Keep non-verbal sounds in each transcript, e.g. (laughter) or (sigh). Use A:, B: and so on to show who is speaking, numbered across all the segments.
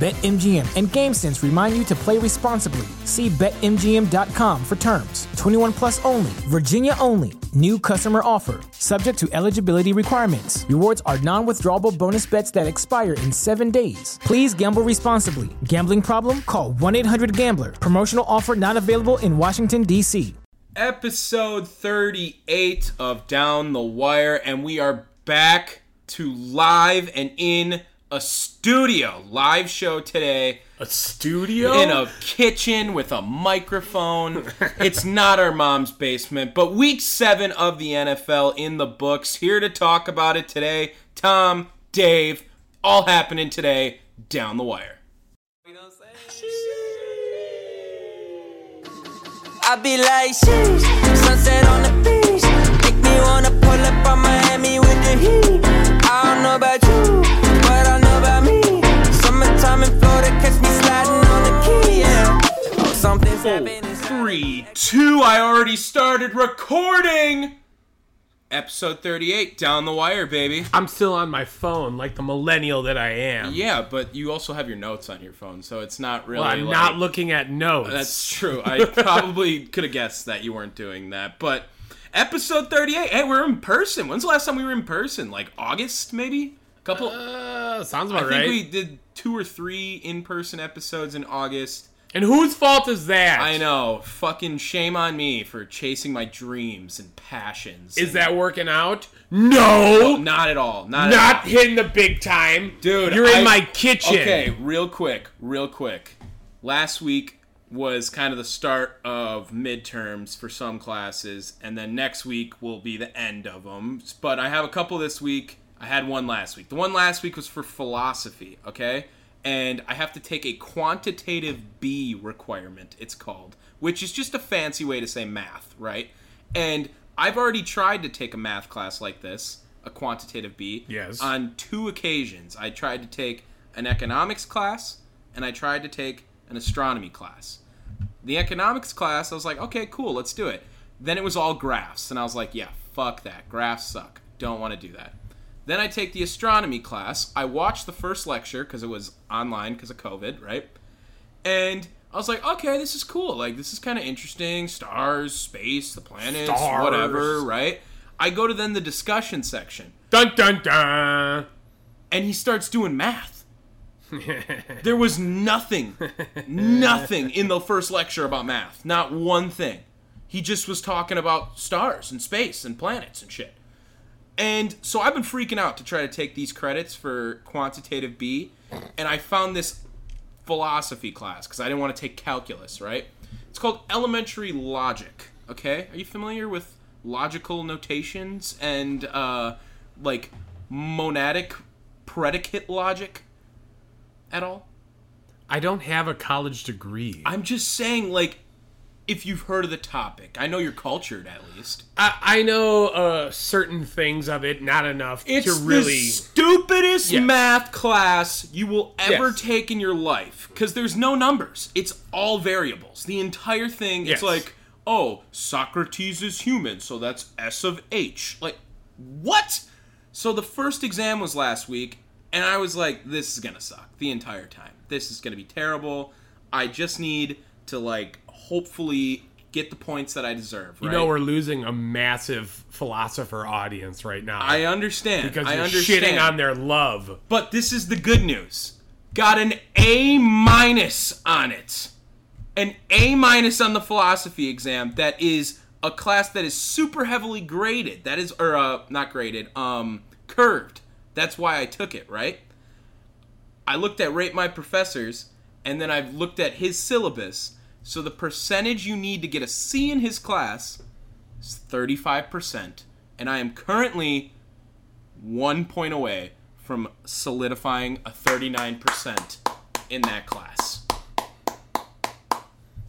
A: BetMGM and GameSense remind you to play responsibly. See BetMGM.com for terms. 21 plus only, Virginia only. New customer offer, subject to eligibility requirements. Rewards are non withdrawable bonus bets that expire in seven days. Please gamble responsibly. Gambling problem? Call 1 800 Gambler. Promotional offer not available in Washington, D.C.
B: Episode 38 of Down the Wire, and we are back to live and in a studio live show today
C: A studio?
B: in a kitchen with a microphone. it's not our mom's basement, but week seven of the NFL in the books. Here to talk about it today, Tom, Dave, all happening today down the wire.
D: I be like, sheesh, sunset on the beach. Make me wanna pull up on Miami with the heat. I don't know about you, but I know about me. Summertime in Florida, catch me sliding on the key, yeah. Oh, something's happening.
B: Three, two, I already started recording. Episode 38, down the wire, baby.
C: I'm still on my phone like the millennial that I am.
B: Yeah, but you also have your notes on your phone, so it's not really.
C: Well, I'm
B: like-
C: not looking at notes.
B: That's true.
C: (laughs)
B: I probably could have guessed that you weren't doing that. But episode 38, hey, we're in person. When's the last time we were in person? Like August, maybe? A couple.
C: Uh, sounds
B: I
C: about
B: think
C: right.
B: we did two or three in person episodes in August.
C: And whose fault is that?
B: I know. Fucking shame on me for chasing my dreams and passions.
C: Is
B: and-
C: that working out? No,
B: Not at all. Not, at all.
C: not hitting the big time,
B: Dude,
C: You're
B: I-
C: in my kitchen.
B: Okay, real quick, real quick. Last week was kind of the start of midterms for some classes, and then next week will be the end of them. But I have a couple this week. I had one last week. The one last week was for philosophy, okay? And I have to take a quantitative B requirement, it's called, which is just a fancy way to say math, right? And I've already tried to take a math class like this, a quantitative B.
C: Yes.
B: On on two occasions I tried to take an economics class and I tried to take an astronomy class. The economics class, I was like, okay, cool, let's do it. Then it was all graphs, and I was like, yeah, fuck that. Graphs suck. Don't want to do that. Then I take the astronomy class. I watched the first lecture because it was online because of COVID, right? And I was like, okay, this is cool. Like, this is kind of interesting. Stars, space, the planets,
C: Stars.
B: whatever, right? I go to then the discussion section
C: Dun dun dun. (laughs)
B: and he starts doing math. there was nothing, nothing in the first lecture about math. Not one thing. He just was talking about stars and space and planets and shit. And so I've been freaking out to try to take these credits for quantitative B, and I found this philosophy class because I didn't want to take calculus, right? It's called elementary logic. Okay, are you familiar with logical notations and uh, like monadic predicate logic at all?
C: I don't have a college degree. I,
B: I'm just saying, like, if you've heard of the topic, I know you're cultured at least.
C: I, know uh, certain things of it, not enough to really.
B: the stupidest
C: Yes.
B: math class you will ever
C: Yes.
B: take in your life because there's no numbers. It's all variables. The entire thing. It's
C: Yes.
B: like, oh, Socrates is human, so that's S of H. Like, what? So the first exam was last week, and I was like, this is gonna suck the entire time. This is gonna be terrible. I just need to like hopefully get the points that I deserve.
C: You
B: right?
C: know, we're losing a massive philosopher audience right now.
B: I understand
C: because
B: I
C: you're
B: understand.
C: shitting on their love.
B: But this is the good news. Got an A minus on it. An A minus on the philosophy exam. That is a class that is super heavily graded. That is or uh, not graded, um curved. That's why I took it, right? I looked at rate my professors and then I've looked at his syllabus So the percentage you need to get a C in his class is 35%. And I am currently one point away from solidifying a 39% in that class.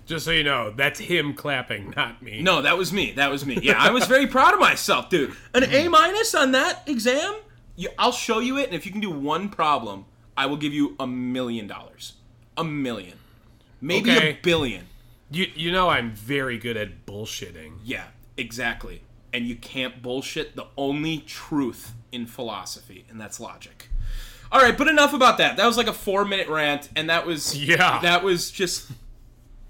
C: Just so you know, that's him clapping, not me.
B: No, that was me. That was me. Yeah, I was very proud of myself, dude. An A minus on that exam? You, I'll show you it, and if you can do one problem, I will give you a million dollars. A million. Maybe a
C: Okay.
B: billion.
C: You you know I'm very good at bullshitting.
B: Yeah, exactly. And you can't bullshit the only truth in philosophy, and that's logic. All right, but enough about that. That was like a four minute rant, and that was
C: Yeah.
B: that was just.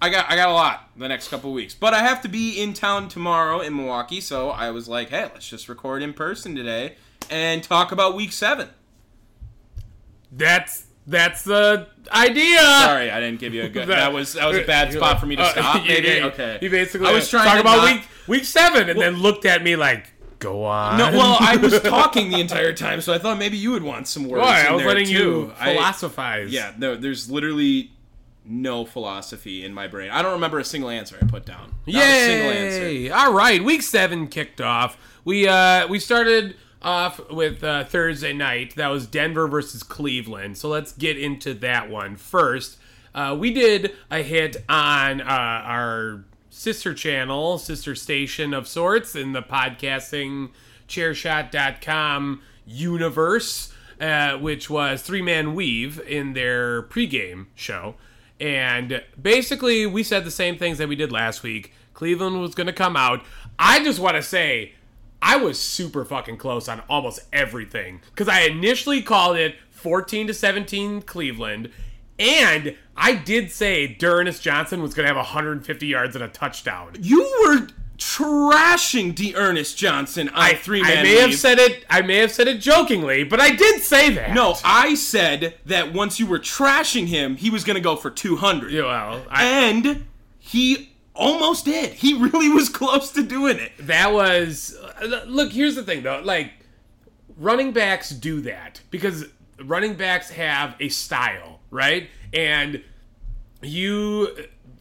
B: I got I got a lot the next couple weeks, but I have to be in town tomorrow in Milwaukee, so I was like, hey, let's just record in person today and talk about week seven.
C: That's that's the idea.
B: Sorry, I didn't give you a
C: (laughs)
B: good. That was that was a bad
C: You're
B: spot
C: like,
B: for me to
C: uh, (laughs)
B: stop.
C: yeah,
B: Maybe
C: yeah, yeah.
B: okay.
C: You basically
B: I was trying
C: talk
B: to
C: about
B: not-
C: week week seven, and then looked at me like, "Go on."
B: No, well, I
C: (laughs)
B: was talking the entire time, so I thought maybe you would want some words.
C: Boy, I
B: in
C: was
B: there,
C: letting
B: too.
C: you
B: I-
C: philosophize.
B: yeah, no, there's literally no philosophy in my brain. I don't remember a single answer I put down. Not a single answer.
C: Yay! All right, week seven kicked off. We uh we started off with uh, Thursday night. That was Denver versus Cleveland. So let's get into that one first. Uh, we did a hit on uh, our sister channel, sister station of sorts in the podcasting chairshot.com universe, uh, which was Three Man Weave in their pregame show. And basically, we said the same things that we did last week. Cleveland was going to come out. I just want to say, I was super fucking close on almost everything because I initially called it 14 to 17 Cleveland, and I did say Durnus Johnson was going to have 150 yards and a touchdown.
B: You were trashing D. Ernest Johnson on
C: I
B: three
C: I
B: man.
C: may have said it. I may have said it jokingly, but I did say that.
B: no. I said that once you were trashing him, he was gonna go for two hundred.
C: Yeah, well, I,
B: and he almost did. He really was (laughs) close to doing it.
C: that was uh, look here's the thing though like running backs do that because running backs have a style right and you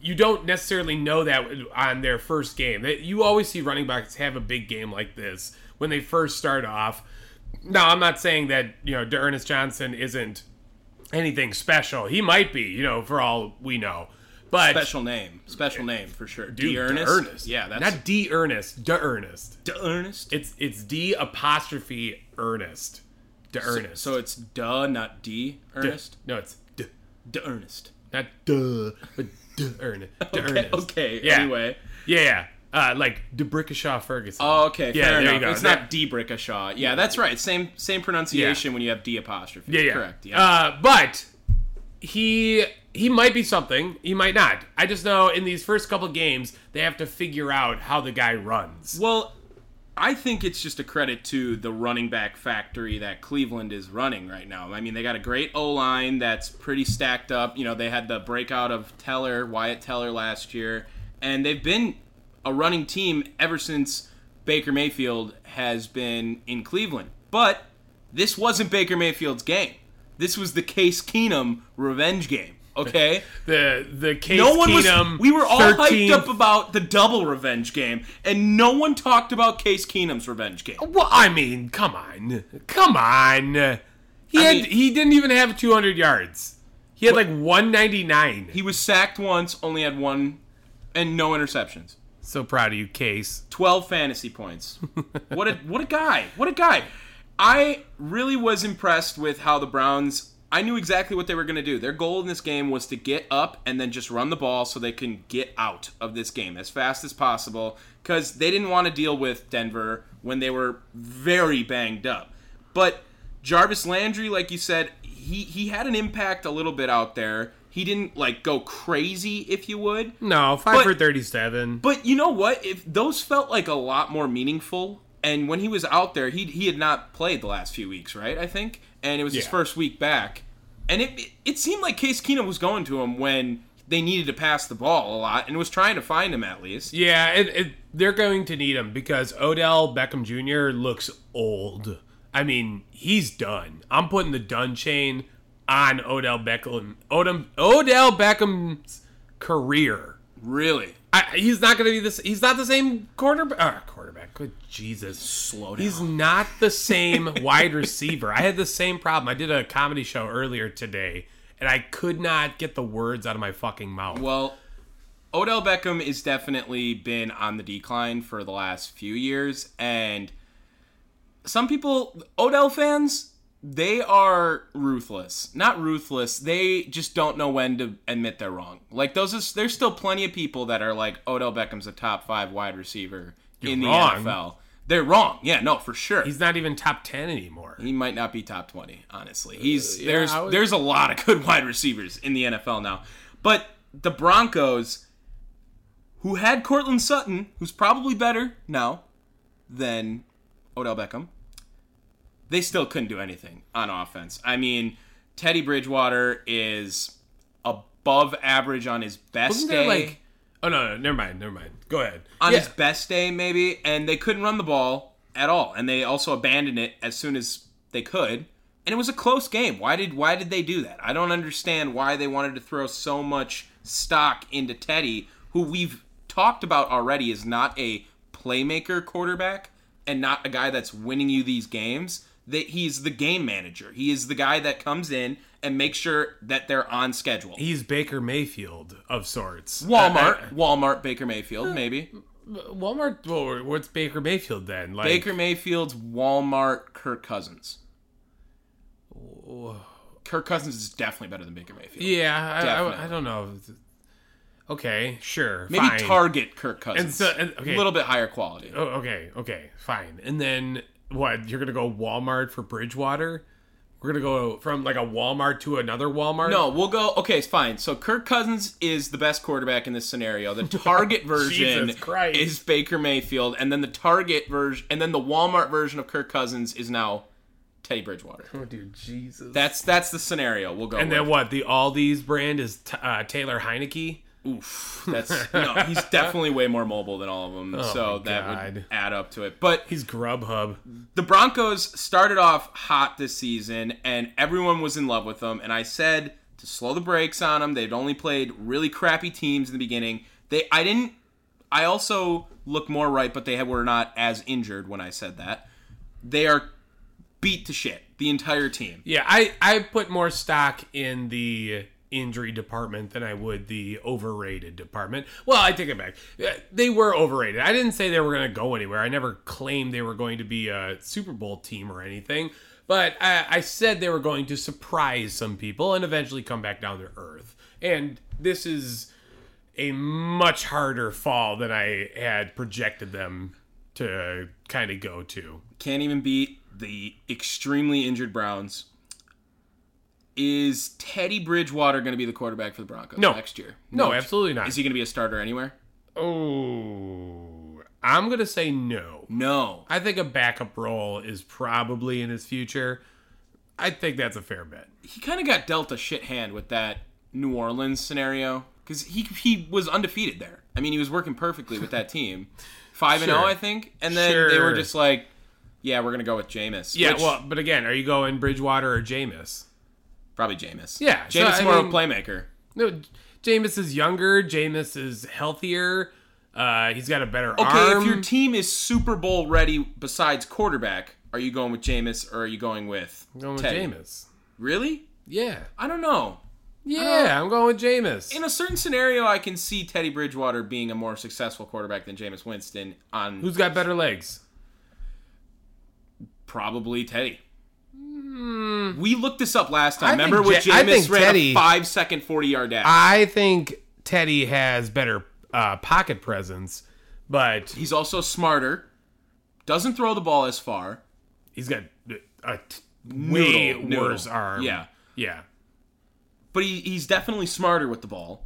C: you don't necessarily know that on their first game that you always see running backs have a big game like this when they first start off now i'm not saying that you know Ernest johnson isn't anything special he might be you know for all we know but
B: Special name, special name for sure.
C: Dude,
B: D. Ernest.
C: D'Ernest.
B: Yeah, that's
C: not D. Ernest. D. Ernest.
B: D. Ernest.
C: It's it's D apostrophe Ernest. De Ernest.
B: So it's duh, not D. Ernest.
C: no, it's D,
B: D. Ernest.
C: not duh, but D. Ernest. De
B: (laughs)
C: Ernest.
B: Okay.
C: Yeah.
B: Anyway.
C: Yeah, yeah. Uh, like De Brickashaw Ferguson.
B: Oh, okay.
C: Yeah,
B: fair
C: there you
B: enough.
C: go.
B: It's
C: That-
B: not D. Brickashaw. Yeah, that's right. Same same pronunciation when you have D apostrophe.
C: yeah, yeah.
B: Correct. Yeah.
C: Uh, but he he might be something. He might not. I just know in these first couple games they have to figure out how the guy runs.
B: well, I think it's just a credit to the running back factory that Cleveland is running right now. I mean, they got a great O line that's pretty stacked up. You know, they had the breakout of Teller, Wyatt Teller last year, and they've been a running team ever since Baker Mayfield has been in Cleveland. But this wasn't Baker Mayfield's game. This was the Case Keenum revenge game. Okay.
C: The the Case
B: no one
C: Keenum.
B: was. We were all
C: 13
B: hyped up about the double revenge game, and no one talked about Case Keenum's revenge game.
C: Well, I mean, come on, come on. He
B: I
C: had
B: mean-
C: he didn't even have 200 yards. He had like 199.
B: He was sacked once, only had one, and no interceptions.
C: so proud of you, Case.
B: Twelve fantasy points. what a what a guy! What a guy! I really was impressed with how the Browns. I knew exactly what they were going to do. Their goal in this game was to get up and then just run the ball so they can get out of this game as fast as possible because they didn't want to deal with Denver when they were very banged up. But Jarvis Landry, like you said, he he had an impact a little bit out there. He didn't like go crazy, if you would.
C: No, five
B: But-
C: for 37.
B: But you know what? If those felt like a lot more meaningful, and when he was out there, he he had not played the last few weeks, right? I think, and it was his
C: Yeah.
B: first week back, and it it seemed like Case Keenum was going to him when they needed to pass the ball a lot, and was trying to find him at least.
C: yeah, it, it, they're going to need him because Odell Beckham Jr. looks old. I mean, he's done. I'm putting the done chain on Odell Beckham. Odom, Odell Beckham's career.
B: Really?
C: I, he's not going to be this. He's not the same quarterback. Uh, quarterback. Good Jesus.
B: Slow down.
C: He's not
B: (laughs)
C: the same wide receiver. I had the same problem. I did a comedy show earlier today, and I could not get the words out of my fucking mouth.
B: Well, Odell Beckham has definitely been on the decline for the last few years, and some people, Odell fans, they are ruthless. Not ruthless. They just don't know when to admit they're wrong. Like those, is, there's still plenty of people that are like Odell Beckham's a top five wide receiver in
C: wrong.
B: the NFL. They're wrong. Yeah, no, for sure.
C: He's not even top ten anymore.
B: he might not be top 20 honestly he's
C: Uh, yeah,
B: there's
C: I would-
B: there's a lot of good (laughs) wide receivers in the NFL now but the Broncos who had Cortland Sutton who's probably better now than Odell Beckham they still couldn't do anything on offense i mean Teddy Bridgewater is above average on his best
C: Wasn't
B: day
C: there like? Oh no, no, never mind, never mind. Go ahead.
B: on
C: Yeah.
B: his best day maybe and they couldn't run the ball at all and they also abandoned it as soon as they could and it was a close game why did why did they do that i don't understand why they wanted to throw so much stock into teddy who we've talked about already is not a playmaker quarterback and not a guy that's winning you these games that he's the game manager he is the guy that comes in and makes sure that they're on schedule
C: He's Baker Mayfield of sorts.
B: walmart
C: uh,
B: walmart baker mayfield maybe
C: Walmart. Well, what's Baker Mayfield then? Like
B: Baker Mayfield's Walmart Kirk Cousins. Kirk Cousins is definitely better than Baker Mayfield.
C: Yeah, I- I, I,
B: Definitely.
C: don't know. Okay, sure.
B: Maybe
C: fine.
B: target Kirk Cousins.
C: And so- and- okay.
B: A little bit higher quality.
C: Oh, okay, okay, fine. And then what? You're gonna go Walmart for Bridgewater? We're gonna go from like a Walmart to another Walmart?
B: No, we'll go. Okay, it's fine. So Kirk Cousins is the best quarterback in this scenario. The target version
C: (laughs) Jesus Christ.
B: is Baker Mayfield, and then the target version, and then the Walmart version of Kirk Cousins is now Teddy Bridgewater.
C: Oh, dude, Jesus.
B: That's that's the scenario. We'll go.
C: and
B: with.
C: then what? The Aldi's brand is t- uh, Taylor Heineke.
B: Oof,
C: (laughs)
B: that's no. He's definitely way more mobile than all of them, so
C: Oh my
B: that
C: God.
B: would add up to it. But
C: He's Grubhub.
B: the Broncos started off hot this season, and everyone was in love with them. And I said to slow the brakes on them. They'd only played really crappy teams in the beginning. They, I didn't. I also look more right, but they were not as injured when I said that. They are beat to shit. The entire team.
C: Yeah, I I put more stock in the injury department than I would the overrated department. Well, I take it back. Yeah, They were overrated. I didn't say they were going to go anywhere. I never claimed they were going to be a Super Bowl team or anything. But I, I said they were going to surprise some people and eventually come back down to earth. And this is a much harder fall than I had projected them to kind of go to.
B: can't even beat the extremely injured Browns. Is Teddy Bridgewater going to be the quarterback for the Broncos
C: No.
B: next year?
C: No, absolutely not.
B: Is he going to be a starter anywhere?
C: Oh, I'm gonna say no.
B: No.
C: I think a backup role is probably in his future. I think that's a fair bet.
B: He kind of got dealt a shit hand with that New Orleans scenario because he he was undefeated there. I mean, he was working perfectly with that team,
C: (laughs)
B: five and
C: Sure.
B: zero, I think. And then they
C: Sure.
B: were just like, "Yeah, we're going to go with Jameis."
C: Yeah,
B: which-
C: well, but again, are you going Bridgewater or Jameis?
B: probably Jameis.
C: Yeah, so,
B: Jameis
C: I
B: more
C: mean-
B: of a playmaker.
C: No, Jameis is younger. Jameis is healthier. Uh, he's got a better
B: Okay,
C: arm.
B: if your team is Super Bowl ready besides quarterback, are you going with Jameis or are you going with
C: I'm going with
B: Teddy?
C: Jameis.
B: Really?
C: Yeah, Oh,
B: I don't know.
C: yeah, I'm going with Jameis.
B: In a certain scenario, I can see Teddy Bridgewater being a more successful quarterback than Jameis Winston on
C: Who's got better legs?
B: probably Teddy. We looked this up last time.
C: Hmm. I
B: Remember when
C: think Ja- I
B: Jameis
C: think
B: ran
C: Teddy-
B: a five second forty yard dash?
C: I think Teddy has better uh, pocket presence, but
B: He's also smarter. Doesn't throw the ball as far.
C: He's got a t- way
B: Noodle, noodle.
C: worse arm.
B: Yeah.
C: yeah.
B: but he, he's definitely smarter with the ball.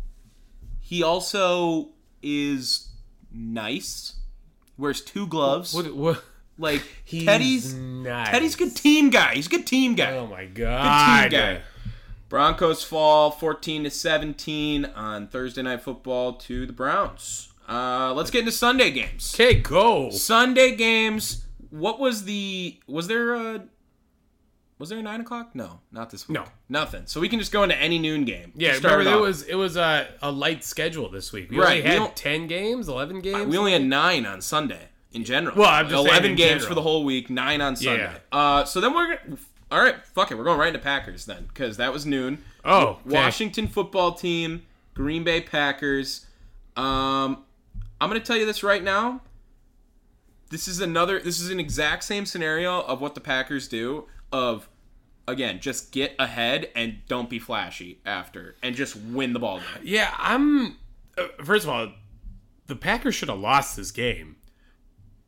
B: He also is nice. Wears two gloves.
C: What? What? (laughs)
B: like Teddy's
C: nice.
B: Teddy's a good team guy. He's a good team guy.
C: Oh
B: good
C: my
B: team
C: god.
B: guy. Broncos fall 14 to 17 on Thursday night football to the Browns. Uh, let's get into Sunday games.
C: Okay, go.
B: Sunday games. What was the was there a Was there a nine o'clock? No, not this week.
C: No.
B: nothing. So we can just go into any noon game.
C: Yeah,
B: Start
C: remember it
B: off.
C: was it was a, a light schedule this week. We
B: Right,
C: only
B: we
C: had
B: don't-
C: ten games, eleven games.
B: We only had nine on Sunday in general.
C: Well, I'm just saying
B: eleven
C: in
B: games
C: general.
B: for the whole week, nine on Sunday.
C: Yeah.
B: Uh, so then we're gonna, all right. Fuck it, we're going right into Packers then because that was noon.
C: oh, okay.
B: Washington football team, Green Bay Packers. Um, I'm gonna tell you this right now. This is another. This is an exact same scenario of what the Packers do. Of again, just get ahead and don't be flashy after, and just win the ball game.
C: Yeah, I'm. Uh, first of all, the Packers should have lost this game.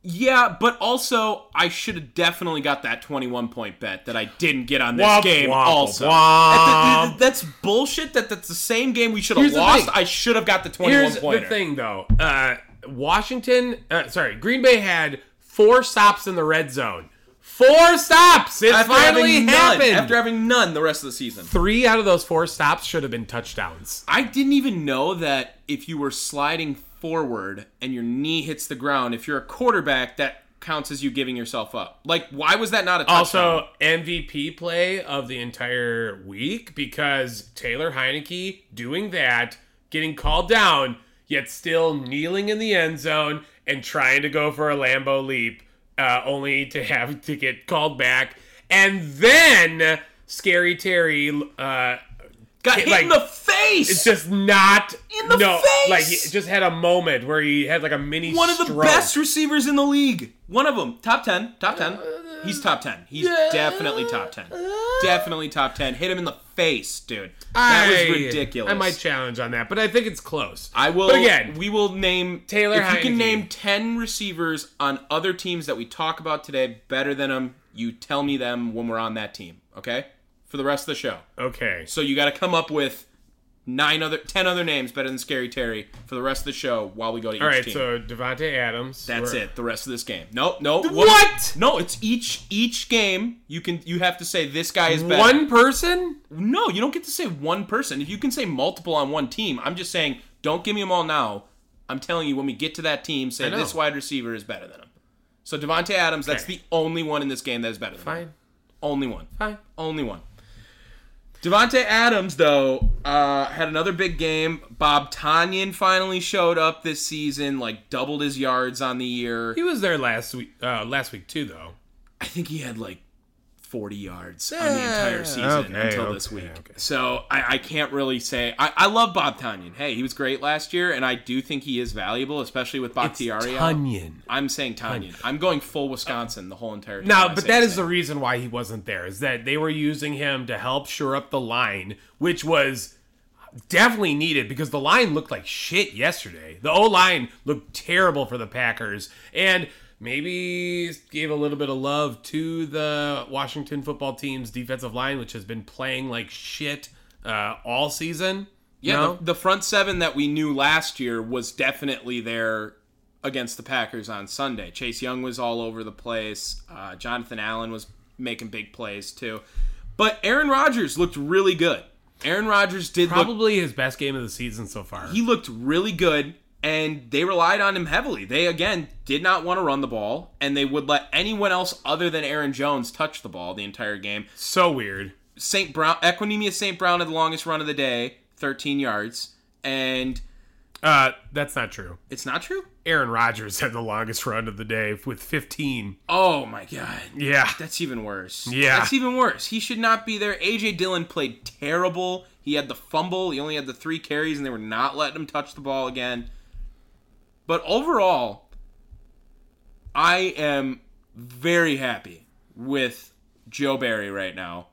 B: Yeah, but also I should have definitely got that 21 point bet that I didn't get on this
C: Womp,
B: game.
C: womp,
B: also,
C: womp.
B: That- that's bullshit. That that's the same game we should have
C: Here's the
B: lost.
C: thing.
B: I should have got the 21
C: Here's
B: pointer.
C: the thing, though. Uh, Washington, uh, sorry, Green Bay had four stops in the red zone. Four stops. It
B: after
C: finally
B: having
C: happened.
B: None, after having none the rest of the season.
C: Three out of those four stops should have been touchdowns.
B: I didn't even know that if you were sliding forward and your knee hits the ground, if you're a quarterback, that counts as you giving yourself up. Like, why was that not a touchdown?
C: Also, MVP play of the entire week because Taylor Heineke doing that, getting called down, yet still kneeling in the end zone and trying to go for a Lambo leap, uh, only to (laughs) have to get called back. And then Scary Terry uh,
B: got hit
C: like-
B: in the face.
C: it's just not
B: In the
C: no,
B: face!
C: Like he just had a moment where he had like a mini
B: one of the
C: stroke.
B: best receivers in the league. One of them, top ten, top ten. He's top ten. He's definitely top ten. Definitely top ten. Hit him in the face, dude. That
C: I-
B: was ridiculous.
C: I might challenge on that, but I think it's close.
B: I will.
C: But again,
B: we will name
C: Taylor
B: If you
C: Heineke.
B: can name ten receivers on other teams that we talk about today better than them, you tell me them when we're on that team. Okay, for the rest of the show.
C: okay.
B: So you got to come up with nine other, ten other names better than Scary Terry for the rest of the show while we go to each
C: All right,
B: team.
C: so Devonte Adams.
B: That's
C: We're-
B: it. The rest of this game. Nope. No.
C: What?
B: No. It's each each game. You can you have to say this guy is better.
C: One person?
B: No, you don't get to say one person. If you can say multiple on one team, I'm just saying don't give me them all now. I'm telling you, when we get to that team, say
C: know.
B: this wide receiver is better than him. So Devonte Adams, that's
C: Okay.
B: the only one in this game that is better. Than Him.
C: Fine.
B: Only one.
C: Fine.
B: Only one. Devonte Adams though uh, had another big game. Bob Tanyan finally showed up this season, like doubled his yards on the year.
C: He was there last week. Uh, last week too, though.
B: I think he had like 40 yards on the entire season
C: Eh, okay,
B: until
C: okay,
B: this week.
C: okay.
B: So I, I can't really say. I, I love Bob Tanyan. Hey, he was great last year, and I do think he is valuable, especially with Bakhtiari. out.
C: Tunyon.
B: I'm saying Tanyan. I'm going full Wisconsin the whole entire time.
C: Now,
B: I
C: but
B: say
C: that
B: his
C: is the reason why he wasn't there. Is that they were using him to help shore up the line, which was definitely needed because the line looked like shit yesterday. The O line looked terrible for the Packers, and maybe gave a little bit of love to the Washington football team's defensive line, which has been playing like shit uh, all season.
B: Yeah,
C: No?
B: the, the front seven that we knew last year was definitely there against the Packers on Sunday. Chase Young was all over the place. Uh, Jonathan Allen was making big plays too. But Aaron Rodgers looked really good. Aaron Rodgers did look
C: probably his best game of the season so far.
B: he looked really good and they relied on him heavily. They again did not want to run the ball and they would let anyone else other than Aaron Jones touch the ball the entire game.
C: so weird.
B: St. Brown Equinemia St. Brown had the longest run of the day, 13 yards, and
C: Uh, that's not true.
B: it's not true.
C: Aaron Rodgers had the longest run of the day with 15.
B: Oh my god.
C: Yeah.
B: That's even worse.
C: Yeah.
B: That's even worse. He should not be there. AJ Dillon played terrible. He had the fumble. He only had the three carries and they were not letting him touch the ball again. But overall, I am very happy with Joe Barry right now.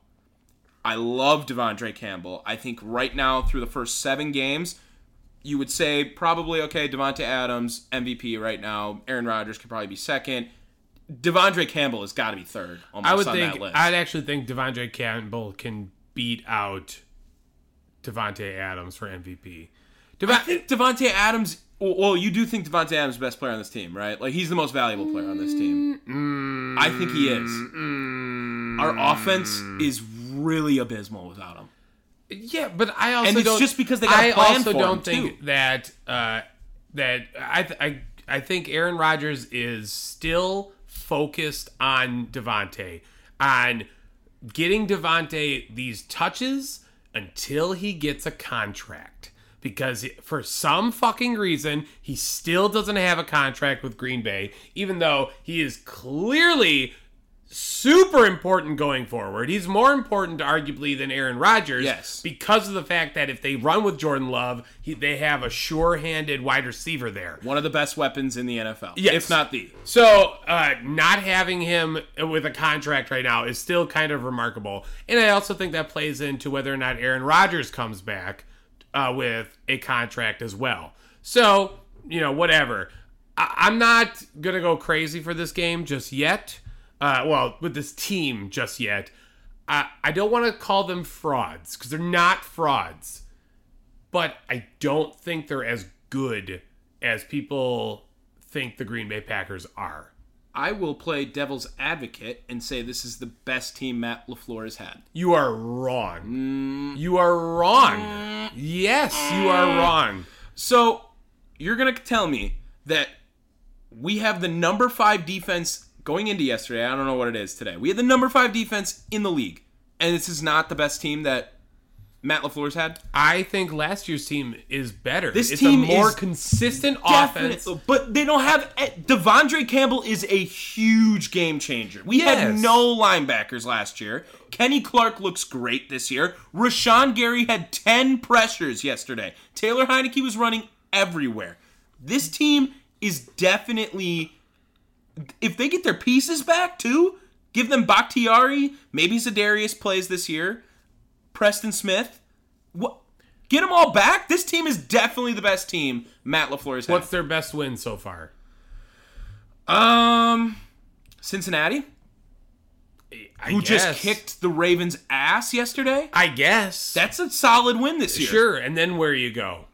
B: I love Devondre Campbell. I think right now through the first 7 games, you would say probably okay, Devonte Adams MVP right now. Aaron Rodgers could probably be second. Devondre Campbell has got to be third. Almost
C: I would
B: on
C: think,
B: that list.
C: I'd actually think Devondre Campbell can beat out Devontae Adams for MVP.
B: I think Devonte Adams. Well, well, you do think Devonte Adams is the best player on this team, right? Like he's the most valuable player on this team. I think he is. Our offense is really abysmal without him.
C: Yeah, but I also
B: And it's
C: don't,
B: just because they got a
C: I
B: plan
C: also
B: for him,
C: don't think
B: too.
C: that uh, that I, th- I I think Aaron Rodgers is still focused on Devontae on getting Devonte these touches until he gets a contract. Because for some fucking reason, he still doesn't have a contract with Green Bay, even though he is clearly super important going forward. He's more important, arguably, than Aaron Rodgers.
B: Yes.
C: Because of the fact that if they run with Jordan Love, he, they have a sure handed wide receiver there.
B: One of the best weapons in the NFL,
C: Yes.
B: if not the.
C: So, uh, not having him with a contract right now is still kind of remarkable. And I also think that plays into whether or not Aaron Rodgers comes back uh, with a contract as well. So, you know, whatever. I- I'm not going to go crazy for this game just yet. Uh, well, with this team just yet. I, I don't want to call them frauds because they're not frauds but I don't think they're as good as people think the Green Bay Packers are.
B: I will play devil's advocate and say this is the best team Matt LaFleur has had.
C: You are wrong.
B: Mm.
C: You are wrong. Yes, you are wrong.
B: So you're gonna tell me that we have the number five defense going into yesterday. I don't know what it is today. We had the number five defense in the league, and this is not the best team that Matt Lafleur's had.
C: I think last year's team is better.
B: This
C: it's
B: team
C: a more
B: is
C: consistent offense.
B: Definitely, but they don't have eh, Devondre Campbell is a huge game changer. We had
C: Yes.
B: no linebackers last year. Kenny Clark looks great this year. Rashawn Gary had ten pressures yesterday. Taylor Heineke was running everywhere. This team is definitely if they get their pieces back too. Give them Bakhtiari, maybe Zadarius plays this year. Preston Smith, what? Get them all back. This team is definitely the best team Matt Lafleur has had.
C: What's their best win so far?
B: Um, Cincinnati,
C: I
B: who just
C: guess.
B: kicked the Ravens' ass yesterday.
C: I guess.
B: That's a solid win this year.
C: sure. And then where you go?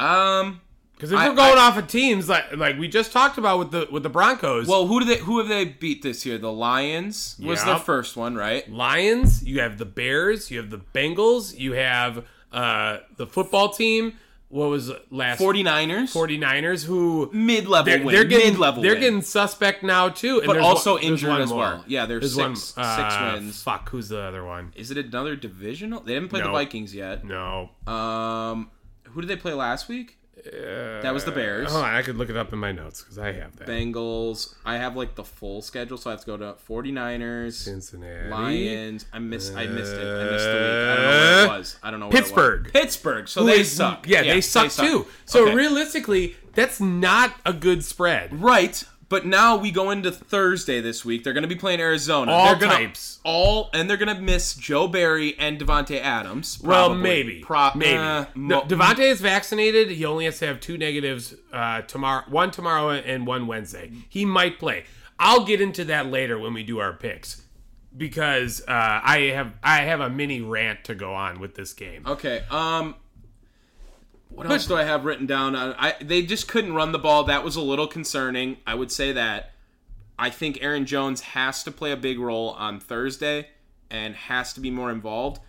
B: Um,
C: Because if
B: I-
C: we're going
B: I-
C: off of teams like like we just talked about with the with the Broncos,
B: well, who do they? Who have they beat this year? The Lions was their
C: Yep.
B: first one, right?
C: Lions, you have the Bears, you have the Bengals, you have uh, the football team. What was last
B: 49ers,
C: 49ers who
B: mid-level
C: they're,
B: win.
C: they're getting
B: mid-level
C: they're
B: win.
C: getting suspect now too, and
B: But
C: there's
B: also
C: one- there's
B: injured
C: one
B: as well.
C: more. uh,
B: Yeah, there's six- six wins.
C: Fuck, who's the other one?
B: Is it another divisional? They didn't play the
C: No.
B: Vikings yet.
C: No, Oh,
B: Um, who did they play last week?
C: Uh,
B: that was the Bears.
C: hold on, I could look it up in my notes because I have that.
B: Bengals. I have like the full schedule, so I have to go to 49ers,
C: Cincinnati.
B: Lions. I miss. I missed it. I missed the week. I don't know where it was. I don't know. Where It
C: Pittsburg.
B: was. Pittsburg. So
C: Uh, Who
B: they
C: is-
B: suck.
C: Yeah, they suck too. So
B: Okay.
C: realistically, that's not a good spread.
B: right. But now we go into Thursday this week. They're going to be playing Arizona.
C: All
B: they're gonna,
C: types.
B: All and they're going to miss Joe Barry and Devonte Adams.
C: Well,
B: probably.
C: maybe.
B: Pro-
C: maybe.
B: uh,
C: no,
B: mo-
C: Devontae is vaccinated. He only has to have two negatives uh, tomorrow, one tomorrow and one Wednesday. He might play. I'll get into that later when we do our picks because uh, I have I have a mini rant to go on with this game.
B: Okay. Um. What else do I have written down? Uh, I they just couldn't run the ball. That was a little concerning. I would say that. I think Aaron Jones has to play a big role on Thursday and has to be more involved.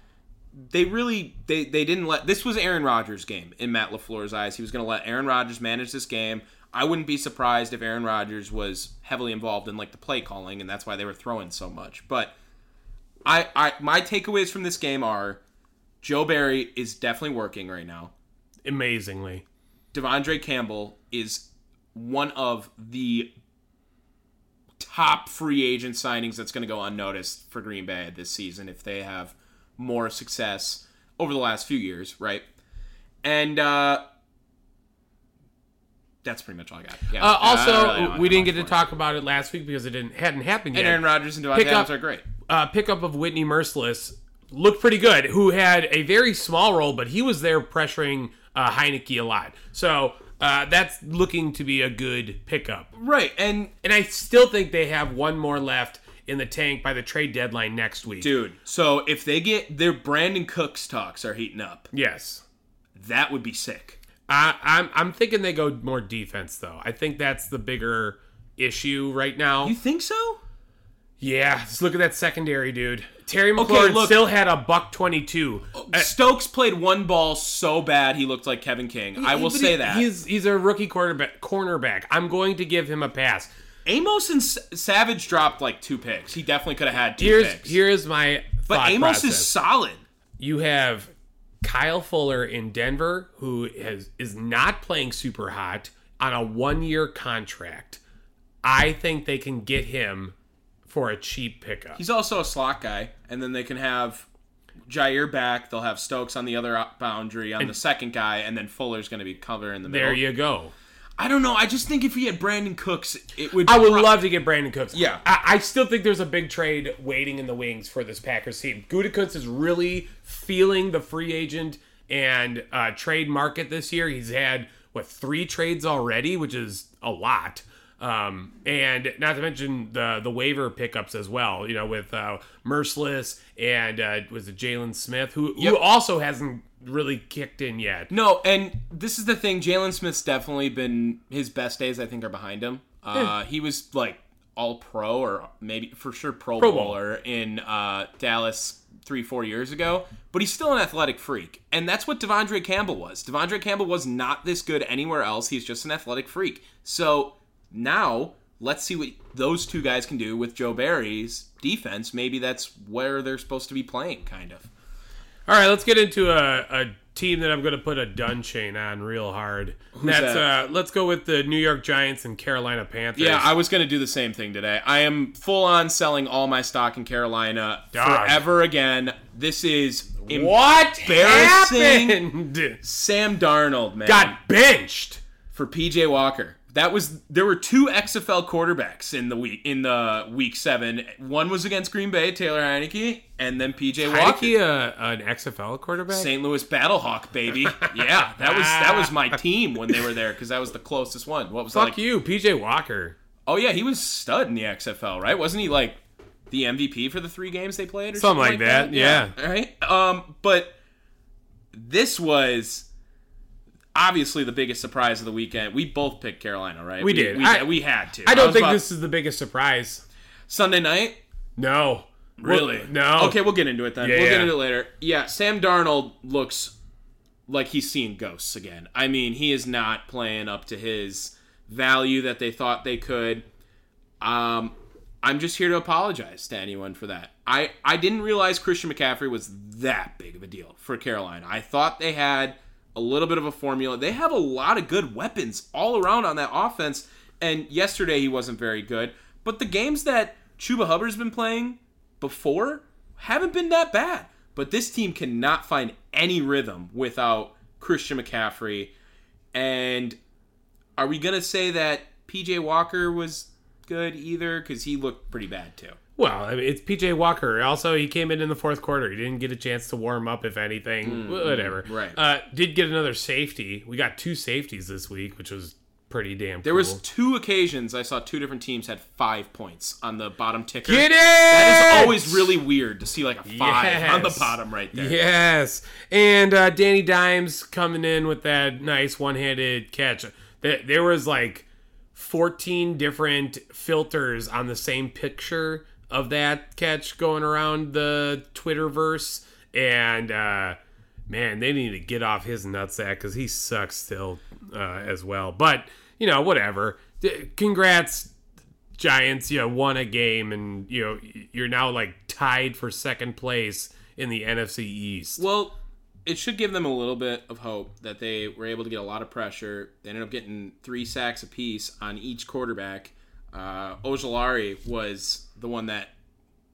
B: They really they they didn't let this was Aaron Rodgers' game in Matt LaFleur's eyes. He was going to let Aaron Rodgers manage this game. I wouldn't be surprised if Aaron Rodgers was heavily involved in like the play calling and that's why they were throwing so much. But I I my takeaways from this game are Joe Barry is definitely working right now.
C: Amazingly,
B: Devondre Campbell is one of the top free agent signings that's going to go unnoticed for Green Bay this season if they have more success over the last few years, right? And uh, that's pretty much all I got. Yeah.
C: uh, also
B: I really don't have
C: we didn't
B: much
C: get
B: more.
C: to talk about it last week because it didn't hadn't happened yet.
B: And Aaron Rodgers and Devontae
C: Pick up-
B: Adams are great.
C: uh, pickup of Whitney Merciless looked pretty good, who had a very small role, but he was there pressuring uh, Heineke a lot. So uh, that's looking to be a good pickup.
B: Right, and
C: And I still think they have one more left in the tank by the trade deadline next week.
B: dude, so if they get their Brandon Cooks talks are heating up,
C: Yes.
B: that would be sick.
C: I, I'm, I'm thinking they go more defense, though. I think that's the bigger issue right now.
B: You think so?
C: yeah, just look at that secondary, dude. Terry
B: Okay,
C: McLaurin
B: look- Oh,
C: still had a buck 22. Uh,
B: Stokes played one ball so bad he looked like Kevin King. I will
C: But
B: say
C: he-
B: that.
C: he's he's a rookie quarterback cornerback. I'm going to give him a pass.
B: Amos and S- Savage dropped like two picks. He definitely could have had two
C: Here's
B: picks.
C: here's my
B: but
C: thought
B: Amos
C: process.
B: is solid.
C: you have Kyle Fuller in Denver, who has is not playing super hot on a one year contract. I think they can get him for a cheap pickup.
B: He's also a slot guy, and then they can have Jair back. They'll have Stokes on the other o- boundary on the second guy, and then Fuller's going to be cover in the middle.
C: there you go.
B: I don't know. I just think if he had Brandon Cooks, it would.
C: I would
B: pro-
C: love to get Brandon Cooks.
B: Yeah.
C: I, I still think there's a big trade waiting in the wings for this Packers team. Gutekunst is really feeling the free agent and uh, trade market this year. He's had what three trades already, which is a lot. Um, and not to mention the the waiver pickups as well. You know, with uh, Merciless and uh, was it Jalen Smith, who who also hasn't really kicked in yet.
B: No, and this is the thing. Jalen Smith's definitely been his best days. I think are behind him. Uh, he was like all pro, or maybe for sure pro,
C: Bowl.
B: bowler in uh, Dallas three four years ago. But he's still an athletic freak, and that's what Devondre Campbell was. Devondre Campbell was not this good anywhere else. He's just an athletic freak. So now let's see what those two guys can do with Joe Barry's defense. Maybe that's where they're supposed to be playing, kind of.
C: All right, let's get into a, a team that I'm going to put a dun chain on real hard. That's
B: that?
C: uh let's go with the New York Giants and Carolina Panthers.
B: Yeah, I was going to do the same thing today. I am full on selling all my stock in Carolina
C: Dog.
B: forever again. This is em-
C: what
B: Embarrassing.
C: happened?
B: Sam Darnold, man.
C: Got benched.
B: for PJ Walker. That was there were two XFL quarterbacks in the week in the week 7. One was against Green Bay, Taylor Heineke, and then PJ Walker.
C: Heineke, uh, an XFL quarterback.
B: St. Louis Battlehawk,
C: (laughs)
B: baby. Yeah, that was that was my team when they were there cuz that was the closest one. What was
C: Fuck
B: like
C: you, PJ Walker.
B: Oh yeah, he was stud in the XFL, right? Wasn't he like the MVP for the three games they played, or
C: Something
B: something,
C: like that, yeah.
B: Right. Um, but this was obviously the biggest surprise of the weekend. We both picked Carolina, right?
C: We did.
B: We,
C: I-
B: we had to.
C: I don't
B: was
C: think
B: about-
C: this is the biggest surprise.
B: Sunday night.
C: No,
B: Really?
C: Well, no.
B: Okay, we'll get into it then.
C: Yeah,
B: we'll
C: yeah.
B: get into it later. Yeah, Sam Darnold looks like he's seeing ghosts again. I mean, he is not playing up to his value that they thought they could. Um, I'm just here to apologize to anyone for that. I, I didn't realize Christian McCaffrey was that big of a deal for Carolina. I thought they had a little bit of a formula. They have a lot of good weapons all around on that offense, and yesterday he wasn't very good. But the games that Chuba Hubbard's been playing before haven't been that bad. But this team cannot find any rhythm without Christian McCaffrey. And are we going to say that PJ Walker was good either? Because he looked pretty bad too.
C: Well, I mean, it's PJ Walker. Also, he came in in the fourth quarter. He didn't get a chance to warm up, if anything. Whatever.
B: Mm, right.
C: Uh, did get another safety. We got two safeties this week, which was pretty damn.
B: There was two occasions I saw two different teams had five points on the bottom ticker.
C: Get it.
B: That is always really weird to see like a five on the
C: Yes.
B: bottom right there.
C: Yes, and uh, Danny Dimes coming in with that nice one-handed catch. There, there was like fourteen different filters on the same picture of that catch going around the Twitterverse, and uh, man, they need to get off his nutsack because he sucks still uh, as well. But you know, whatever. D- Congrats, Giants, you know, won a game and you know you're now like tied for second place in the NFC East.
B: Well, it should give them a little bit of hope that they were able to get a lot of pressure. They ended up getting three sacks apiece on each quarterback. Uh, Ojolari was the one that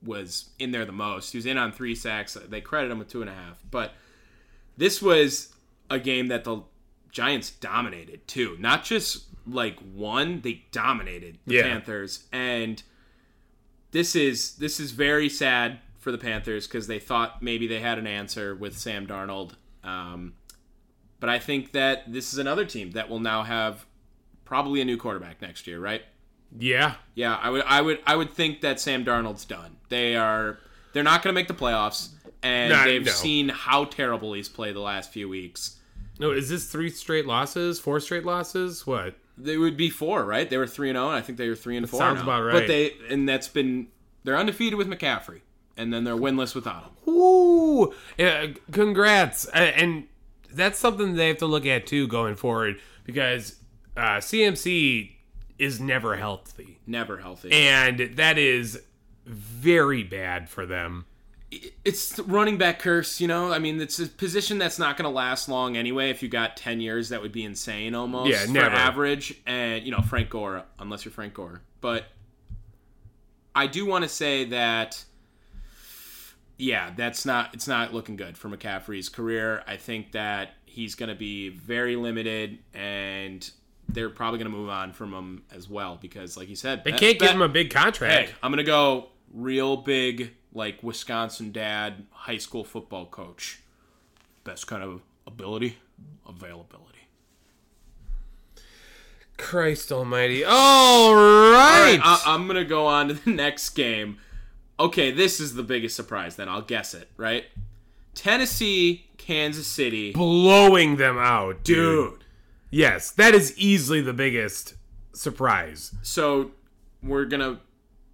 B: was in there the most. He was in on three sacks. They credit him with two and a half. But this was a game that the Giants dominated too. Not just like one, they dominated the
C: Yeah.
B: Panthers. And this is this is very sad for the Panthers because they thought maybe they had an answer with Sam Darnold. Um, but I think that this is another team that will now have probably a new quarterback next year, right?
C: yeah,
B: Yeah, I would, I would, I would think that Sam Darnold's done. They are, they're not going to make the playoffs, and
C: No,
B: they've
C: no.
B: seen how terrible he's played the last few weeks.
C: no, is this three straight losses? Four straight losses? What?
B: They would be four, right? They were three and zero, and I think they were three and four.
C: sounds
B: now.
C: about right.
B: But they, and that's been, they're undefeated with McCaffrey, and then they're winless without him.
C: Woo! Yeah, congrats, Uh, and that's something they have to look at too going forward because uh, CMC is never healthy.
B: Never healthy.
C: And that is very bad for them.
B: it's the running back curse, you know. I mean, it's a position that's not going to last long anyway. If you got ten years, that would be insane almost.
C: Yeah,
B: for
C: never.
B: average. And you know, Frank Gore, unless you're Frank Gore. But I do want to say that, yeah, that's not. It's not looking good for McCaffrey's career. I think that he's going to be very limited, and they're probably going to move on from him as well because, like you said,
C: They can't give him a big contract.
B: Hey, I'm gonna go real big, like Wisconsin dad, high school football coach. Best kind of ability, availability.
C: Christ almighty. All right. uh,
B: I, I'm gonna go on to the (laughs) next game. Okay, this is the biggest surprise. Then I'll guess it. Right? Tennessee, Kansas City.
C: Blowing them out, dude.
B: Dude.
C: Yes, that is easily the biggest surprise.
B: So we're gonna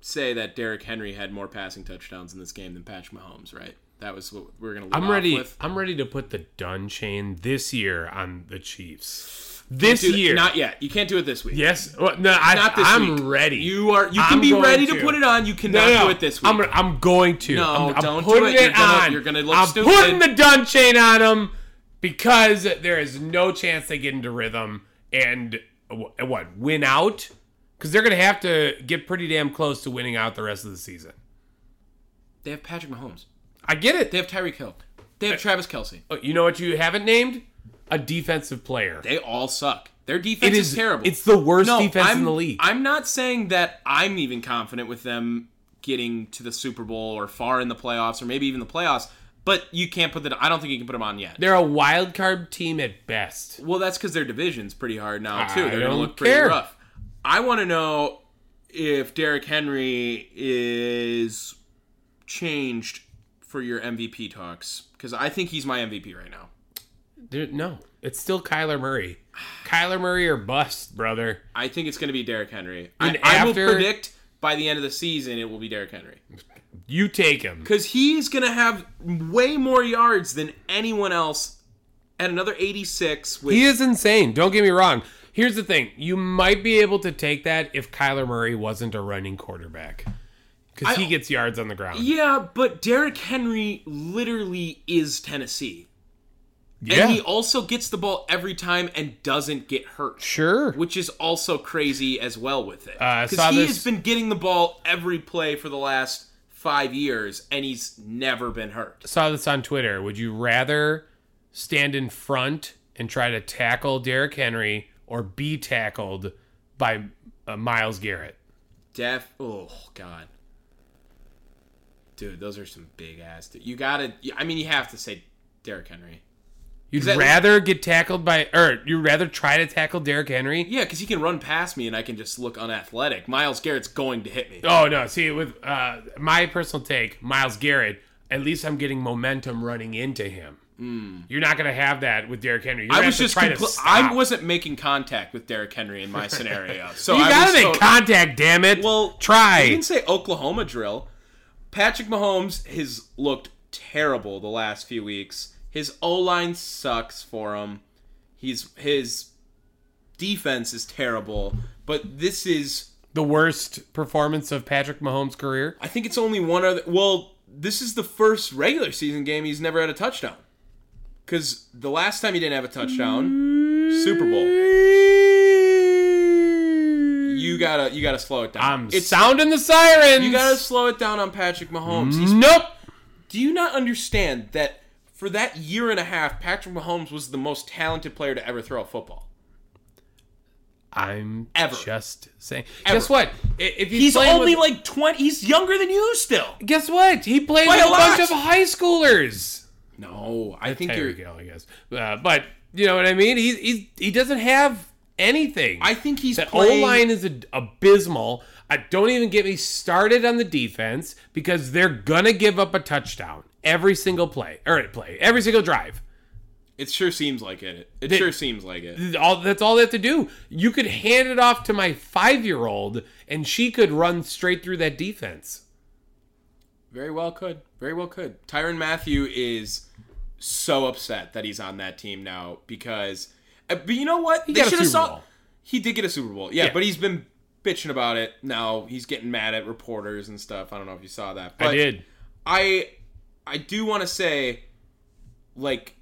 B: say that Derrick Henry had more passing touchdowns in this game than Patrick Mahomes, right? That was what we're gonna. Lead
C: I'm
B: off
C: ready.
B: With.
C: I'm ready to put the done chain this year on the Chiefs. This
B: Dude,
C: year,
B: Not yet. You can't do it this week.
C: yes. Well, no, I,
B: Not this
C: I'm
B: week.
C: ready.
B: You are. You can
C: I'm
B: be
C: going
B: ready to. put it on. You cannot
C: no, no,
B: do it this week.
C: I'm, I'm going to.
B: No,
C: I'm, I'm
B: don't do
C: putting
B: it. You're gonna-
C: on.
B: you're gonna look
C: I'm
B: stupid.
C: putting the done chain on them because there is no chance they get into rhythm and uh, wh- what win out because they're going to have to get pretty damn close to winning out the rest of the season.
B: They have Patrick Mahomes.
C: I get it.
B: They have Tyreek Hill. They have Travis Kelsey.
C: Oh, you know what you haven't named? A defensive player.
B: They all suck. Their defense
C: It
B: is,
C: is
B: terrible.
C: It's the worst
B: no,
C: defense
B: I'm,
C: in the league.
B: I'm not saying that I'm even confident with them getting to the Super Bowl or far in the playoffs or maybe even the playoffs. But you can't put that. I don't think you can put them on yet.
C: They're a wild card team at best.
B: well, that's because their division's pretty hard now too.
C: I
B: They're going to
C: don't
B: look
C: care.
B: pretty rough. I want to know if Derrick Henry is changed for your MVP talks because I think he's my MVP right now.
C: They're- no, it's still Kyler Murray. Kyler Murray or bust, brother.
B: I think it's going to be Derrick Henry. I,
C: And
B: I will
C: after-
B: predict by the end of the season it will be Derrick Henry
C: You take him.
B: because he's going to have way more yards than anyone else at another 86. With
C: He is insane. Don't get me wrong. Here's the thing: you might be able to take that if Kyler Murray wasn't a running quarterback, because he gets yards on the ground.
B: yeah, but Derrick Henry literally is Tennessee,
C: Yeah.
B: and he also gets the ball every time and doesn't get hurt.
C: sure.
B: Which is also crazy as well with it.
C: Uh, I
B: Because
C: saw
B: he
C: this-
B: has been getting the ball every play for the last five years and he's never been hurt.
C: Saw this on Twitter. Would you rather stand in front and try to tackle Derrick Henry or be tackled by uh, Miles Garrett?
B: Def. Oh God, dude, those are some big ass. You gotta. I mean, you have to say Derrick Henry.
C: You'd
B: that-
C: rather get tackled by, or you'd rather try to tackle Derrick Henry?
B: Yeah, because he can run past me and I can just look unathletic. Miles Garrett's going to hit me.
C: Oh no! See, with uh, my personal take, Miles Garrett. At least I'm getting momentum running into him. You're not going to have that with Derrick Henry. You're
B: Hmm. I
C: gonna
B: was
C: have
B: just.
C: to try to
B: compl-
C: stop.
B: I wasn't making contact with Derrick Henry in my scenario.
C: (laughs)
B: So
C: You
B: I
C: got
B: was
C: to make
B: so-
C: contact, damn it!
B: Well,
C: try.
B: You can say Oklahoma drill. Patrick Mahomes has looked terrible the last few weeks. His O line sucks for him. He's his defense is terrible. But this is,
C: the worst performance of Patrick Mahomes' career.
B: I think it's only one other. Well, this is the first regular season game he's never had a touchdown. Because the last time he didn't have a touchdown, Super Bowl. You gotta, you gotta slow it down.
C: I'm sounding the sirens.
B: you gotta slow it down on Patrick Mahomes. He's
C: Nope.
B: Do you not understand that for that year and a half, Patrick Mahomes was the most talented player to ever throw a football?
C: I'm
B: Ever.
C: just saying. Guess what? I- If he's,
B: He's
C: playing
B: only
C: with-
B: like 20. He's younger than you still.
C: guess what? He played
B: By
C: with
B: a
C: a
B: lot.
C: bunch of high schoolers.
B: No, I think
C: There
B: you're.
C: we go, I guess. Uh, but you know what I mean. He he's, he doesn't have anything.
B: I think he's
C: that O
B: playing.
C: line is a, abysmal. I don't even get me started on the defense because they're gonna give up a touchdown every single play or play every single drive.
B: It sure seems like it. It
C: They-
B: sure seems like it.
C: All that's all they have to do. You could hand it off to my five year old and she could run straight through that defense.
B: Very well could. Very well could. Tyron Matthew is so upset that he's on that team now because. uh, But you know what?
C: He got a
B: shoulda
C: Super
B: saw-
C: Bowl.
B: He did get a Super Bowl. Yeah,
C: Yeah.
B: but he's been bitching about it. Now he's getting mad at reporters and stuff. I don't know if you saw that.
C: I did.
B: I I do want to say, like,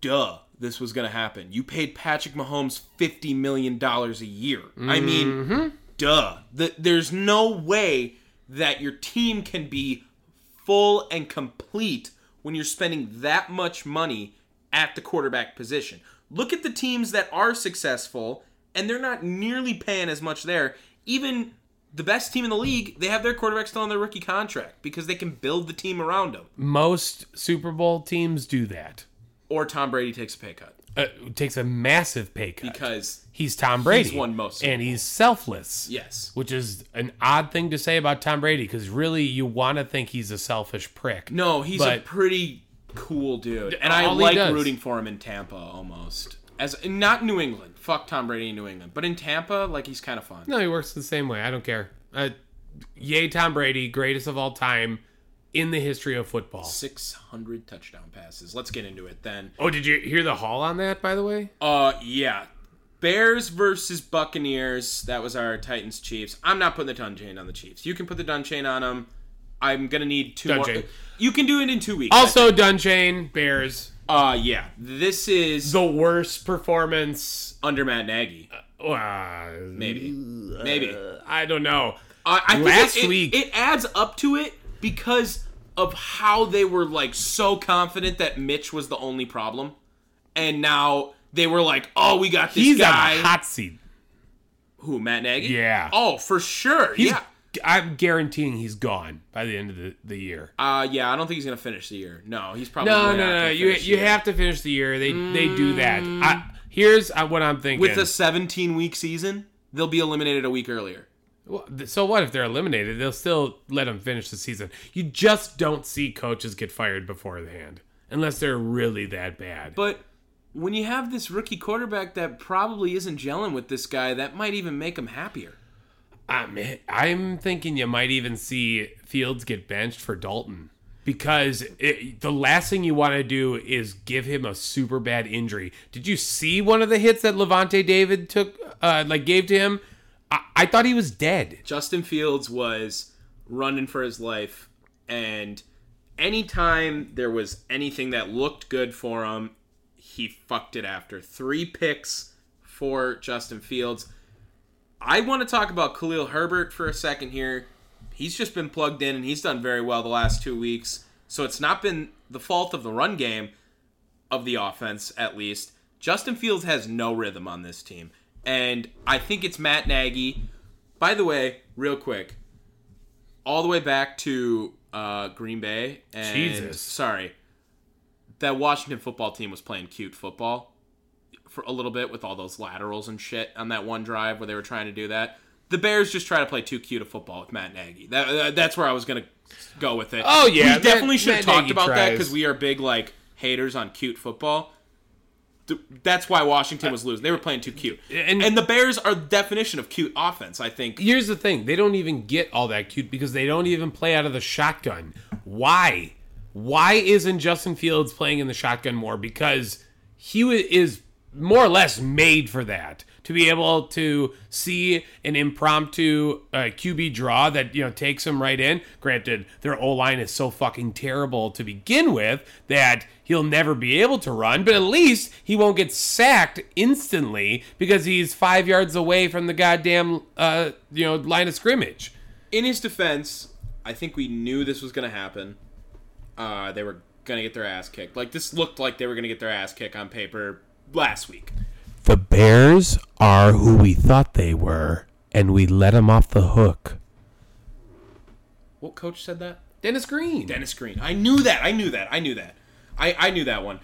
B: duh, this was gonna happen. You paid Patrick Mahomes fifty million dollars a year. I mean,
C: Mm-hmm.
B: duh. Th there's no way that your team can be full and complete when you're spending that much money at the quarterback position. Look at the teams that are successful, and they're not nearly paying as much there. Even the best team in the league, they have their quarterback still on their rookie contract because they can build the team around him.
C: Most Super Bowl teams do that.
B: Or Tom Brady takes a pay cut
C: Uh, it takes a massive pay cut
B: because
C: he's Tom Brady.
B: won most Super
C: and he's selfless.
B: yes,
C: which is an odd thing to say about Tom Brady because really you want to think he's a selfish prick.
B: no, he's a
C: But-
B: pretty cool dude, and I
C: All he
B: like
C: does.
B: rooting for him in Tampa almost as not New England. Fuck Tom Brady in New England, but in Tampa, like he's kind of fun.
C: No, he works the same way. I don't care. Uh, yay, Tom Brady, greatest of all time in the history of football.
B: Six hundred touchdown passes. Let's get into it then.
C: Oh, did you hear the haul on that? By the way,
B: Uh, yeah. Bears versus Buccaneers. That was our Titans Chiefs. I'm not putting the dun chain on the Chiefs. You can put the dun chain on them. I'm gonna need two
C: Dun
B: more.
C: chain.
B: You can do it in two weeks.
C: also Dunchain Bears,
B: uh, yeah. This is
C: the worst performance.
B: under Matt Nagy.
C: Uh,
B: Maybe, maybe.
C: I don't know.
B: I, I think
C: Last
B: it- it,
C: week-
B: it adds up to it because of how they were like so confident that Mitch was the only problem, and now they were like, "Oh, we got this
C: He's
B: guy."
C: on the hot seat.
B: Who Matt Nagy?
C: Yeah.
B: Oh, for sure.
C: He's,
B: yeah.
C: I'm guaranteeing he's gone by the end of the, the year.
B: Uh, yeah, I don't think he's gonna finish the year. No, he's probably
C: No,
B: way not
C: no, no.
B: gonna
C: You
B: finish the
C: you
B: year. Mm.
C: have to finish the year. They they do that. I, here's uh, what I'm thinking.
B: with a 17 week season, they'll be eliminated a week earlier.
C: Well, th- so what if they're eliminated? They'll still let them finish the season. You just don't see coaches get fired beforehand unless they're really that bad.
B: But when you have this rookie quarterback that probably isn't gelling with this guy, that might even make him happier.
C: I'm I'm thinking you might even see Fields get benched for Dalton because it, the last thing you want to do is give him a super bad injury. Did you see one of the hits that Levante David took, uh, like gave to him? I, I thought he was dead.
B: Justin Fields was running for his life, and anytime there was anything that looked good for him, he fucked it after. Three picks for Justin Fields. I want to talk about Khalil Herbert for a second here. He's just been plugged in and he's done very well the last two weeks. So it's not been the fault of the run game, of the offense at least. Justin Fields has no rhythm on this team. And I think it's Matt Nagy. By the way, real quick, all the way back to uh, Green Bay and
C: Jesus.
B: sorry, that Washington football team was playing cute football for a little bit with all those laterals and shit on that one drive where they were trying to do that. The Bears just try to play too cute a football with Matt Nagy. That, that- that's where I was gonna go with it.
C: Oh, yeah,
B: we
C: Matt-
B: definitely should
C: Matt
B: have talked
C: Nagy
B: about that
C: tries.
B: because we are big like haters on cute football. Th- That's why Washington was losing. They were playing too cute,
C: And-
B: and, the Bears are the definition of cute offense. I think
C: here's the thing they don't even get all that cute because they don't even play out of the shotgun why why isn't justin fields playing in the shotgun more because he wa- is more or less made for that to be able to see an impromptu uh, QB draw that you know takes him right in. Granted, their O line is so fucking terrible to begin with that he'll never be able to run, but at least he won't get sacked instantly because he's five yards away from the goddamn uh, you know line of scrimmage.
B: in his defense, I think we knew this was going to happen. Uh, they were going to get their ass kicked. Like this looked like they were going to get their ass kicked on paper last week.
C: The Bears are who we thought they were, and we let them off the hook.
B: What coach said that?
C: Dennis Green.
B: Dennis Green. I knew that. I knew that. I knew that. I, I knew that one.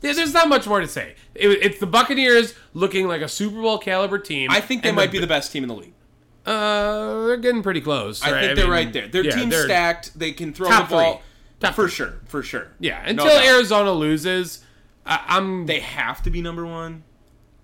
C: There- There's not much more to say. It, it's the Buccaneers looking like a Super Bowl caliber team.
B: I think they
C: And
B: might be the best team in the league.
C: Uh, they're getting pretty close.
B: I
C: right?
B: think they're
C: mean,
B: right there. Their
C: yeah,
B: team's
C: they're-
B: stacked. They can throw
C: Top
B: the ball.
C: three. Top
B: for
C: three.
B: sure. For sure.
C: Yeah,
B: No
C: until
B: doubt.
C: Arizona loses, I, I'm.
B: They have to be number one.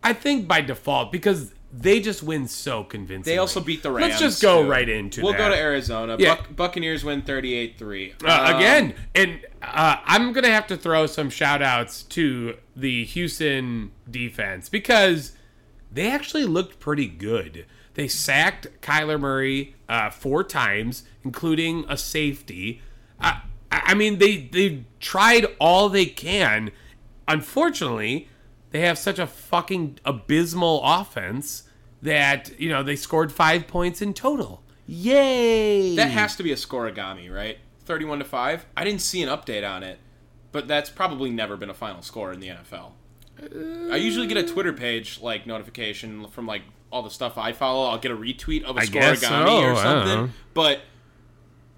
C: I think by default because they just win so convincingly.
B: They also beat the Rams.
C: Let's just go
B: too.
C: right into.
B: We'll
C: that.
B: go to Arizona.
C: Yeah.
B: Buc- Buccaneers win 38-3.
C: Uh,
B: Um,
C: again, and uh, I'm gonna have to throw some shout outs to the Houston defense because they actually looked pretty good. They sacked Kyler Murray uh, four times, including a safety. I, I I mean, they they tried all they can. Unfortunately, they have such a fucking abysmal offense that you know they scored five points in total. Yay!
B: That has to be a scoregami, right? 31 to 5. I didn't see an update on it, but that's probably never been a final score in the NFL. I usually get a Twitter page like notification from like all the stuff I follow. I'll get a retweet of a scoregami
C: guess so,
B: or
C: I don't know.
B: something. But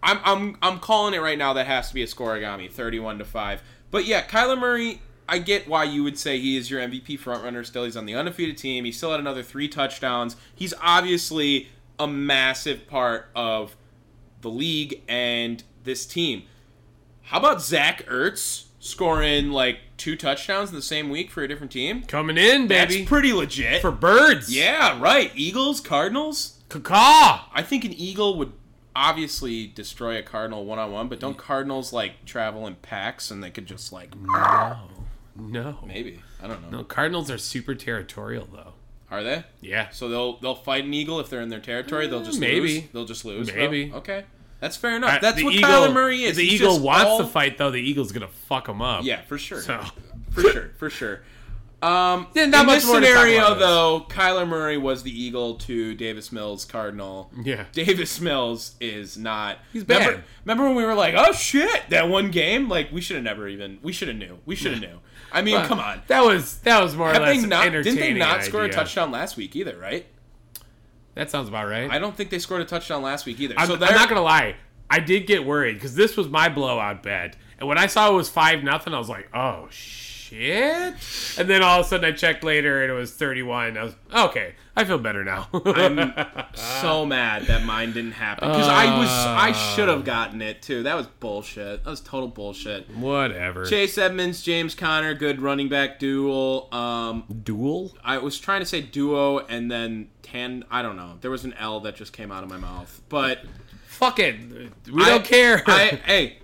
B: I'm I'm I'm calling it right now that has to be a scoregami, 31 to 5. But yeah, Kyler Murray, I get why you would say he is your MVP frontrunner still. He's on the undefeated team. He still had another 3 touchdowns. He's obviously a massive part of the league and this team. How about Zach Ertz scoring like two touchdowns in the same week for a different team?
C: coming in,
B: That's
C: baby,
B: pretty legit.
C: for birds.
B: yeah, right. Eagles, Cardinals.
C: Caw.
B: I think an eagle would obviously destroy a cardinal one on one, but don't cardinals like travel in packs and they could just like
C: No.
B: maybe I don't know.
C: No, Cardinals are super territorial though.
B: Are they?
C: Yeah.
B: So they'll they'll fight an eagle if they're in their territory. They'll just
C: maybe.
B: lose. they'll just lose.
C: Maybe.
B: Oh, okay. That's fair enough.
C: Uh,
B: That's
C: the
B: what
C: Eagle-
B: Kyler Murray is.
C: The
B: He's
C: Eagle
B: just
C: wants
B: all-
C: to fight though. The Eagle's gonna fuck him up.
B: Yeah, for sure.
C: So
B: For sure. For sure. Um,
C: Yeah, not
B: in
C: much
B: this
C: more to talk
B: scenario,
C: about this.
B: though, Kyler Murray was the eagle to Davis Mills Cardinal.
C: yeah.
B: Davis Mills is not.
C: He's
B: Remember,
C: bad.
B: remember when we were like, "Oh shit!" That one game, like we should have never even. We should have knew. We should have knew. I mean, come on.
C: That was that was more or
B: Have
C: less
B: they not? Didn't they
C: entertaining
B: not score a
C: idea.
B: touchdown last week either? Right?
C: That sounds about right.
B: I don't think they scored a touchdown last week either.
C: I'm,
B: so
C: I'm
B: they're (laughs)
C: not gonna lie. I did get worried because this was my blowout bet, and when I saw it was five nothing, I was like, "Oh shit!" And then all of a sudden, I checked later, and it was thirty-one. I was okay. I feel better now. (laughs)
B: so mad that mine didn't happen because I was I
C: Uh.
B: should have gotten it too. That was bullshit. That was total bullshit.
C: Whatever.
B: Chase Edmonds, James Conner, good running back duel. Um,
C: Duel.
B: I was trying to say duo and then tan. I don't know. There was an L that just came out of my mouth, but
C: Fuck it. We
B: I
C: don't care.
B: (laughs)
C: (laughs)
B: I, hey,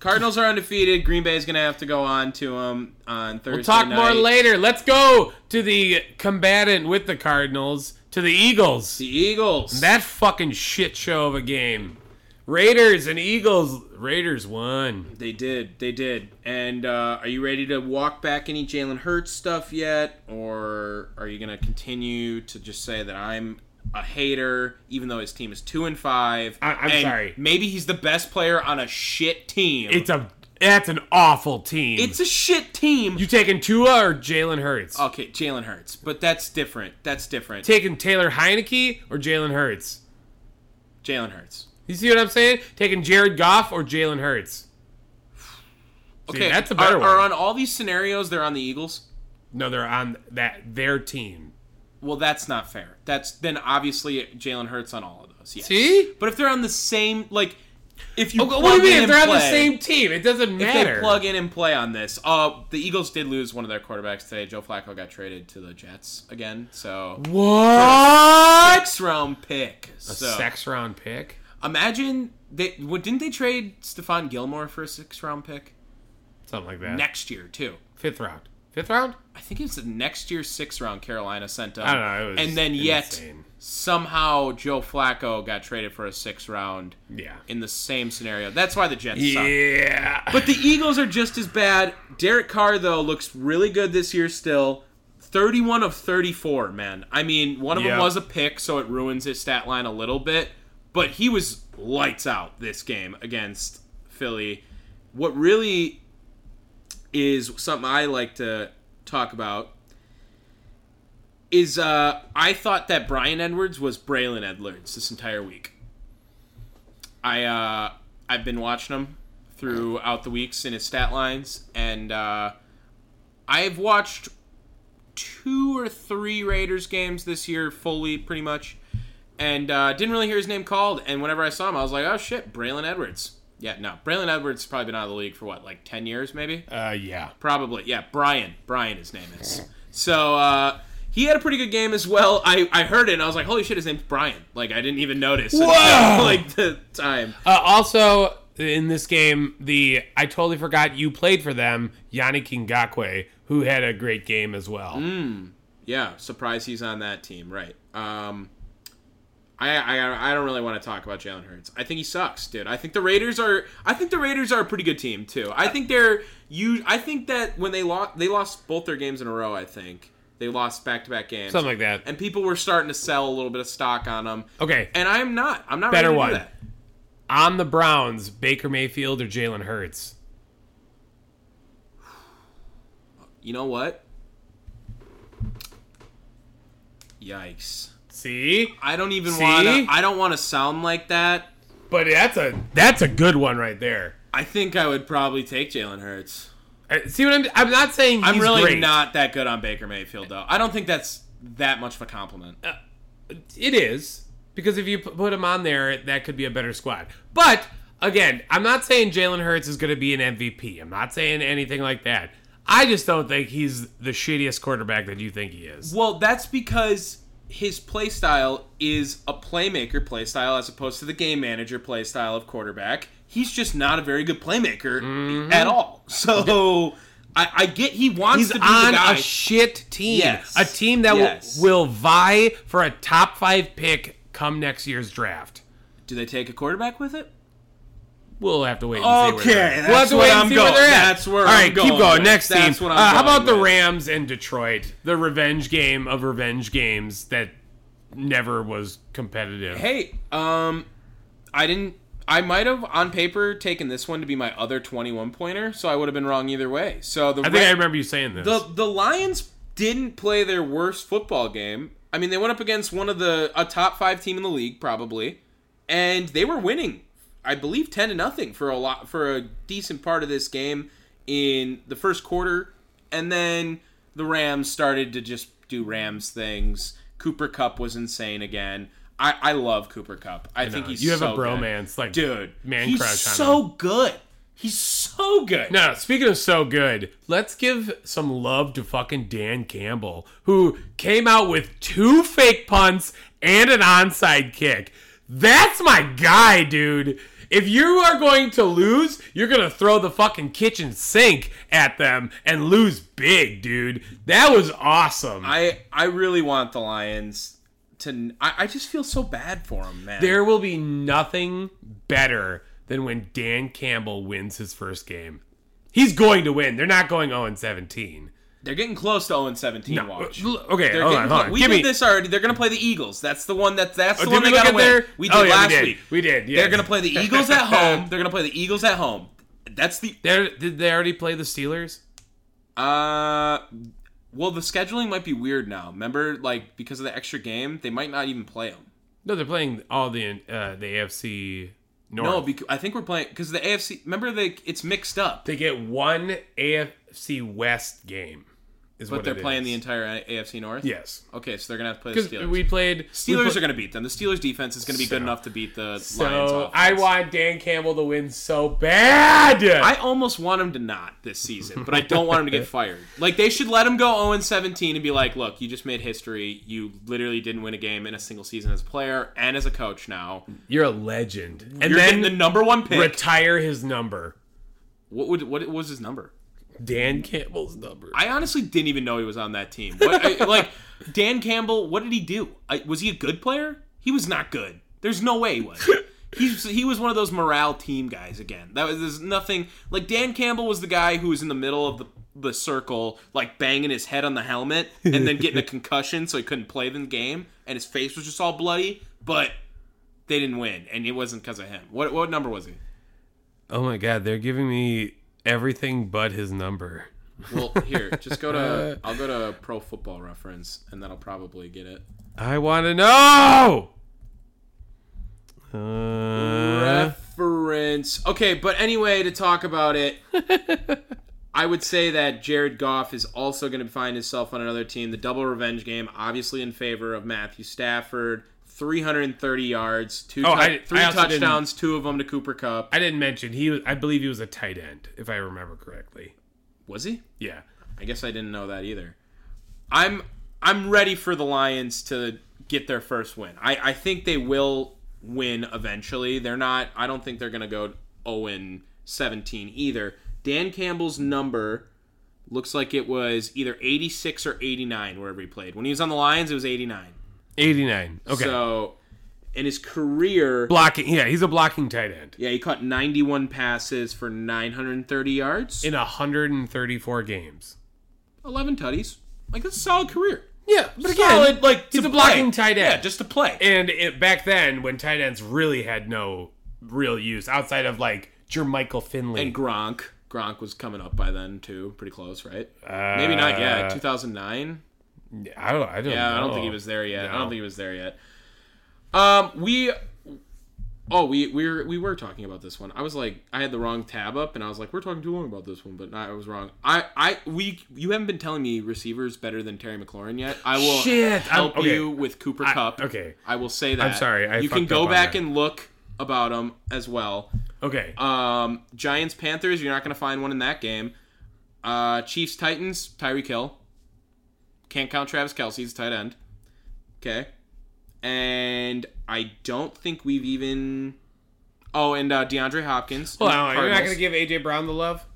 B: Cardinals are undefeated. Green Bay's gonna have to go on to them on Thursday.
C: We'll talk more
B: night.
C: later. Let's go to the combatant with the Cardinals, to the Eagles.
B: The Eagles.
C: That fucking shit show of a game. Raiders and Eagles. Raiders won.
B: they did. They did. And uh, are you ready to walk back any Jalen Hurts stuff yet, or are you gonna continue to just say that I'm a hater, even though his team is two and five?
C: I- I'm
B: and
C: sorry.
B: Maybe he's the best player on a shit team.
C: It's a that's an awful team.
B: it's a Oh. shit team.
C: you taking Tua or Jalen Hurts?
B: okay, Jalen Hurts, but that's different. That's different.
C: taking Taylor Heineke or Jalen Hurts?
B: Jalen Hurts.
C: You see what I'm saying? Taking Jared Goff or Jalen Hurts? See,
B: Okay,
C: that's a better
B: are,
C: one.
B: Are on all these scenarios they're on the Eagles?
C: no, they're on that their team.
B: Well, that's not fair. That's then obviously Jalen Hurts on all of those. Yes.
C: See?
B: but if they're on the same, like, if you
C: What
B: plug
C: do you mean?
B: in
C: If
B: and
C: they're on the
B: play-
C: same team, it doesn't
B: if
C: matter.
B: they plug in and play on this, uh, the Eagles did lose one of their quarterbacks today. Joe Flacco got traded to the Jets again, so
C: what?
B: six round pick. so
C: Sex round pick.
B: imagine they what didn't they trade Stephon Gilmore for a six round pick
C: Something like that.
B: next year too?
C: Fifth round. Fifth round?
B: I think it was the next year's six round Carolina sent up.
C: I don't know. It was
B: and then yet
C: insane.
B: somehow Joe Flacco got traded for a six round
C: Yeah.
B: in the same scenario. That's why the Jets suck.
C: Yeah.
B: (laughs) But the Eagles are just as bad. Derek Carr though looks really good this year still. 31 of 34, man. I mean, one of
C: Yeah.
B: them was a pick, so it ruins his stat line a little bit, but he was lights out this game against Philly. What really is something I like to talk about is uh, I thought that Brian Edwards was Braylon Edwards this entire week. I uh, I've been watching him throughout the weeks in his stat lines, and uh, I've watched two or three Raiders games this year fully, pretty much, and uh, didn't really hear his name called. And whenever I saw him, I was like, oh shit, Braylon Edwards. Yeah, no, Braylon Edwards has probably been out of the league for what, like ten years, maybe.
C: uh, yeah.
B: Probably, yeah. Brian, Brian, his name is. So uh, he had a pretty good game as well. I, I heard it and I was like, holy shit, his name's Brian. Like I didn't even notice. until, (laughs)
C: Whoa!
B: like the time.
C: Uh, also, in this game, the I totally forgot you played for them, Yanni Kingakwe, who had a
B: Mm.
C: great game as well.
B: Yeah, surprise he's on that team, right? Um, I, I, I don't really want to talk about Jalen Hurts. I think he sucks, dude. I think the Raiders are I think the Raiders are a pretty good team too. I think they're you. I think that when they lost they lost both their games in a row. I think they lost back to back games,
C: Something like that.
B: And people were starting to sell a little bit of stock on them.
C: Okay.
B: And I'm not. I'm not
C: Better
B: ready to do
C: one.
B: that.
C: On the Browns, Baker Mayfield or Jalen Hurts?
B: You know what? Yikes.
C: See,
B: I don't even
C: See?
B: want to. I don't want to sound like that.
C: but that's a that's a good one right there.
B: I think I would probably take Jalen Hurts.
C: Uh, See what I'm? I'm not saying he's
B: I'm really
C: great.
B: not that good on Baker Mayfield, though. I don't think that's that much of a compliment.
C: Uh, It is because if you p- put him on there, that could be a better squad. But again, I'm not saying Jalen Hurts is going to be an MVP. I'm not saying anything like that. I just don't think he's the shittiest quarterback that you think he is.
B: Well, that's because his play style is a playmaker play style as opposed to the game manager play style of quarterback. He's just not a very good playmaker at all. So I, I get he wants
C: Mm-hmm. He's
B: to be the
C: on
B: guy.
C: a shit team,
B: Yes.
C: a team that will-
B: Yes.
C: will vie for a top five pick come next year's draft.
B: Do they take a quarterback with it?
C: We'll have to wait. And
B: Okay,
C: see where they're at.
B: that's
C: we'll have to
B: what
C: wait and
B: I'm
C: see
B: going-
C: where they're at.
B: that's where
C: All right,
B: I'm
C: keep
B: going
C: going.
B: with.
C: Next
B: That's
C: team.
B: what I'm
C: Uh, how
B: going
C: about the
B: with.
C: Rams and Detroit? The revenge game of revenge games that never was competitive.
B: Hey, um, I didn't. I might have on paper taken this one to be my other 21 pointer, so I would have been wrong either way. So the
C: I think
B: Ra-
C: I remember you saying this.
B: the the Lions didn't play their worst football game. I mean, they went up against one of the a top five team in the league probably, and they were winning. I believe ten to nothing for a lot for a decent part of this game in the first quarter, and then the Rams started to just do Rams things. Cooper Cup was insane again. I, I love Cooper Cup. I, think
C: know.
B: he's
C: You have a
B: so good.
C: bromance, like,
B: dude.
C: man
B: he's
C: crush on
B: so good. He's so good.
C: No, speaking of so good, let's give some love to fucking Dan Campbell, who came out with two fake punts and an onside kick. That's my guy, dude. If you are going to lose, you're going to throw the fucking kitchen sink at them and lose big, dude. That was awesome.
B: I I really want the Lions to. I, I just feel so bad for them, man.
C: there will be nothing better than when Dan Campbell wins his first game. He's going to win. They're not going 0 17.
B: They're getting close to 0 17.
C: No,
B: watch.
C: l- okay,
B: They're
C: hold
B: getting
C: on,
B: clo-
C: hold on.
B: We
C: Give
B: did
C: me-
B: this already. They're gonna play the Eagles. That's the one. That's that's
C: Oh,
B: the
C: did
B: one
C: we
B: they
C: look
B: gotta
C: at
B: win.
C: their-
B: We did
C: Oh, yeah, we
B: last
C: did.
B: week.
C: We did, yeah.
B: They're gonna play the Eagles
C: (laughs)
B: at home. They're gonna play the Eagles at home. That's the
C: They're, did they already play the Steelers?
B: uh. Well, the scheduling might be weird now. Remember, like because of the extra game, they might not even play them.
C: No, they're playing all the uh, the AFC North.
B: No, because I think we're playing because the AFC. Remember, they it's mixed up,
C: they get one AFC West game. Is
B: but
C: what
B: they're
C: it
B: playing
C: is.
B: the entire AFC North.
C: yes.
B: Okay, so they're gonna have to play the
C: Because
B: Steelers.
C: we played we
B: Steelers
C: pla-
B: are going to beat them. The Steelers defense is going to be
C: So-
B: good enough to beat the Lions.
C: So
B: offense.
C: I want Dan Campbell to win so bad.
B: I almost want him to not this season, but I don't want him to get fired. Like they should let him go 0 17 and be like, "Look, you just made history. You literally didn't win a game in a single season as a player and as a coach. Now
C: You're a legend. And
B: you're
C: then
B: getting the number one pick.
C: retire his number.
B: what would what was his number?
C: Dan Campbell's number.
B: I honestly didn't even know he was on that team. What, (laughs) I, like Dan Campbell, what did he do? I, was he a good player? He was not good. There's no way he was. He's, he was one of those morale team guys again. That was there's nothing like Dan Campbell was the guy who was in the middle of the the circle, like banging his head on the helmet and then (laughs) getting a concussion, so he couldn't play the game, and his face was just all bloody. But they didn't win, and it wasn't because of him. What what number was he?
C: oh my god, they're giving me everything but his number.
B: Well, here, just go to I'll go to Pro Football Reference, and that'll probably get it.
C: I want to know. Uh,
B: reference. Okay, but anyway, to talk about
C: (laughs)
B: it, I would say that Jared Goff is also going to find himself on another team. The double revenge game, obviously in favor of Matthew Stafford. 330 yards, two
C: Oh,
B: tou-
C: I-
B: three
C: I also didn't-
B: touchdowns, two of them to Cooper Cup.
C: I didn't mention he. Was, I believe he was a tight end, if I remember correctly.
B: Was he?
C: Yeah.
B: I guess I didn't know that either. I'm I'm ready for the Lions to get their first win. I, I think they will win eventually. They're not I don't think they're gonna go 0 17 either. Dan Campbell's number looks like it was either 86 or 89 wherever he played. When he was on the Lions, it was 89.
C: 89. Okay.
B: So in his career.
C: Blocking. Yeah, he's a blocking tight end
B: Yeah, he caught 91 passes for 930 yards,
C: in 134 games.
B: 11 tutties. Like that's a solid career.
C: Yeah, but again,
B: solid, like
C: he's
B: to
C: a blocking
B: play.
C: tight end.
B: Yeah, just to play.
C: and it, back then when tight ends really had no real use outside of like Jermichael Finley.
B: And Gronk. Gronk was coming up by then too, pretty close, right? Maybe not yet. 2009.
C: I don't. I don't.
B: Yeah, I don't
C: know.
B: think he was there yet. I
C: Uh, No.
B: don't think he was there yet. Um, we. Oh, we we were, we were talking about this one. I was like, I had the wrong tab up, and I was like, we're talking too long about this one, but no, I was wrong. I I we you haven't been telling me receivers better than Terry McLaurin yet. I will
C: Shit, I'm-
B: help
C: okay.
B: you with Cooper
C: I-
B: Cup.
C: okay.
B: I will say that.
C: sorry, I
B: you can
C: fucked
B: go
C: up on
B: back
C: that.
B: and look about him as well.
C: Okay.
B: Um, Giants Panthers, you're not going to find one in that game. Uh, Chiefs Titans, Tyreek Hill. Can't count Travis Kelsey's tight end. Okay. And I don't think we've even. Oh, and uh, DeAndre Hopkins.
C: Hold on, you're not
B: Cardinals.
C: going to give AJ Brown the love.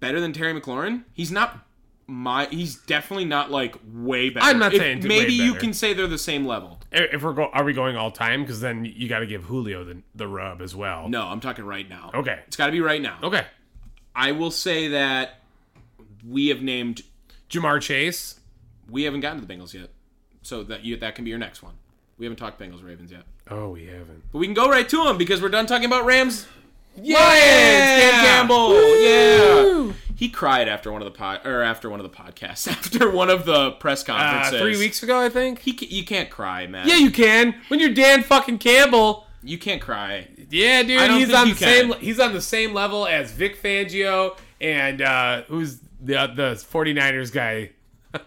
B: better than Terry McLaurin. He's not my. He's definitely not like way better.
C: I'm not
B: If-
C: saying way
B: maybe you
C: better.
B: can say they're the same level.
C: If if we're go- are we going all time? Because then you got to give Julio the the rub as well.
B: No, I'm talking right now.
C: Okay.
B: it's got to be right now.
C: Okay.
B: I will say that we have named
C: Jamar Chase.
B: We haven't gotten to the Bengals yet, so that you that can be your next one. We haven't talked Bengals Ravens yet,
C: Oh, we haven't.
B: but we can go right to them because we're done talking about Rams.
C: Yeah!
B: Dan Campbell,
C: Uh,
B: yeah, he cried after one of the pod or after one of the podcasts (laughs) after one of the press
C: Uh,
B: conferences.
C: three weeks ago, I think.
B: He ca- you can't cry, man.
C: Yeah, you can. When you're Dan fucking Campbell.
B: you can't cry.
C: Yeah, dude,
B: I don't
C: he's
B: think
C: on
B: you
C: the same.
B: can.
C: He's on the same level as Vic Fangio and uh, who's the the 49ers guy.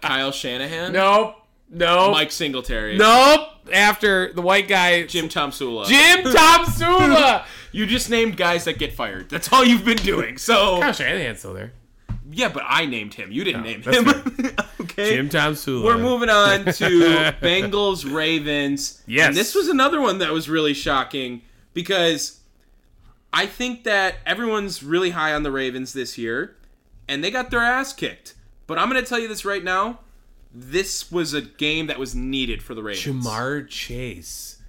B: Kyle Shanahan,
C: Nope, nope,
B: Mike Singletary,
C: nope. After the white guy,
B: Jim Tomsula.
C: (laughs) Jim Tom (laughs) Sula.
B: you just named guys that get fired. That's all you've been doing. So
C: Kyle Shanahan's still there.
B: yeah, but I named him. You didn't name
C: that's
B: him. (laughs) okay,
C: Jim Tom Sula.
B: We're moving
C: (laughs)
B: on to Bengals Ravens.
C: Yes.
B: And this was another one that was really shocking because I think that everyone's really high on the Ravens this year and they got their ass kicked. But I'm going to tell you this right now. This was a game that was needed for the Ravens.
C: Jamar Chase,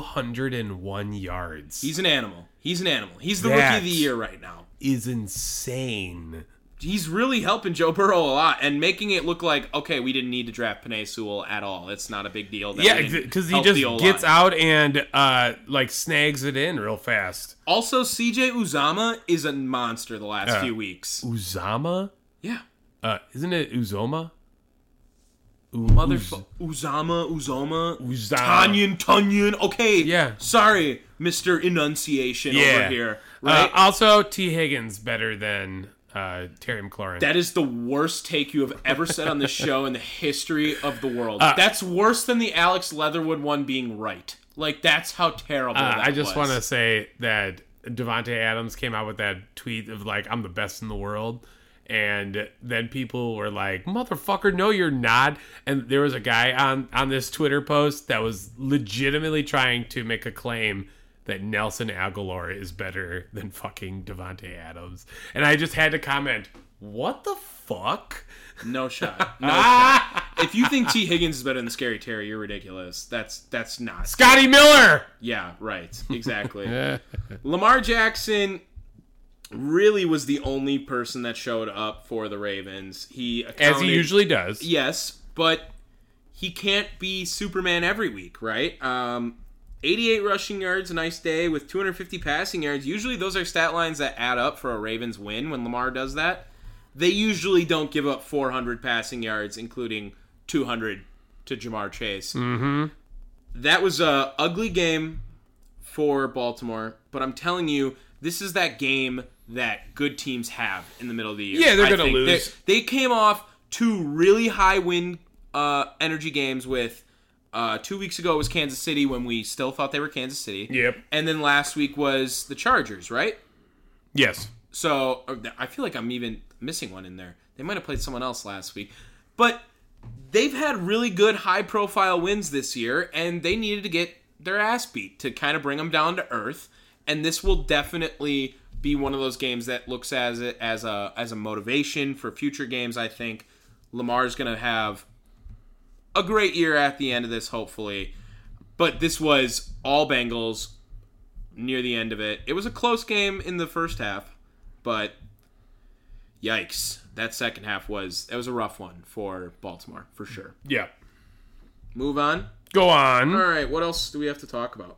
C: 201 yards.
B: He's an animal. He's an animal. He's the
C: That-
B: rookie of the year right now.
C: is insane.
B: He's really helping Joe Burrow a lot and making it look like okay, we didn't need to draft Panay Sewell at all. It's not a big deal. that
C: Yeah,
B: we didn't
C: because he
B: help
C: just
B: the O-line.
C: gets out and uh like snags it in real fast.
B: Also, CJ Uzama is a monster the last
C: Yeah.
B: few weeks.
C: Uzama.
B: Yeah.
C: Uh, isn't it Uzoma? U-
B: Motherfucker. Uzama, Uzoma.
C: Uz- Uzama.
B: Tanyan, Tanyan. Okay.
C: Yeah.
B: Sorry, Mr. Enunciation over
C: Yeah.
B: here.
C: Uh,
B: Right?
C: also, T. Higgins better than uh, Terry McLaurin.
B: that is the worst take you have ever said on this show in the history of the world.
C: Uh,
B: that's worse than the Alex Leatherwood one being right. Like, that's how terrible
C: uh,
B: that
C: I
B: was.
C: just want to say that Devonte Adams came out with that tweet of like, "I'm the best in the world." And then people were like, "Motherfucker, no, you're not." And there was a guy on on this Twitter post that was legitimately trying to make a claim that Nelson Aguilar is better than fucking Devonte Adams. And I just had to comment, "What the fuck?" (laughs)
B: No shot. No shot. If you think T. Higgins is better than Scary Terry, you're ridiculous. That's that's not.
C: Scotty Miller.
B: Yeah,
C: (laughs)
B: right. Exactly. Lamar Jackson really was the only person that showed up for the Ravens. He
C: as
B: accounted,
C: he usually does.
B: yes, but he can't be Superman every week, right? Um, 88 rushing yards, a nice day with 250 passing yards. Usually, those are stat lines that add up for a Ravens win when Lamar does that. They usually don't give up 400 passing yards, including 200 to Jamar Chase
C: Mm-hmm.
B: that was a ugly game for Baltimore, but I'm telling you, this is that game that good teams have in the middle of the year.
C: Yeah, they're
B: I
C: gonna
B: think.
C: lose.
B: They, they came off two really high win uh, energy games with uh, two weeks ago was Kansas City when we still thought they were Kansas City.
C: Yep.
B: And then last week was the Chargers, right?
C: Yes.
B: So or th- I feel like I'm even missing one in there. They might have played someone else last week, but they've had really good high-profile wins this year, and they needed to get their ass beat to kind of bring them down to earth. And this will definitely be one of those games that looks as it as a as a motivation for future games. I think Lamar's going to have a great year at the end of this, hopefully. But this was all Bengals near the end of it. It was a close game in the first half, but yikes, that second half was that was a rough one for Baltimore for sure.
C: Yeah.
B: Move on.
C: Go on.
B: All right, what else do we have to talk about?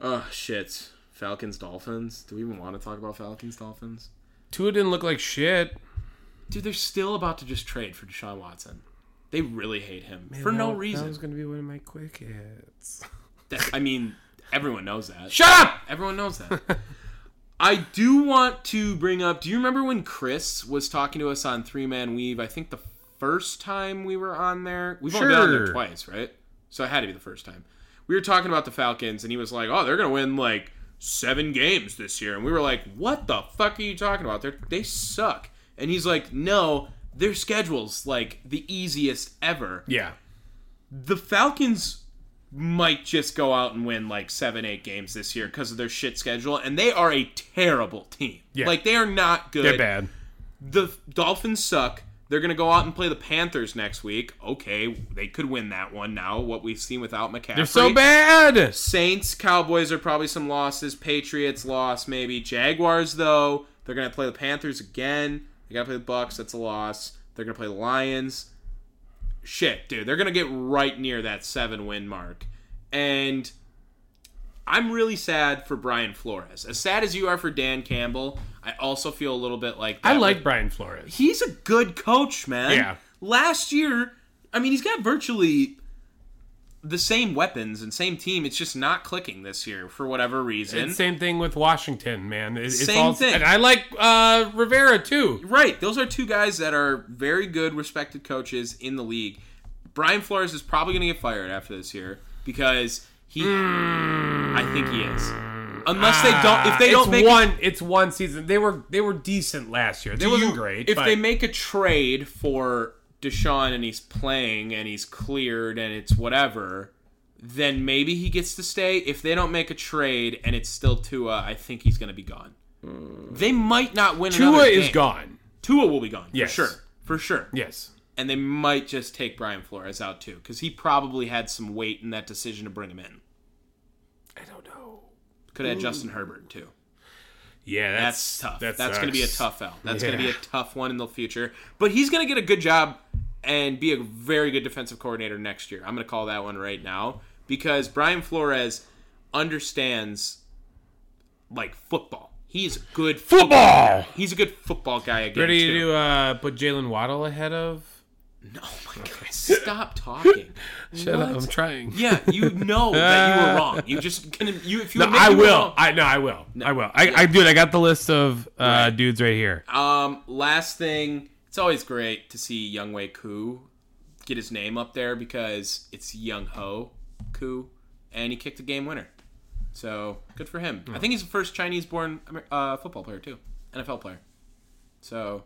B: Oh shit, Falcons Dolphins. Do we even want to talk about Falcons Dolphins?
C: Tua didn't look like shit.
B: Dude, they're still about to just trade for Deshaun Watson. They really hate him for no reason.
C: That was gonna be one of my quick hits.
B: That- I mean, everyone knows that.
C: Shut up.
B: Everyone knows that. (laughs) I do want to bring up. Do you remember when Chris was talking to us on Three Man Weave? I think the first time we were on there, we've only been on there
C: Sure.
B: twice, right? So it had to be the first time. We were talking about the Falcons, and he was like, "Oh, they're gonna win like seven games this year," and we were like, "What the fuck are you talking about? They they suck." And he's like, "No, their schedule's like the easiest ever."
C: Yeah.
B: the Falcons might just go out and win like seven, eight games this year because of their shit schedule, and they are a terrible team.
C: Yeah.
B: Like they are not good.
C: They're bad.
B: The Dolphins suck. They're gonna go out and play the Panthers next week. Okay, they could win that one now. What we've seen without McCaffrey.
C: They're so bad.
B: Saints, Cowboys are probably some losses. Patriots loss maybe. Jaguars though, they're gonna play the Panthers again. They gotta play the Bucks. That's a loss. They're gonna play the Lions. Shit, dude, they're gonna get right near that seven win mark, and I'm really sad for Brian Flores. As sad as you are for Dan Campbell, I also feel a little bit like
C: I
B: that
C: like Brian Flores.
B: he's a good coach, man.
C: Yeah.
B: Last year, I mean, he's got virtually the same weapons and same team. It's just not clicking this year for whatever reason.
C: And same thing with Washington, man. It- It's
B: Same
C: all,
B: thing.
C: And I like uh, Rivera too.
B: right. Those are two guys that are very good, respected coaches in the league. Brian Flores is probably going to get fired after this year because he. I think he is. Unless they don't, if they
C: Uh,
B: don't
C: it's
B: make
C: one, it's one season. They were they were decent last year. They
B: Do
C: wasn't
B: you-
C: great.
B: If
C: but
B: they make a trade for Deshaun and he's playing and he's cleared and it's whatever, then maybe he gets to stay. If they don't make a trade and it's still Tua, I think he's going to be gone. They might not win.
C: Hmm. Tua
B: another
C: is
B: game.
C: gone.
B: Tua will be gone.
C: Yes.
B: for sure, for sure.
C: Yes.
B: And they might just take Brian Flores out too, because he probably had some weight in that decision to bring him in.
C: I don't know.
B: Could have had Justin Herbert too.
C: Yeah,
B: That's
C: that's,
B: tough.
C: that
B: That's going to be a
C: sucks.
B: tough L. That's going to be
C: Yeah.
B: a tough one in the future. But he's going to get a good job and be a very good defensive coordinator next year. I'm going to call that one right now because Brian Flores understands like football. He's a good
C: football.
B: He's a good football guy again.
C: Ready
B: too.
C: to uh, put Jalen Waddle ahead of?
B: No, my God, stop talking.
C: Shut up! I'm trying.
B: Yeah, you know that you were wrong. You just gonna you if you
C: No,
B: admit
C: I
B: you were
C: will.
B: wrong-
C: I no, I will. I will. I, I dude, I got the list of uh, dudes right here.
B: Um, last thing, it's always great to see Young Wei Koo get his name up there because it's Young Ho Koo, and he kicked a game winner. So good for him.
C: Hmm.
B: I think he's the first Chinese-born Amer- uh, football player too, NFL player. So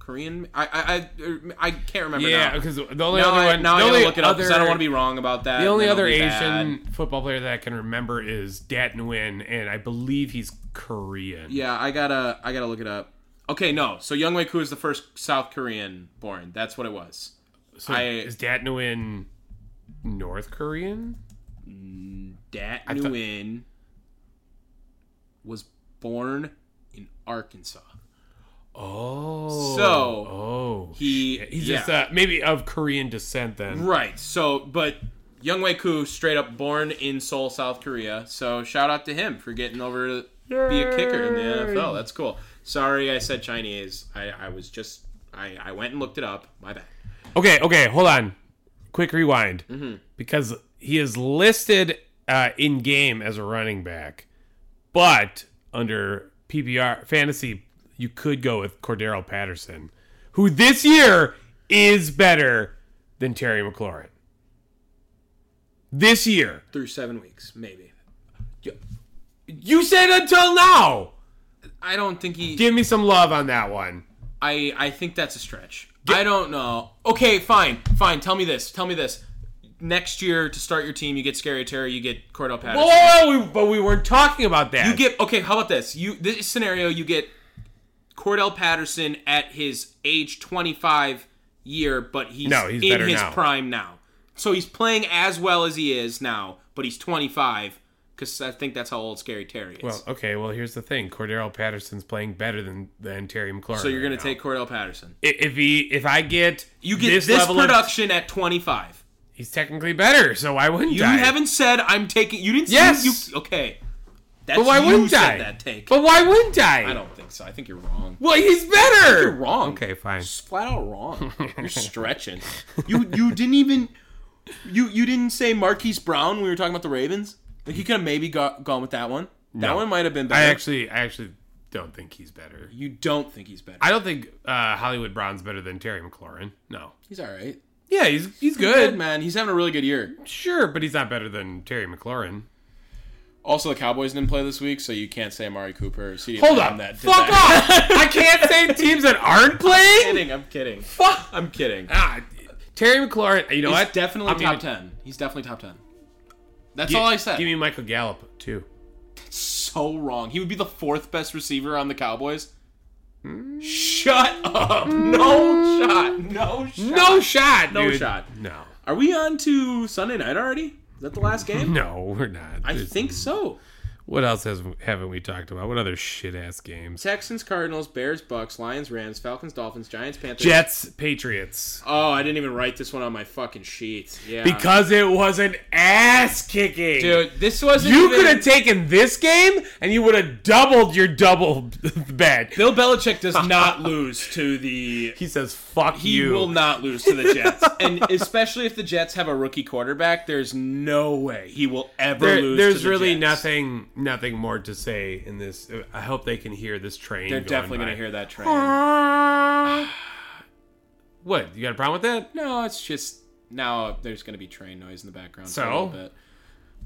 B: Korean, I I I, er, I can't remember.
C: Yeah,
B: now.
C: because the only
B: now
C: other
B: I,
C: one.
B: now
C: the
B: I
C: only
B: gotta look it up because I
C: other-
B: don't want to be wrong about that.
C: The
B: and
C: only
B: then
C: other
B: it'll be
C: Asian
B: bad.
C: football player that I can remember is Dat Nguyen, and I believe he's Korean.
B: Yeah, I gotta I gotta look it up. Okay, no. So Young Wei Koo is the first South Korean-born. That's what it was.
C: So
B: I-
C: is Dat Nguyen North Korean?
B: Dat
C: thought-
B: Nguyen was born in Arkansas.
C: Oh,
B: So,
C: oh,
B: he-
C: shit. he's
B: yeah.
C: just uh, maybe of Korean descent then.
B: Right. So, but Young Wei Koo, straight up born in Seoul, South Korea. So, shout out to him for getting over to be a kicker in the NFL. That's cool. Sorry, I said Chinese. I, I was just I, I went and looked it up. My bad.
C: Okay, okay, hold on. Quick rewind.
B: Mm-hmm.
C: Because he is listed uh, in game as a running back, but under PPR fantasy, you could go with Cordero Patterson, who this year is better than Terry McLaurin. This year.
B: Through seven weeks, maybe.
C: You said until now.
B: I don't think he.
C: Give me some love on that one.
B: I I think that's a stretch. I don't know. Okay, fine, fine. Tell me this. Tell me this. Next year to start your team, you get Scary Terry, you get Cordell Patterson.
C: Oh, we, but we weren't talking about that.
B: You get okay. How about this? You this scenario, you get Cordell Patterson at his age 25 year, but he's,
C: No, he's
B: in
C: better
B: his
C: now.
B: prime now. So he's playing as well as he is now, but he's 25 because I think that's how old Scary Terry is.
C: Well, okay. Well, here's the thing: Cordero Patterson's playing better than than Terry McLaurin.
B: so you're
C: right
B: gonna
C: now.
B: take Cordell Patterson.
C: I- if he if I get
B: You get this,
C: level of-
B: production at 25.
C: he's technically better. So why wouldn't
B: You
C: I?
B: haven't said I'm taking. You didn't.
C: Yes.
B: You, you- okay. That's
C: But why
B: you
C: wouldn't
B: said
C: I?
B: That take.
C: But why wouldn't I?
B: I don't think so. I think you're wrong.
C: Well, he's better.
B: You're wrong.
C: Okay, fine.
B: Just flat out wrong.
C: (laughs)
B: You're stretching. You you didn't even you you didn't say Marquise Brown when we were talking about the Ravens. Like you could have maybe got, gone with that one. That
C: No.
B: one might have been better.
C: I actually, I actually don't think he's better.
B: you don't think he's better.
C: I don't think uh, Hollywood Brown's better than Terry McLaurin. No.
B: he's all right.
C: Yeah, he's he's
B: Good
C: good.
B: man. He's having a really good year.
C: Sure, but he's not better than Terry McLaurin.
B: Also, the Cowboys didn't play this week, so you can't say Amari Cooper. Or CD
C: Hold
B: Lamb
C: on.
B: That did
C: Fuck
B: that.
C: off. I can't say teams that
B: (laughs)
C: aren't
B: I'm
C: playing.
B: kidding. I'm kidding.
C: Fuck.
B: I'm kidding.
C: Ah, Terry McLaurin. You know
B: He's
C: what?
B: definitely
C: I'm
B: top
C: gonna-
B: ten. He's definitely top ten. That's
C: Gi-
B: all I said.
C: Give me Michael Gallup too.
B: so wrong. He would be the fourth best receiver on the Cowboys. Shut up. No shot. No shot.
C: No shot.
B: No
C: dude.
B: shot.
C: No.
B: Are we on to Sunday night already? Is that the last
C: (laughs)
B: game?
C: No, we're not.
B: I
C: There's-
B: think so.
C: What else has haven't we talked about? What other shit ass games?
B: Texans, Cardinals, Bears, Bucks, Lions, Rams, Falcons, Dolphins, Giants, Panthers.
C: Jets, Patriots.
B: Oh, I didn't even write this one on my fucking sheet. Yeah.
C: Because it was an ass kicking.
B: dude, this wasn't
C: You
B: even-
C: could have taken this game and you would have doubled your double (laughs) bet.
B: Bill Belichick
C: (laughs)
B: does not lose to the
C: He says, fuck
B: He
C: you.
B: will not lose to the
C: (laughs)
B: Jets. and especially if the Jets have a rookie quarterback, there's no way he will ever
C: There-
B: lose.
C: there's
B: to the
C: really
B: Jets.
C: nothing nothing more to say in this. I hope they can hear this train.
B: They're
C: going
B: definitely
C: by.
B: going to hear that train.
C: (sighs) What? You got a problem with that?
B: No, it's just now there's going to be train noise in the background. for a
C: So?
B: little bit.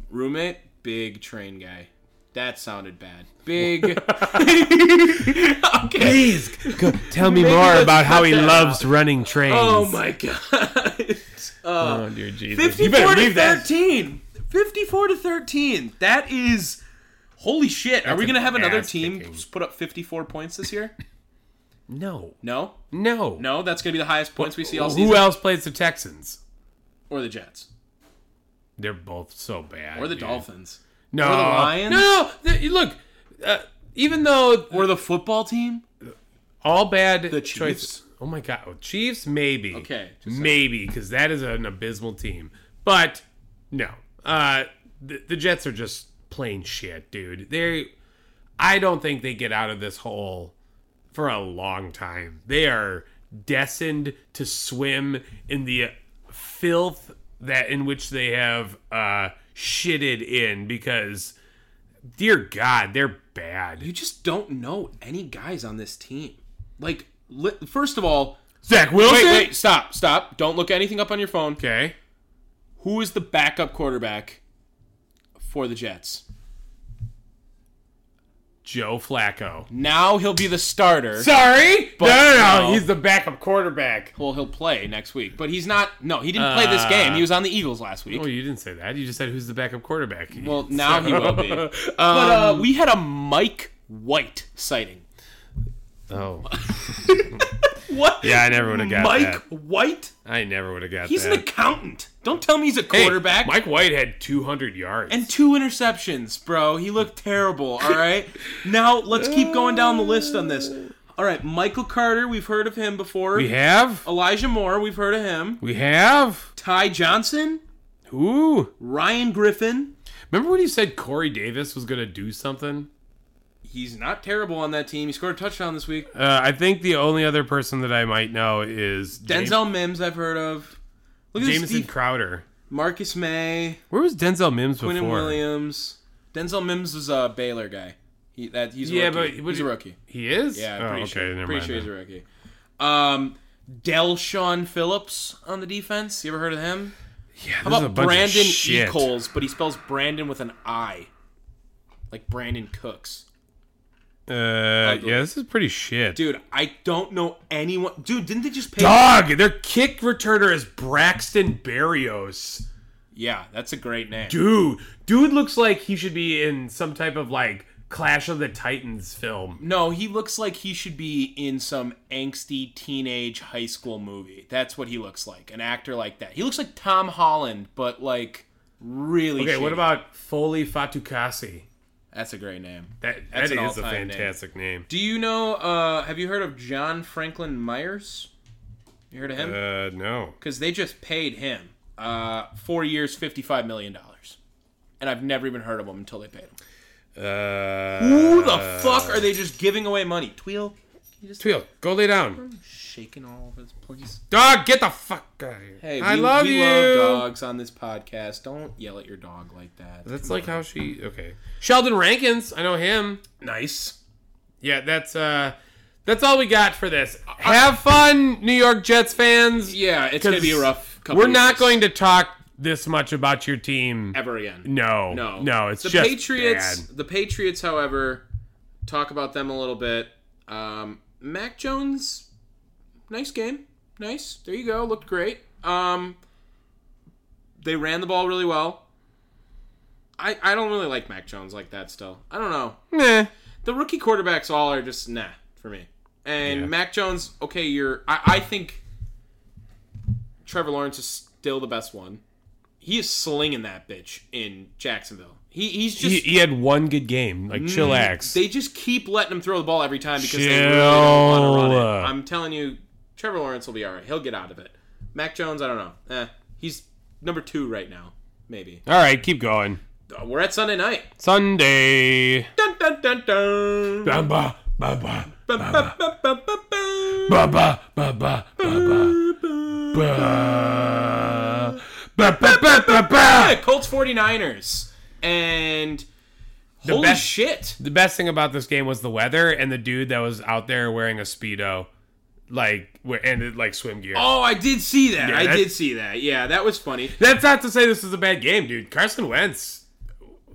B: roommate, big train guy. That sounded bad. (laughs) Big. okay.
C: Please go, tell me
B: Maybe
C: more
B: let's
C: about how
B: cut
C: he
B: that
C: loves running trains.
B: Oh my god. Uh,
C: Oh, dear Jesus.
B: 54 to 13. 54 to 13. That is holy shit. Are we
C: an
B: going to have another
C: ass
B: team
C: kicking.
B: put up 54 points this year?
C: No.
B: No.
C: No.
B: No, that's going to be the highest points we see all
C: Who
B: season
C: else plays the Texans?
B: or the Jets
C: They're both so bad.
B: or the
C: dude.
B: Dolphins
C: No.
B: or the Lions.
C: No, no. no. The- look, uh, even though
B: or the football team.
C: all bad the
B: Chiefs.
C: Oh my God. Oh, Chiefs, maybe.
B: Okay, just
C: Maybe, because that is an abysmal team. But no. Uh, the, the Jets are just plain shit, dude. They, I don't think they get out of this hole for a long time. They are destined to swim in the filth that in which they have uh, shitted in because, dear God, they're bad.
B: You just don't know any guys on this team. Like li- first of all,
C: Zach Wilson.
B: wait, wait, stop, stop. Don't look anything up on your phone.
C: Okay.
B: Who is the backup quarterback for the Jets?
C: Joe Flacco.
B: Now he'll be the starter.
C: Sorry,
B: But
C: no, no, no,
B: no.
C: he's the backup quarterback.
B: well, he'll play next week, but he's not. No, he didn't play this game. He was on the Eagles last week.
C: Oh, you didn't say that. You just said who's the backup quarterback.
B: Well, now he will (laughs) be. but uh, we had a Mike White sighting.
C: oh,
B: What?
C: yeah, I never would have got
B: Mike
C: that.
B: White?
C: (laughs) I never would have got
B: He's
C: that.
B: an accountant. Don't tell me he's a
C: Hey,
B: quarterback.
C: Mike White had 200 yards.
B: and two interceptions, bro. He looked terrible, all right? now, let's keep going down the list on this. All right, Michael Carter, we've heard of him before.
C: we have,
B: Elijah Moore, we've heard of him.
C: we have.
B: Ty Johnson,
C: Ooh,
B: Ryan Griffin.
C: remember when you said Corey Davis was gonna do something?
B: He's not terrible on that team. He scored a touchdown this week.
C: Uh, I think the only other person that I might know is Jam-
B: Denzel Mims, I've heard of. Look at this.
C: Jameson
B: Steve-
C: Crowder.
B: Marcus May.
C: Where was Denzel Mims before?
B: Quinton Williams. Denzel Mims is a Baylor guy. He that he's a
C: Yeah,
B: rookie.
C: but would
B: he's a
C: you-
B: rookie.
C: He is.
B: Yeah, I'm
C: Oh,
B: pretty
C: okay,
B: sure.
C: never
B: pretty
C: mind
B: sure he's
C: then.
B: a rookie. Um, Delshawn Phillips on the defense. You ever heard of him?
C: Yeah,
B: How
C: this is a
B: about
C: bunch of
B: Brandon E.
C: shit.
B: Coles, but he spells Brandon with an I, like Brandon Cooks.
C: Uh, yeah, this is pretty shit.
B: Dude, I don't know anyone. Dude, didn't they just pay?
C: Dog, their kick returner is Braxton Berrios.
B: Yeah, that's a great name.
C: Dude, dude looks like he should be in some type of like Clash of the Titans film.
B: No, he looks like he should be in some angsty teenage high school movie. That's what he looks like. An actor like that. He looks like Tom Holland, but like really.
C: Okay, what
B: shady.
C: about Foley Fatukasi?
B: That's a great name.
C: That
B: That's
C: that
B: an
C: is a
B: all-time name.
C: fantastic name.
B: Do you know? Uh, have you heard of John Franklin Myers? You heard of him?
C: Uh, no.
B: because they just paid him uh, four years, fifty-five million dollars, and I've never even heard of him until they paid him.
C: Uh,
B: Who the fuck are they just giving away money? Tweel
C: Tweel, go lay down.
B: shaking all over this place.
C: Dog, get the fuck out of here.
B: Hey, we,
C: I love
B: we
C: you.
B: love dogs on this podcast. Don't yell at your dog like that.
C: That's like how she. Okay, Sheldon Rankins. I know him.
B: nice.
C: Yeah, that's uh, that's all we got for this. Have fun, New York Jets fans.
B: Yeah, it's gonna be a rough. couple
C: We're not
B: years.
C: going to talk this much about your team.
B: ever again.
C: No,
B: No,
C: no. It's
B: the
C: just
B: Patriots.
C: bad.
B: The Patriots, however, talk about them a little bit. Um, Mac Jones, nice game, nice. There you go, looked great. Um, they ran the ball really well. I I don't really like Mac Jones like that. Still, I don't know.
C: Nah.
B: The rookie quarterbacks all are just nah for me. And Mac Jones, okay, you're. I, I think Trevor Lawrence is still the best one. He is slinging that bitch in Jacksonville. He, he's just
C: He, he had one good game. Like chillax.
B: they just keep letting him throw the ball every time because they
C: Chill.
B: really don't want to run it. I'm telling you, Trevor Lawrence will be all right. He'll get out of it. Mac Jones, I don't know. Eh, he's number two right now, maybe.
C: all right, keep going.
B: Uh, We're at Sunday night.
C: Sunday.
B: Dun, dun, dun, dun. Bum,
C: Ba ba ba ba
B: bum, bum, bum, bum, bum.
C: ba ba ba ba ba ba ba ba ba ba
B: Yeah,
C: ba.
B: Colts 49ers. And holy
C: best-
B: shit.
C: The best thing about this game was the weather and the dude that was out there wearing a speedo, like where and uh, like swim gear.
B: Oh, I did see that.
C: Yeah,
B: I
C: that-
B: did see that. Yeah, that was funny.
C: That's not to say this is a bad game, dude. Carson Wentz,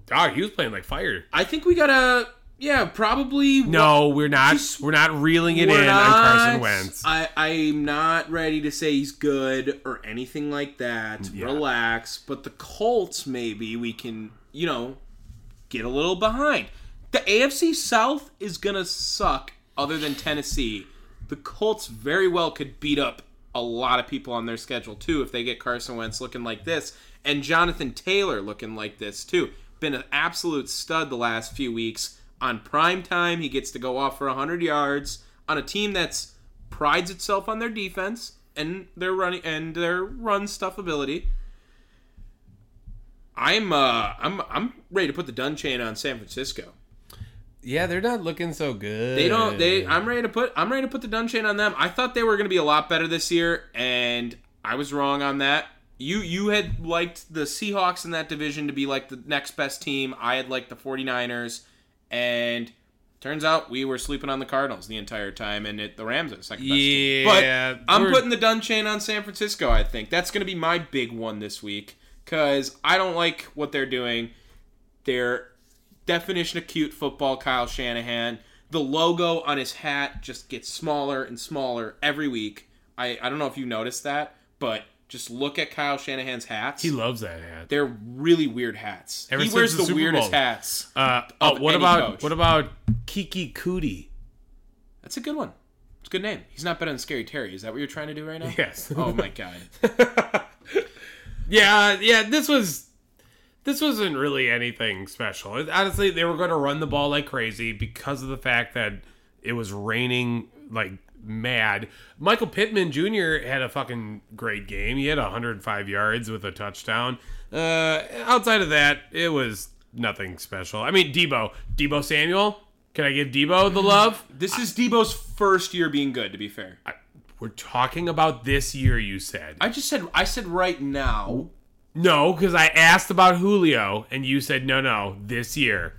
C: dog, he was playing like fire.
B: I think we got to, yeah, probably.
C: No, we're not.
B: Just-
C: we're not reeling it
B: We're
C: in on Carson
B: not-
C: Wentz.
B: I, I'm not ready to say he's good or anything like that. Relax. But the Colts, maybe we can, you know, get a little behind. The AFC South is going to suck other than Tennessee. The Colts very well could beat up a lot of people on their schedule, too, if they get Carson Wentz looking like this and Jonathan Taylor looking like this, too. Been an absolute stud the last few weeks. On prime time, he gets to go off for 100 yards on a team that's prides itself on their defense and their running and their run stuff ability. I'm uh I'm I'm ready to put the dun chain on San Francisco.
C: yeah, they're not looking so good.
B: They don't they I'm ready to put I'm ready to put the dun chain on them. I thought they were going to be a lot better this year and I was wrong on that. You you had liked the Seahawks in that division to be like the next best team. I had liked the 49ers and turns out we were sleeping on the Cardinals the entire time and it, the Rams are the second best team.
C: Yeah,
B: But I'm
C: we're-
B: putting the dun chain on San Francisco, I think. That's going to be my big one this week because I don't like what they're doing. Their definition of cute football, Kyle Shanahan. The logo on his hat just gets smaller and smaller every week. I, I don't know if you noticed that, but just look at Kyle Shanahan's hats.
C: He loves that hat.
B: They're really weird hats.
C: Ever
B: he
C: since
B: wears
C: the
B: the,
C: Super
B: weirdest
C: Bowl.
B: hats.
C: Uh, oh,
B: of
C: what
B: any
C: about
B: coach.
C: what about Kiki Cootie?
B: That's a good one. It's a good name. He's not better than Scary Terry. Is that what you're trying to do right now?
C: Yes.
B: (laughs) Oh my god.
C: Yeah, yeah. This was this wasn't really anything special. It- honestly, they were going to run the ball like crazy because of the fact that it was raining like mad. Michael Pittman Jr. had a fucking great game. He had 105 yards with a touchdown. Uh, outside of that, it was nothing special. I mean, Debo, Debo Samuel. Can I give Debo the love?
B: This is Debo's first year being good. To be fair, I,
C: We're talking about this year. You said
B: just said I said right now.
C: No, because I asked about Julio and you said no, no, this year.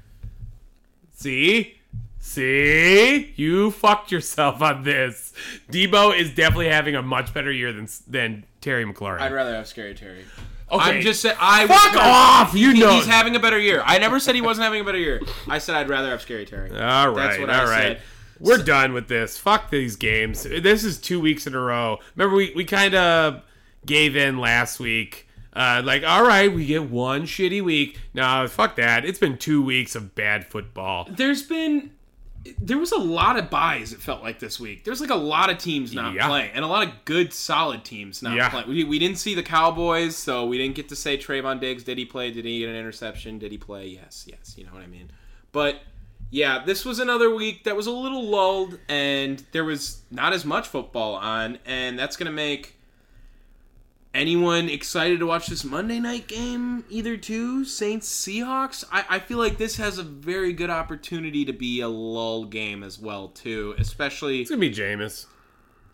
C: See? See? You fucked yourself on this. Debo is definitely having a much better year than than Terry McLaurin.
B: I'd rather have Scary Terry.
C: Okay.
B: I'm just saying. I
C: fuck off. You
B: He-
C: know
B: (laughs) He's having a better year. I never said he wasn't having a better year. I said I'd rather have Scary Terry.
C: All right,
B: That's what I
C: all right.
B: said.
C: We're done with this. Fuck these games. This is two weeks in a row. Remember, we, we kind of gave in last week. Uh, like, all right, we get one shitty week. Nah, fuck that. It's been two weeks of bad football.
B: There's been there was a lot of buys. It felt like this week. There's like a lot of teams not
C: Yeah.
B: playing, and a lot of good, solid teams not
C: Yeah.
B: playing. We, we didn't see the Cowboys, so we didn't get to say Trayvon Diggs. Did he play? Did he get an interception? Did he play? Yes, yes. You know what I mean. But yeah, this was another week that was a little lulled, and there was not as much football on, and that's gonna make anyone excited to watch this Monday night game? Either two Saints Seahawks. I, I feel like this has a very good opportunity to be a lull game as well too. Especially
C: It's gonna be Jameis.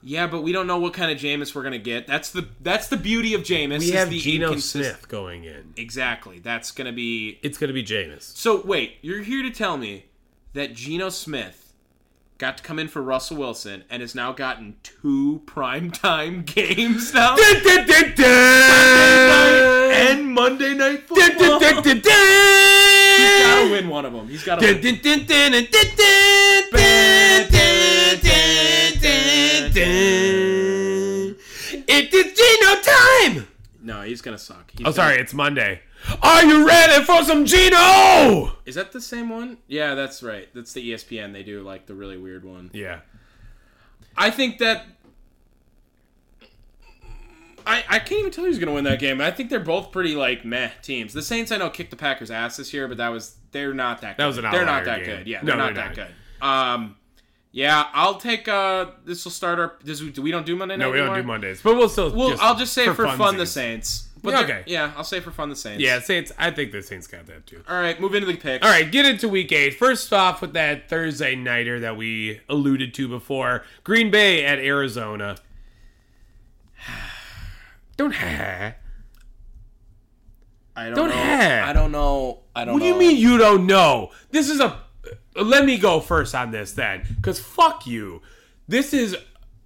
B: yeah, but we don't know what kind of Jameis we're gonna get. That's the that's the beauty of Jameis.
C: We
B: is
C: have
B: the
C: Geno
B: inconsist-
C: Smith going in.
B: Exactly. That's gonna be.
C: It's gonna be Jameis.
B: So wait, you're here to tell me that Geno Smith. Got to come in for Russell Wilson and has now gotten two primetime (laughs) games now. and Monday Night Football. He's gotta win one of them. He's gotta win.
C: It is Geno time!
B: No, he's gonna suck. He's
C: Oh,
B: gonna-
C: sorry, it's Monday. Are you ready for some Geno?
B: Is that the same one? Yeah, that's right. That's the E ESPN. They do like the really weird one.
C: Yeah.
B: I think that. I, I can't even tell who's gonna win that game. I think they're both pretty like meh teams. The Saints I know kicked the Packers ass this year, but that was they're not that. Good.
C: was an
B: They're not
C: outlier
B: that
C: game.
B: good. Yeah,
C: No,
B: they're not
C: they're
B: that good. Um, yeah, I'll take. Uh, this will start our. This we- we don't do Monday night.
C: No, we don't do
B: anymore?
C: Mondays, but we'll still.
B: Well, I'll just say for, fun the
C: funsies.
B: Saints.
C: Yeah,
B: they're-
C: okay.
B: Yeah, I'll say for fun the Saints.
C: Yeah, Saints. I think the Saints got that too.
B: All right, move into the picks.
C: All right, get into week eight. First off, with that Thursday nighter that we alluded to before, Green Bay at Arizona. (sighs) Don't ha.
B: I don't,
C: Don't
B: know.
C: have.
B: I don't know. I don't.
C: What do you
B: know.
C: mean you don't know? This is a. Let me go first on this then, because fuck you. This is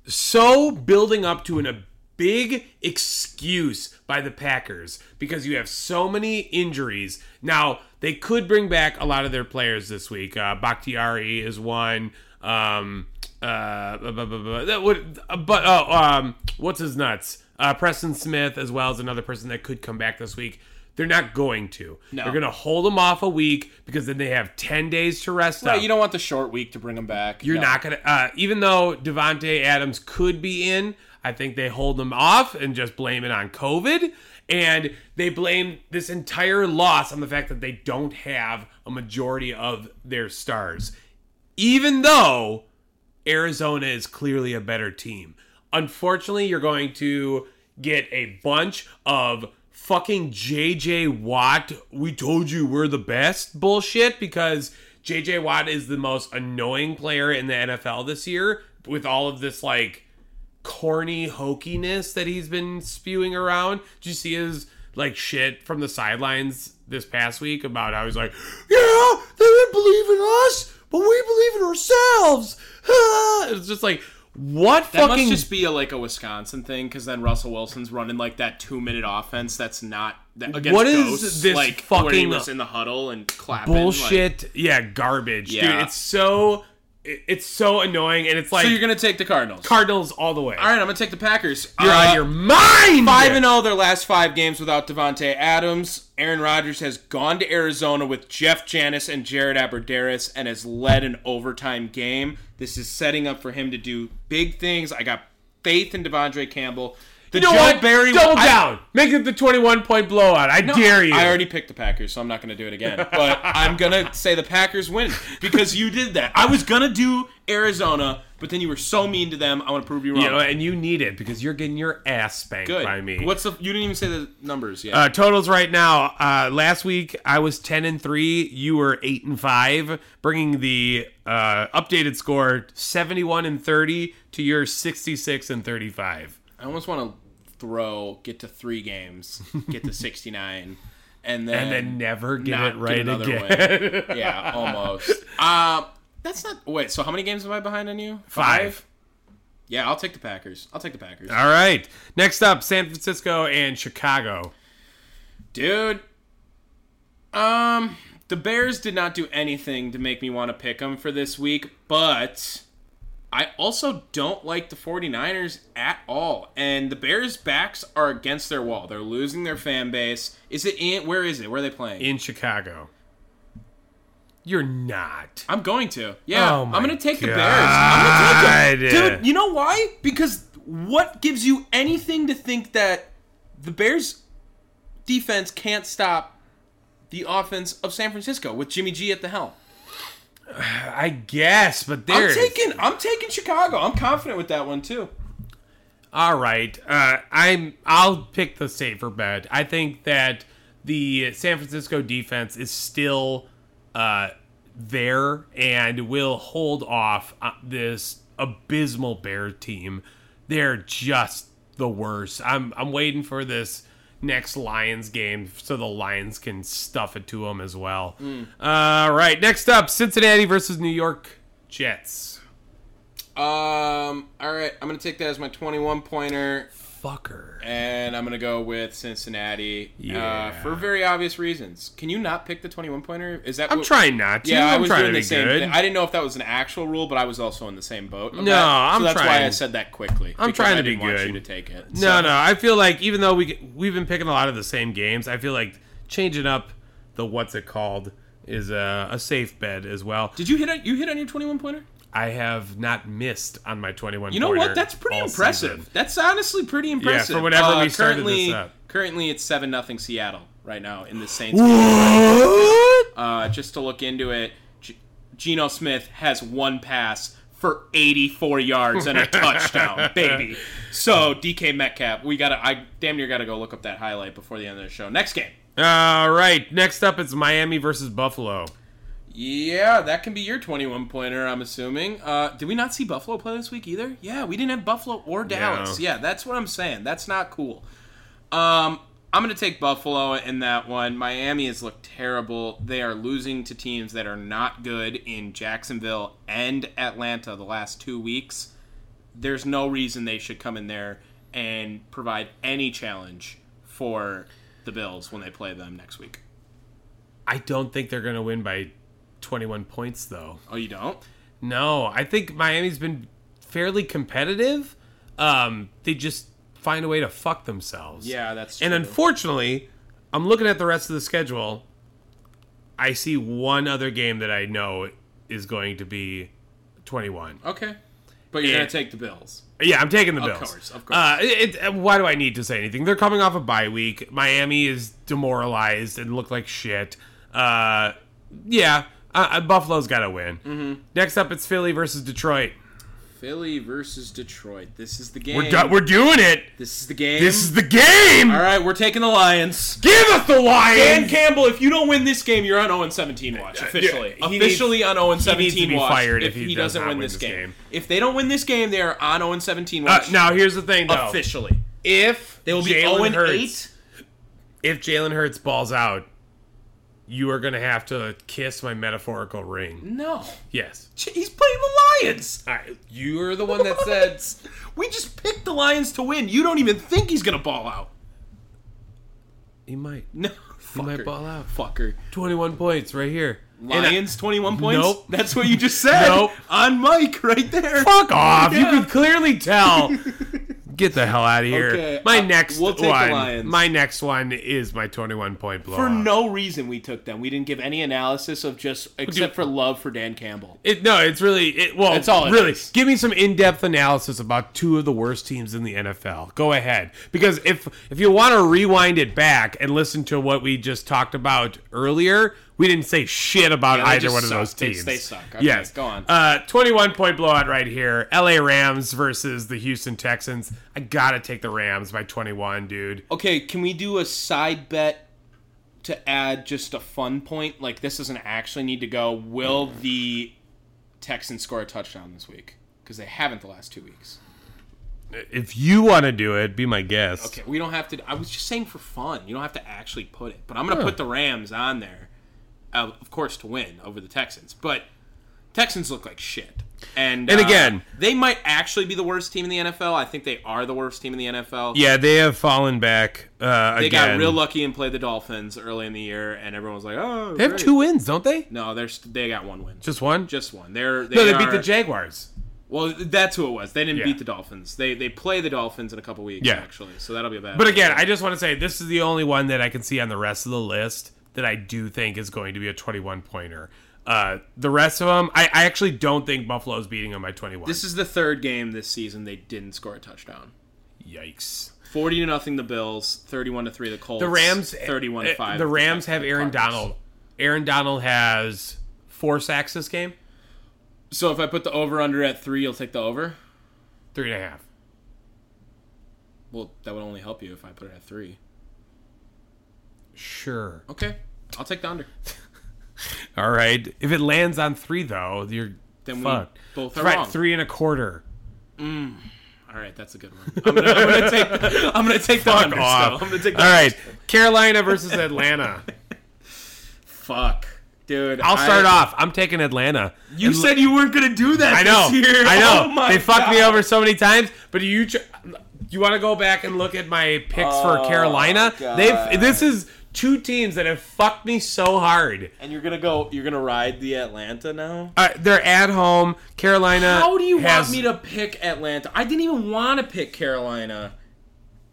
C: so building up to an, a big excuse by the Packers because you have so many injuries. Now, they could bring back a lot of their players this week. Uh, Bakhtiari is one. Um, uh, bu- bu- bu- bu- that would, but oh, um, what's his nuts? Uh, Preston Smith, as well as another person that could come back this week. They're not going to. They're going to hold them off a week because then they have 10 days to rest
B: No,
C: up.
B: you don't want the short week to bring them back.
C: You're not gonna. Uh, even though Devonte Adams could be in, I think they hold him off and just blame it on COVID, and they blame this entire loss on the fact that they don't have a majority of their stars, even though Arizona is clearly a better team. Unfortunately, you're going to get a bunch of fucking JJ Watt, we told you we're the best bullshit because JJ Watt is the most annoying player in the NFL this year with all of this like corny hokiness that he's been spewing around. Did you see his like shit from the sidelines this past week about how he's like, yeah, they didn't believe in us, but we believe in ourselves. (laughs) it's just like, what
B: That
C: fucking
B: must just be a, like a Wisconsin thing, because then Russell Wilson's running like that two minute offense. That's not that, against
C: What is
B: ghosts,
C: this
B: like, where he
C: fucking
B: was in the huddle and clapping like-
C: bullshit? yeah, garbage, dude.
B: Yeah.
C: It's so it- it's so annoying, and it's like
B: so you're gonna take the Cardinals.
C: Cardinals all the way.
B: All right, I'm gonna take the Packers.
C: You're
B: Uh,
C: on your mind.
B: Five and oh. zero their last five games without Devonte Adams. Aaron Rodgers has gone to Arizona with Jeff Janis and Jared Aberderis and has led an overtime game. This is setting up for him to do big things. I got faith in Devondre Campbell. The
C: You know
B: Joe
C: what?
B: Barry
C: Double
B: I-
C: down. Make it the 21 point blowout. I dare you.
B: I already picked the Packers, so I'm not going to do it again. But I'm going to say the Packers win because you did that. I was going to do Arizona, but then you were so mean to them. I want to prove you wrong.
C: You know, and you need it because you're getting your ass spanked
B: Oh. Good.
C: by me.
B: What's the? You didn't even say the numbers yet.
C: uh, totals right now? Uh, last week I was ten and three. You were eight and five, bringing the uh, updated score seventy-one and thirty to your sixty-six and thirty-five.
B: I almost want to throw, get to three games, get to 69, and then
C: And then never get
B: not
C: it right
B: another
C: again. (laughs)
B: win. yeah, almost. Uh, that's not. Wait. So how many games am I behind on you?
C: Five.
B: Yeah, I'll take the Packers. I'll take the Packers.
C: All right. Next up, San Francisco and Chicago.
B: Dude. Um, the Bears did not do anything to make me want to pick them for this week, but I also don't like the 49ers at all. And the Bears' backs are against their wall. They're losing their fan base. Is it in? Where is it? Where are they playing?
C: in Chicago. You're not.
B: I'm going to. Yeah,
C: Oh
B: I'm
C: my
B: going to take the Bears. I'm going to take
C: God.
B: them. Dude, you know why? Because what gives you anything to think that the Bears defense can't stop the offense of San Francisco with Jimmy G at the helm?
C: I guess, but
B: I'm
C: there's
B: taking I'm taking Chicago. I'm confident with that one too.
C: All right, uh, I'm. I'll pick the safer bet. I think that the San Francisco defense is still uh, there and will hold off uh, this abysmal Bear team. They're just the worst. I'm. I'm waiting for this next Lions game so the Lions can stuff it to them as well.
B: Hmm.
C: All right, next up, Cincinnati versus New York Jets.
B: Um all right, I'm going to take that as my 21 pointer
C: Fucker.
B: and I'm going to go with Cincinnati
C: Yeah.
B: uh, for very obvious reasons. Can you not pick the 21 pointer? Is that
C: I'm
B: what-
C: trying not to.
B: Yeah,
C: I'm
B: I was
C: trying
B: doing
C: to
B: the
C: be
B: same
C: good.
B: thing. I didn't know if that was an actual rule, but I was also in the same boat. of
C: No,
B: that.
C: I'm
B: so that's
C: trying-
B: why I said that quickly.
C: I'm
B: because
C: trying
B: I
C: to be
B: didn't want
C: good.
B: you to take it.
C: No, no. I feel like even though we we've been picking a lot of the same games, I feel like changing up the what's it called is a, a safe bet as well.
B: Did you hit on you hit on your 21 pointer?
C: I have not missed on my 21.
B: You know
C: pointer
B: what? That's pretty
C: all
B: impressive.
C: season.
B: That's honestly pretty impressive.
C: whenever
B: Uh,
C: we started this
B: currently,
C: up.
B: Currently, it's seven nothing Seattle right now in the Saints. Uh, just to look into it, G- Geno Smith has one pass for 84 yards and a
C: (laughs)
B: touchdown, baby. So DK Metcalf, we gotta. I damn near gotta go look up that highlight before the end of the show. Next game.
C: All right. Next up, it's Miami versus Buffalo.
B: Yeah, that can be your 21 pointer, I'm assuming. Uh, did we not see Buffalo play this week either? Yeah, we didn't have Buffalo or Dallas. Yeah, that's what I'm saying. That's not cool. Um, I'm going to take Buffalo in that one. Miami has looked terrible. They are losing to teams that are not good in Jacksonville and Atlanta the last two weeks. There's no reason they should come in there and provide any challenge for the Bills when they play them next week.
C: I don't think they're going to win by 21 points though.
B: Oh, you don't?
C: No, I think Miami's been fairly competitive. Um, they just find a way to fuck themselves.
B: Yeah, that's
C: And
B: true.
C: unfortunately, I'm looking at the rest of the schedule. I see one other game that I know is going to be 21.
B: Okay. But you're
C: Yeah.
B: going to take the Bills.
C: Yeah, I'm taking the Bills.
B: course, of course.
C: Uh, it, it- why do I need to say anything? They're coming off a bye week. Miami is demoralized and look like shit. Uh, yeah, uh, uh, Buffalo's got to win.
B: Mm-hmm.
C: Next up, it's Philly versus Detroit.
B: Philly versus Detroit. This is the game.
C: We're, do- we're doing it.
B: this is the game.
C: This is the game.
B: All right, we're taking the Lions.
C: Give us the
B: Dan
C: Lions.
B: Campbell, if you don't win this game, you're on 0 17 watch officially.
C: yeah, he
B: officially on 0 17
C: needs to be
B: watch.
C: fired
B: if,
C: if he
B: he
C: does
B: doesn't
C: not
B: win
C: win
B: this
C: this
B: game.
C: game.
B: if they don't win this game, they are on 0 17
C: Uh,
B: watch
C: now here's the thing, though.
B: officially.
C: If
B: They will be
C: Jalen
B: 0 and
C: Hurts-
B: 8.
C: if Jalen Hurts balls out, you are gonna have to kiss my metaphorical ring.
B: No,
C: Yes.
B: Ch- he's playing the Lions.
C: I, you're the one (laughs) that said.
B: we just picked the Lions to win. You don't even think he's gonna ball out.
C: (laughs) He might.
B: No,
C: He might
B: fucker.
C: ball out.
B: Fucker.
C: 21 points right here. And I-
B: Lions, 21 points?
C: Nope.
B: That's what you just said.
C: Nope.
B: On Mike, right there.
C: fuck off. You
B: Yeah.
C: can clearly
B: (laughs)
C: tell. Get the hell out of here.
B: Okay,
C: my
B: uh,
C: next
B: we'll take the
C: one.
B: Lions.
C: My next one is my 21 point blowout.
B: For no reason, we took them. We didn't give any analysis of just, except for love for Dan Campbell.
C: It, no, it's really it, well.
B: That's all it
C: really,
B: is.
C: give me some in-depth analysis about two of the worst teams in the NFL. Go ahead, because if if you want to rewind it back and listen to what we just talked about earlier, we didn't say shit about
B: Yeah, they
C: either
B: just
C: one of
B: suck.
C: those
B: They-
C: teams.
B: they suck. Okay,
C: yes,
B: go on.
C: Uh, Twenty-one point blowout right here. L.A. Rams versus the Houston Texans. I gotta take the Rams by twenty-one, dude.
B: Okay, can we do a side bet to add just a fun point? Like, this doesn't actually need to go. Will the Texans score a touchdown this week? Because they haven't the last two weeks.
C: If you want to do it, be my guest.
B: Okay, we don't have to. I was just saying for fun. You don't have to actually put it, but I'm gonna put the Rams on there, uh, of course, to win over the Texans. But Texans look like shit, and
C: And
B: uh,
C: again-
B: they might actually be the worst team in the NFL. I think they are the worst team in the NFL.
C: Yeah, they have fallen back uh,
B: they
C: again.
B: got real lucky and played the Dolphins early in the year, and everyone was like, "Oh,
C: They have
B: great."
C: two wins, don't they?
B: No, they're st- they got one win,
C: Just one.
B: just one. They're they
C: No, they beat
B: are-
C: the Jaguars.
B: Well, that's who it was. They didn't
C: Yeah.
B: beat the Dolphins. They they play the Dolphins in a couple weeks,
C: Yeah.
B: actually. So that'll be a bad.
C: But again, I just want to say this is the only one that I can see on the rest of the list that I do think is going to be a 21 pointer. Uh, the rest of them, I, I actually don't think Buffalo's beating them by 21.
B: this is the third game this season they didn't score a touchdown.
C: Yikes.
B: Forty to nothing the Bills, thirty-one to three the Colts.
C: The Rams,
B: thirty-one
C: uh,
B: to five.
C: The Rams have
B: the
C: Aaron
B: Cardinals.
C: Donald. Aaron Donald has four sacks this game,
B: So if I put the over/under at three, you'll take the over.
C: three and a half.
B: Well, that would only help you if I put it at three.
C: Sure.
B: Okay, I'll take the under.
C: All right. If it lands on three, though, you're
B: Then we
C: fucked.
B: both are
C: right.
B: wrong.
C: Three and a quarter.
B: All right, that's a good one. I'm gonna, I'm gonna take. The, I'm gonna take the
C: Fuck
B: under. still. (laughs)
C: off.
B: I'm gonna take the
C: All right. Carolina
B: (laughs)
C: versus Atlanta.
B: Fuck, dude.
C: I'll start
B: I-
C: off. I'm taking Atlanta.
B: You
C: Atl-
B: said you weren't gonna do that.
C: I know.
B: This year. (laughs)
C: I
B: Oh
C: know.
B: my
C: they fucked me
B: God.
C: over so many times. But you, tr- you want to go back and look at my picks for
B: Oh,
C: Carolina? They've. This is two teams that have fucked me so hard.
B: And you're gonna go. You're gonna ride the Atlanta now.
C: Uh, they're at home. Carolina.
B: How do you
C: has-
B: want me to pick Atlanta? I didn't even want to pick Carolina,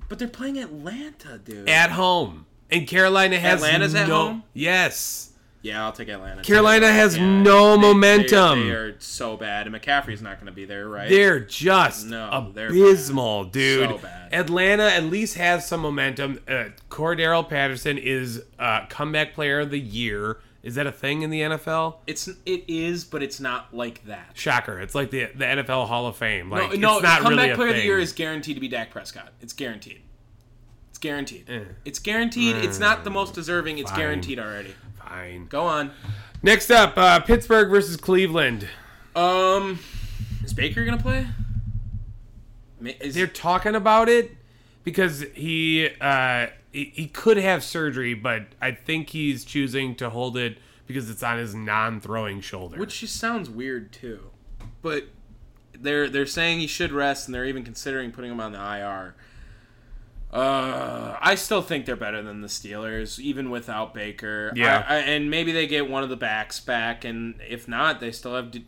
B: but they're playing Atlanta, dude.
C: at home? And Carolina has
B: Atlanta's
C: no,
B: at home?
C: Yes.
B: yeah, I'll take Atlanta. too.
C: Carolina has
B: Yeah,
C: no
B: they-
C: momentum.
B: They, they are so bad, and McCaffrey's not gonna be there, right?
C: They're just
B: No, they're
C: abysmal, dude.
B: So bad.
C: Atlanta at least has some momentum. Uh, Cordero Patterson is uh, comeback player of the year. Is that a thing in the NFL?
B: it's it is, but it's not like that.
C: Shocker! It's like the the NFL Hall of Fame. Like
B: no,
C: it's not
B: comeback
C: really a
B: player of the
C: thing.
B: year is guaranteed to be Dak Prescott. It's guaranteed. It's guaranteed. It's guaranteed. It's not the most deserving. It's
C: Eh. Mm. Fine.
B: guaranteed already.
C: fine.
B: Go on.
C: Next up, uh, Pittsburgh versus Cleveland.
B: Um, is Baker gonna play? Ma- Is,
C: They're talking about it because he uh, he, he could have surgery, but I think he's choosing to hold it because it's on his non-throwing shoulder.
B: which just sounds weird too, but they're they're saying he should rest, and they're even considering putting him on the IR. Uh, I still think they're better than the Steelers, even without Baker.
C: Yeah.
B: I, I, and maybe they get one of the backs back, and if not, they still have D-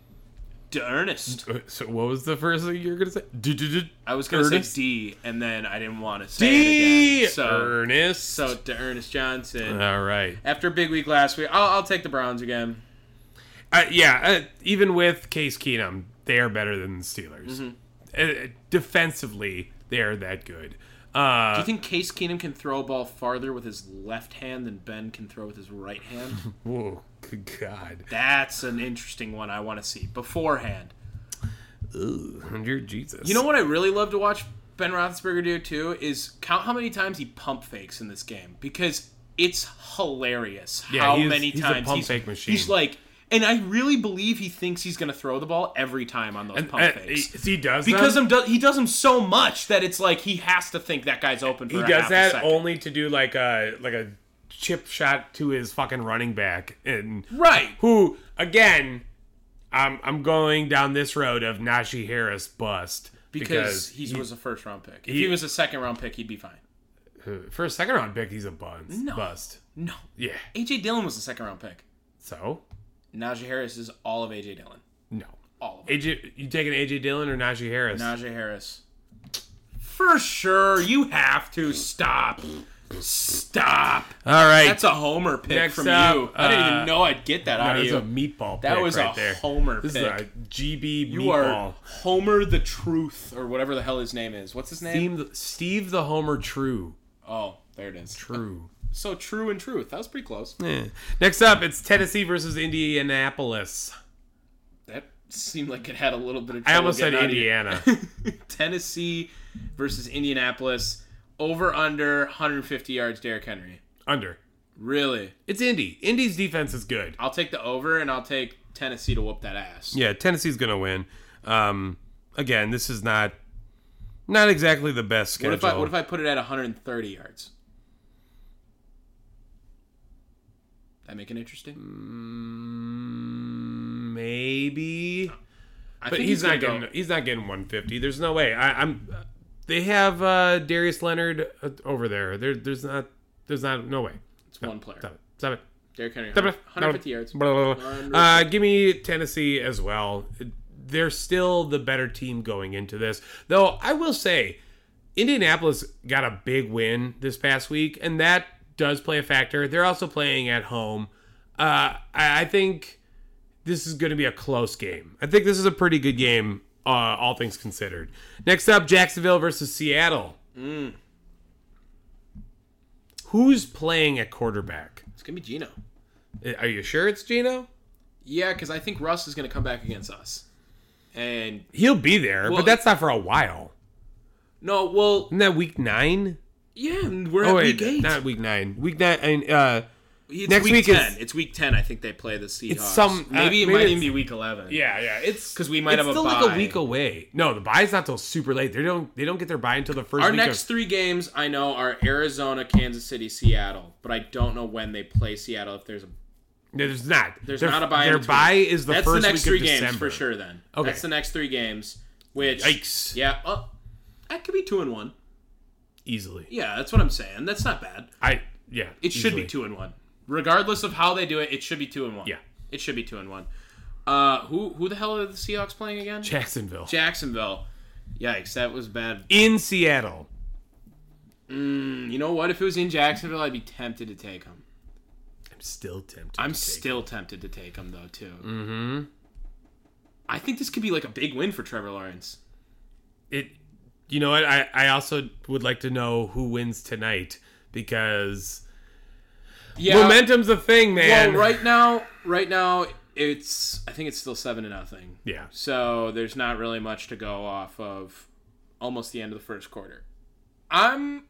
B: D- Ernest.
C: Uh, So what was the first thing you were gonna say? D- d- d-
B: I was gonna
C: Ernest?
B: say D, and then I didn't want to say it
C: D.
B: again. So,
C: Ernest.
B: so to Ernest Johnson.
C: all right.
B: After a big week last week, I'll, I'll take the Browns again.
C: Uh, yeah. Uh, even with Case Keenum, they are better than the Steelers.
B: Mm-hmm.
C: Uh, defensively, they are that good.
B: Do
C: Uh,
B: you think Case Keenum can throw a ball farther with his left hand than Ben can throw with his right
C: (laughs)
B: hand?
C: whoa, good God.
B: That's an interesting one I want to see beforehand.
C: Ooh, dear Jesus.
B: You know what I really love to watch Ben Roethlisberger do too is count how many times he pump fakes in this game because it's hilarious
C: Yeah,
B: how
C: he's-
B: many
C: he's a
B: times
C: pump
B: he's,
C: fake machine.
B: He's like, and I really believe he thinks he's going to throw the ball every time on those
C: And,
B: pump
C: uh, he,
B: fakes.
C: he does
B: because
C: them,
B: him do- he does them so much that it's like he has to think that guy's open. For
C: he
B: a
C: does
B: half a
C: that
B: second.
C: only to do like a like a chip shot to his fucking running back and
B: right.
C: who again I'm I'm going down this road of Najee Harris bust
B: because, he,
C: he-
B: was a first round pick. if he was a second round pick, he'd be fine.
C: for a second round pick he's a bust. Bust.
B: No,
C: Yeah.
B: AJ Dillon was a second round pick.
C: So
B: Najee Harris is all of AJ Dillon.
C: no.
B: All of it.
C: AJ, you taking AJ Dillon or Najee Harris?
B: Najee Harris. For sure, you have to stop. Stop.
C: All right.
B: That's a homer pick
C: Next
B: from
C: up,
B: you. I didn't
C: uh,
B: even know I'd get that
C: that
B: out of
C: was
B: you.
C: a meatball.
B: that
C: pick
B: was
C: right
B: a
C: there.
B: homer
C: This
B: pick.
C: is a GB
B: you
C: meatball.
B: are Homer the Truth or whatever the hell his name is. What's his name?
C: Steve, Steve the Homer True.
B: Oh, there it is.
C: True.
B: So true and truth. That was pretty close.
C: Next up, it's Tennessee versus Indianapolis.
B: That seemed like it had a little bit of.
C: I
B: trouble
C: almost said
B: getting out of your-
C: Indiana. (laughs)
B: Tennessee versus Indianapolis. Over under 150 yards, Derrick Henry.
C: Under.
B: Really?
C: It's Indy. Indy's defense is good.
B: I'll take the over and I'll take Tennessee to whoop that ass.
C: Yeah, Tennessee's gonna win. Um, again, this is not not exactly the best
B: What
C: schedule.
B: if I what if I put it at 130 yards? That make it
C: Mm,
B: interesting?
C: Maybe,
B: I
C: but
B: think
C: he's, not
B: gonna
C: getting he's not getting 150. There's no way. I, I'm. They have uh, Darius Leonard uh, over there. There, there's not. There's not. No way.
B: It's one player.
C: Stop it. Stop it.
B: Derrick Henry,
C: Stop it.
B: 150 yards.
C: Uh, Blah, blah, blah. Uh, give me Tennessee as well. they're still the better team going into this. Though I will say, Indianapolis got a big win this past week, and that does play a factor. They're also playing at home. Uh, I, I think this is going to be a close game. I think this is a pretty good game, uh, all things considered. Next up, Jacksonville versus Seattle. Who's playing at quarterback?
B: It's gonna be Gino.
C: Uh, Are you sure it's Gino?
B: Yeah, because I think Russ is gonna come back against us. And
C: He'll be there,
B: Well,
C: but that's not for a while.
B: no, well,
C: Isn't that week nine?
B: yeah, and we're at
C: Oh wait,
B: week eight.
C: not week nine. Week nine. I mean, uh,
B: it's
C: next
B: week,
C: week is-
B: ten. It's week ten. I think they play the Seahawks.
C: some- uh,
B: maybe it
C: maybe
B: might
C: it's-
B: even be week eleven.
C: yeah, yeah. It's
B: 'Cause we might
C: it's
B: have a
C: still like
B: bye.
C: a week away. No, the buy's not till super late. They don't. They don't get their buy until the first.
B: Our
C: week
B: next
C: Of,
B: three games, I know, are Arizona, Kansas City, Seattle, but I don't know when they play Seattle. If there's a
C: no, there's not.
B: there's
C: Their-
B: not a bye. in
C: Their
B: between.
C: buy is the
B: That's
C: first
B: the next
C: week
B: three
C: of
B: games
C: December.
B: for sure. Then
C: Okay.
B: that's the next three games. Which
C: Yikes.
B: Yeah, well, that could be two and one.
C: Easily.
B: Yeah, that's what I'm saying. That's not bad.
C: I yeah.
B: It should be two and one, regardless of how they do it. It should be two and one.
C: Yeah.
B: it should be two and one. Uh, who who the hell are the Seahawks playing again?
C: Jacksonville
B: Jacksonville. Yikes, that was bad.
C: in Seattle.
B: You know what? If it was in Jacksonville, I'd be tempted to take him.
C: I'm still tempted.
B: I'm
C: to take-
B: still tempted to take him though too. Mm-hmm. I think this could be like a big win for Trevor Lawrence.
C: it you know what I, I also would like to know who wins tonight because
B: Yeah.
C: momentum's a thing man
B: Well, right now, right now it's I think it's still seven to nothing.
C: yeah
B: So there's not really much to go off of. Almost the end of the first quarter. I'm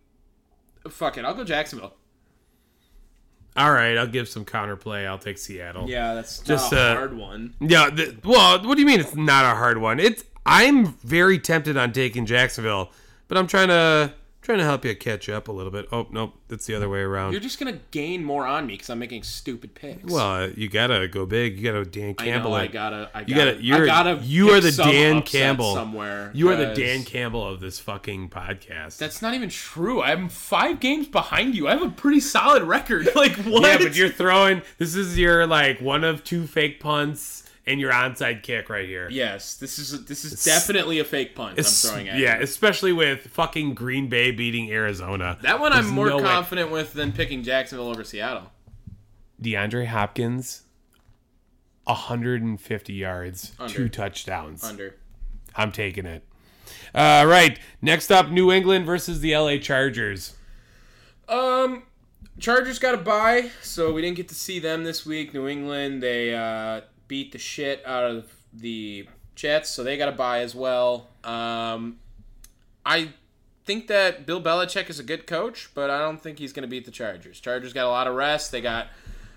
B: fuck it. I'll go Jacksonville.
C: all right i'll give some counterplay i'll take seattle
B: Yeah, that's
C: Just,
B: just a
C: uh,
B: hard one.
C: yeah th- well what do you mean it's not a hard one it's i'm very tempted on taking jacksonville but i'm trying to trying to help you catch up a little bit oh nope it's the other way around
B: You're just gonna gain more on me because I'm making stupid picks.
C: well uh, you gotta go big you gotta dan
B: I
C: campbell
B: know I
C: it.
B: gotta. I gotta.
C: you gotta you're
B: I gotta
C: you
B: pick
C: are the
B: some
C: dan
B: upset
C: campbell
B: somewhere.
C: you are the
B: 'cause
C: dan campbell of this fucking podcast (laughs)
B: That's not even true. I'm five games behind you. I have a pretty solid record. (laughs) Like what?
C: Yeah, but you're throwing. This is your like one of two fake punts and your onside kick right here.
B: Yes, this is this is definitely a fake punt. I'm
C: Es-
B: throwing at.
C: yeah,
B: you.
C: especially with fucking Green Bay beating Arizona.
B: that one I'm
C: There's
B: more
C: no way.
B: confident with than picking Jacksonville over Seattle.
C: DeAndre Hopkins, 150 yards, two
B: Under.
C: touchdowns.
B: Under.
C: I'm taking it. All right, next up, New England versus the LA Chargers.
B: Um, Chargers got a bye, so we didn't get to see them this week. New England they uh, beat the shit out of the Jets, so they got a bye as well. Um, I think that Bill Belichick is a good coach, but I don't think he's going to beat the Chargers. Chargers got a lot of rest. They got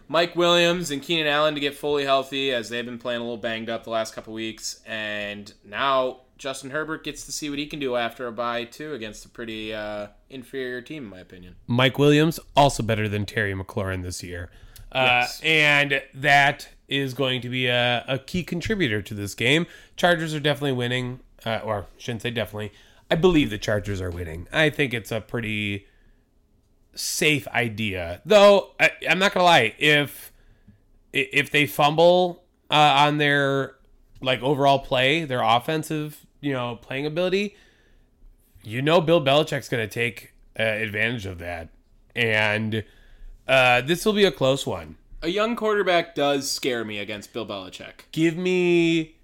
B: Mike Williams and Keenan Allen to get fully healthy as they've been playing a little banged up the last couple weeks, and now Justin Herbert gets to see what he can do after a bye too against a pretty uh, inferior team, in my opinion.
C: Mike Williams, also better than Terry McLaurin this year. Uh, And that is going to be a, a key contributor to this game. Chargers are definitely winning, uh, or shouldn't say definitely. I believe the Chargers are winning. I think it's a pretty safe idea, though. I, I'm not gonna lie. If i- if they fumble uh, on their like overall play, their offensive, you know, playing ability, you know Bill Belichick's going to take uh, advantage of that, and uh, this will be a close one.
B: A young quarterback does scare me against Bill Belichick.
C: Give me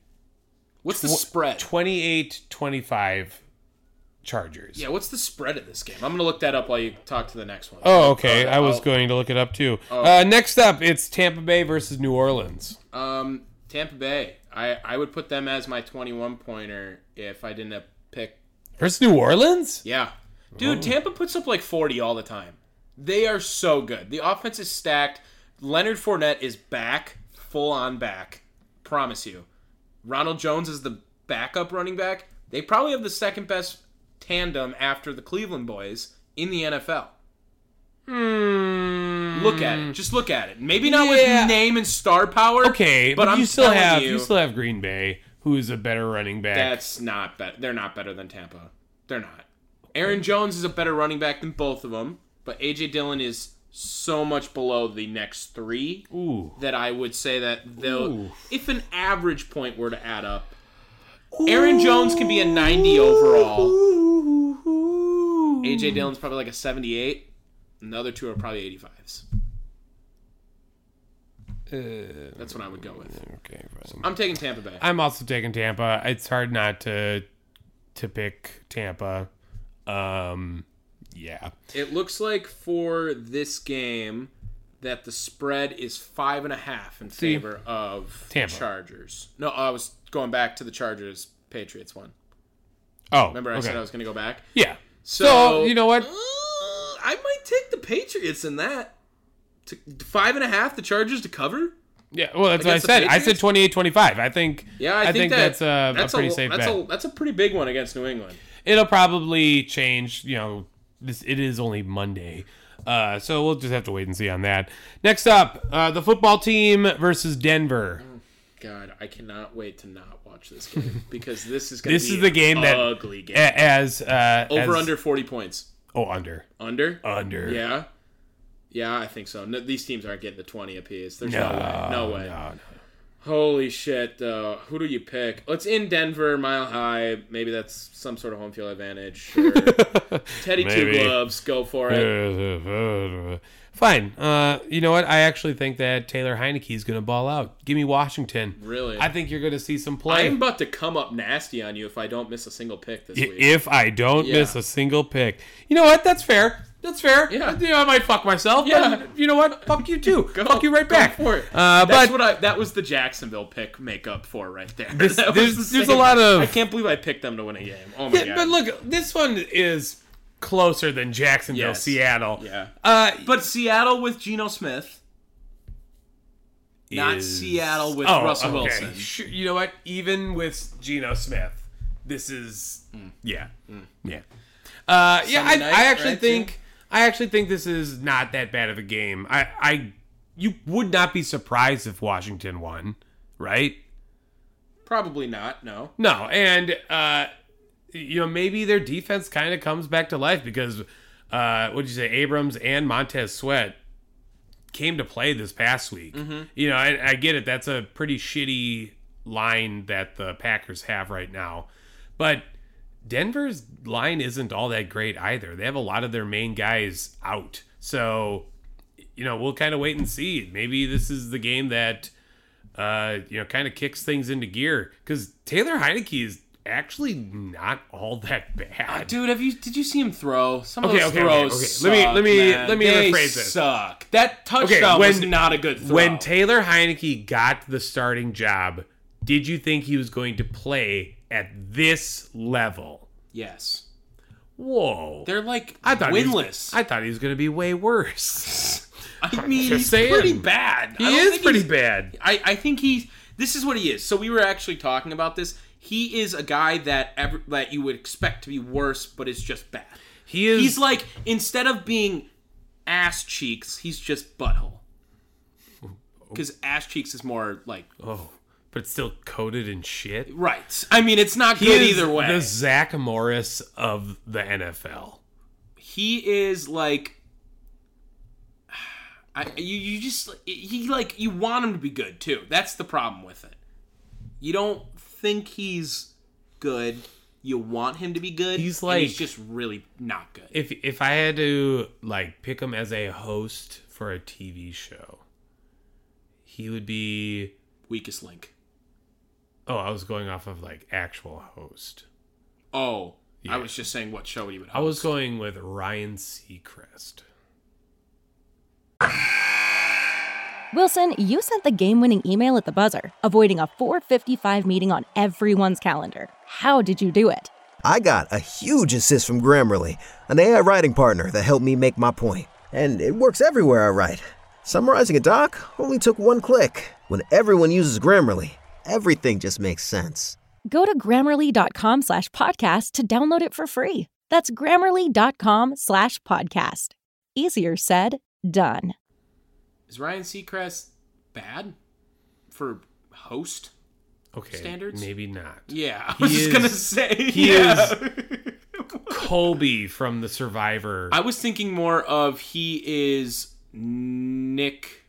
B: What's the spread?
C: 28-25 Chargers.
B: yeah, what's the spread of this game? I'm gonna look that up while you talk to the next one.
C: Oh, okay. I was
B: I'll-
C: going to look it up too.
B: Oh.
C: Uh, next up, it's Tampa Bay versus New Orleans.
B: Um, Tampa Bay. I I would put them as my 21 pointer if I didn't have pick.
C: Versus New Orleans?
B: Yeah,
C: Oh.
B: dude, Tampa puts up like 40 all the time. They are so good. The offense is stacked. Leonard Fournette is back, full on back. Promise you. Ronald Jones is the backup running back. They probably have the second best tandem after the Cleveland boys in the NFL. Look at it. Just look at it. Maybe not
C: Mm. Yeah.
B: with name and star power.
C: Okay, but,
B: I'm
C: you still
B: telling
C: have you. still have Green Bay, who is a better running back.
B: that's not better. They're not better than Tampa. They're not. Aaron Jones is a better running back than both of them, but AJ Dillon is so much below the next three
C: Ooh.
B: that I would say that though,
C: Ooh.
B: if an average point were to add up, Aaron Jones can be a 90 overall. AJ Dillon's probably like a 78. And the other two are probably 85s. That's what I would go with.
C: Okay, fine.
B: I'm taking Tampa Bay.
C: I'm also taking Tampa. It's hard not to to pick Tampa. Um, yeah.
B: It looks like for this game that the spread is five and a half in favor of
C: Tampa.
B: Chargers. No, I was going back to the Chargers Patriots one.
C: Oh,
B: Remember, I
C: okay.
B: said I was going to go back.
C: Yeah. So,
B: So-
C: you know what?
B: Uh, I might take the Patriots in that. To, five and a half, the Chargers to cover.
C: Yeah. Well, that's what I
B: Against the
C: said. I said
B: Patriots?
C: 28-25. I think.
B: Yeah, I,
C: think,
B: that-
C: that's a, a pretty safe
B: that's
C: bet.
B: A, that's a pretty big one against New England.
C: It'll probably change. You know, this it is only Monday, uh, so we'll just have to wait and see on that. Next up, uh, the football team versus Denver.
B: God, I cannot wait to not watch this
C: (laughs)
B: game because this is going to
C: This
B: be
C: is the game
B: an
C: that
B: ugly game.
C: a- as uh,
B: Over
C: as-
B: under 40 points.
C: Oh, under,
B: Under?
C: under.
B: Yeah. Yeah, I think so. No, these teams aren't getting the 20 apiece. There's no, way. No way.
C: no, no.
B: Holy shit, though. Who do you pick? Well, it's in Denver, mile high. Maybe that's some sort of home field
C: (laughs)
B: advantage. Sure. Teddy Two
C: Maybe.
B: Gloves, go for it.
C: (laughs) Fine. Uh, you know what? I actually think that Taylor Heineke is going to ball out. Give me Washington.
B: Really?
C: I think you're going to see some play.
B: I'm about to come up nasty on you if I don't miss a single pick this
C: I-
B: week.
C: if I don't
B: Yeah.
C: miss a single pick. You know what? That's fair. That's fair.
B: Yeah.
C: You know, I might fuck myself.
B: Yeah.
C: But you know what? Fuck you
B: (laughs)
C: too.
B: Go-
C: fuck you right
B: go
C: back.
B: for it.
C: Uh,
B: That's
C: but
B: what I. That was the Jacksonville pick makeup for right there. (laughs)
C: This-
B: That was
C: there's-
B: the
C: there's
B: same-
C: a lot of-
B: I can't believe I picked them to win a game. Oh my
C: Yeah,
B: god!
C: but look, this one is closer than Jacksonville,
B: Yes.
C: Seattle.
B: yeah.
C: Uh,
B: But Seattle with Geno Smith, not
C: is- Oh,
B: Seattle with Russell Wilson.
C: Sure, you know what? Even with Geno Smith, this is yeah, yeah, Hmm. uh, yeah. I,
B: Hmm. Sunday night,
C: I actually
B: right,
C: think
B: too?
C: I actually think this is not that bad of a game. I, I you would not be surprised if Washington won, right?
B: Probably not. No.
C: No, and uh, you know maybe their defense kind of comes back to life because uh, what did you say? Abrams and Montez Sweat came to play this past week. You know, I, I get it. That's a pretty shitty line that the Packers have right now, but Denver's line isn't all that great either. They have a lot of their main guys out, so you know we'll kind of wait and see. Maybe this is the game that uh, you know, kind of kicks things into gear because Taylor Heineke is actually not all that bad.
B: Dude, have you did you see him throw? Some of
C: Okay,
B: those
C: okay,
B: throws.
C: okay, okay.
B: Suck,
C: Let me- let me-
B: man.
C: let me
B: They
C: rephrase this.
B: Suck. That touchdown
C: Okay,
B: was
C: when-
B: not a good throw.
C: When Taylor Heineke got the starting job, did you think he was going to play at this level?
B: yes,
C: Whoa!
B: they're like
C: I thought he was-
B: winless.
C: I thought he was going to be way worse.
B: I, mean,
C: just
B: he's
C: saying.
B: pretty bad. (laughs) I
C: he
B: don't
C: is
B: think
C: pretty
B: he's-
C: bad.
B: I, I think he's this is what he is. So we were actually talking about this. He is a guy that ever that you would expect to be worse, but is just bad.
C: He is.
B: He's like instead of being ass cheeks, he's just butthole. Because ass cheeks is more like
C: oh, but it's still coated in shit.
B: right. I mean, it's not
C: He
B: good
C: is
B: either way.
C: the Zach Morris of the NFL.
B: He is like. (sighs) I, you, you just he like you want him to be good too. That's the problem with it. You don't think he's good. You want him to be good.
C: He's
B: and
C: like-
B: he's just really not good.
C: if if I had to like pick him as a host for a TV show, he would be.
B: Weakest link.
C: Oh, I was going off of like actual host.
B: Oh,
C: Yeah.
B: I was just saying what show he would.
C: I
B: Host.
C: was going with Ryan Seacrest.
E: Wilson, you sent the game winning email at the buzzer, avoiding a 455 meeting on everyone's calendar. How did you do it?
F: I got a huge assist from Grammarly, an AI writing partner that helped me make my point. And it works everywhere I write. Summarizing a doc only took one click. When everyone uses Grammarly, everything just makes sense.
E: Go to grammarly.com slash podcast to download it for free. That's grammarly.com slash podcast. Easier said, done.
B: Is Ryan Seacrest bad for host?
C: Okay,
B: Standards?
C: maybe not.
B: Yeah, (laughs) I was just
C: is-
B: gonna say
C: he
B: yeah.
C: Colby from the Survivor.
B: I was thinking more of he is Nick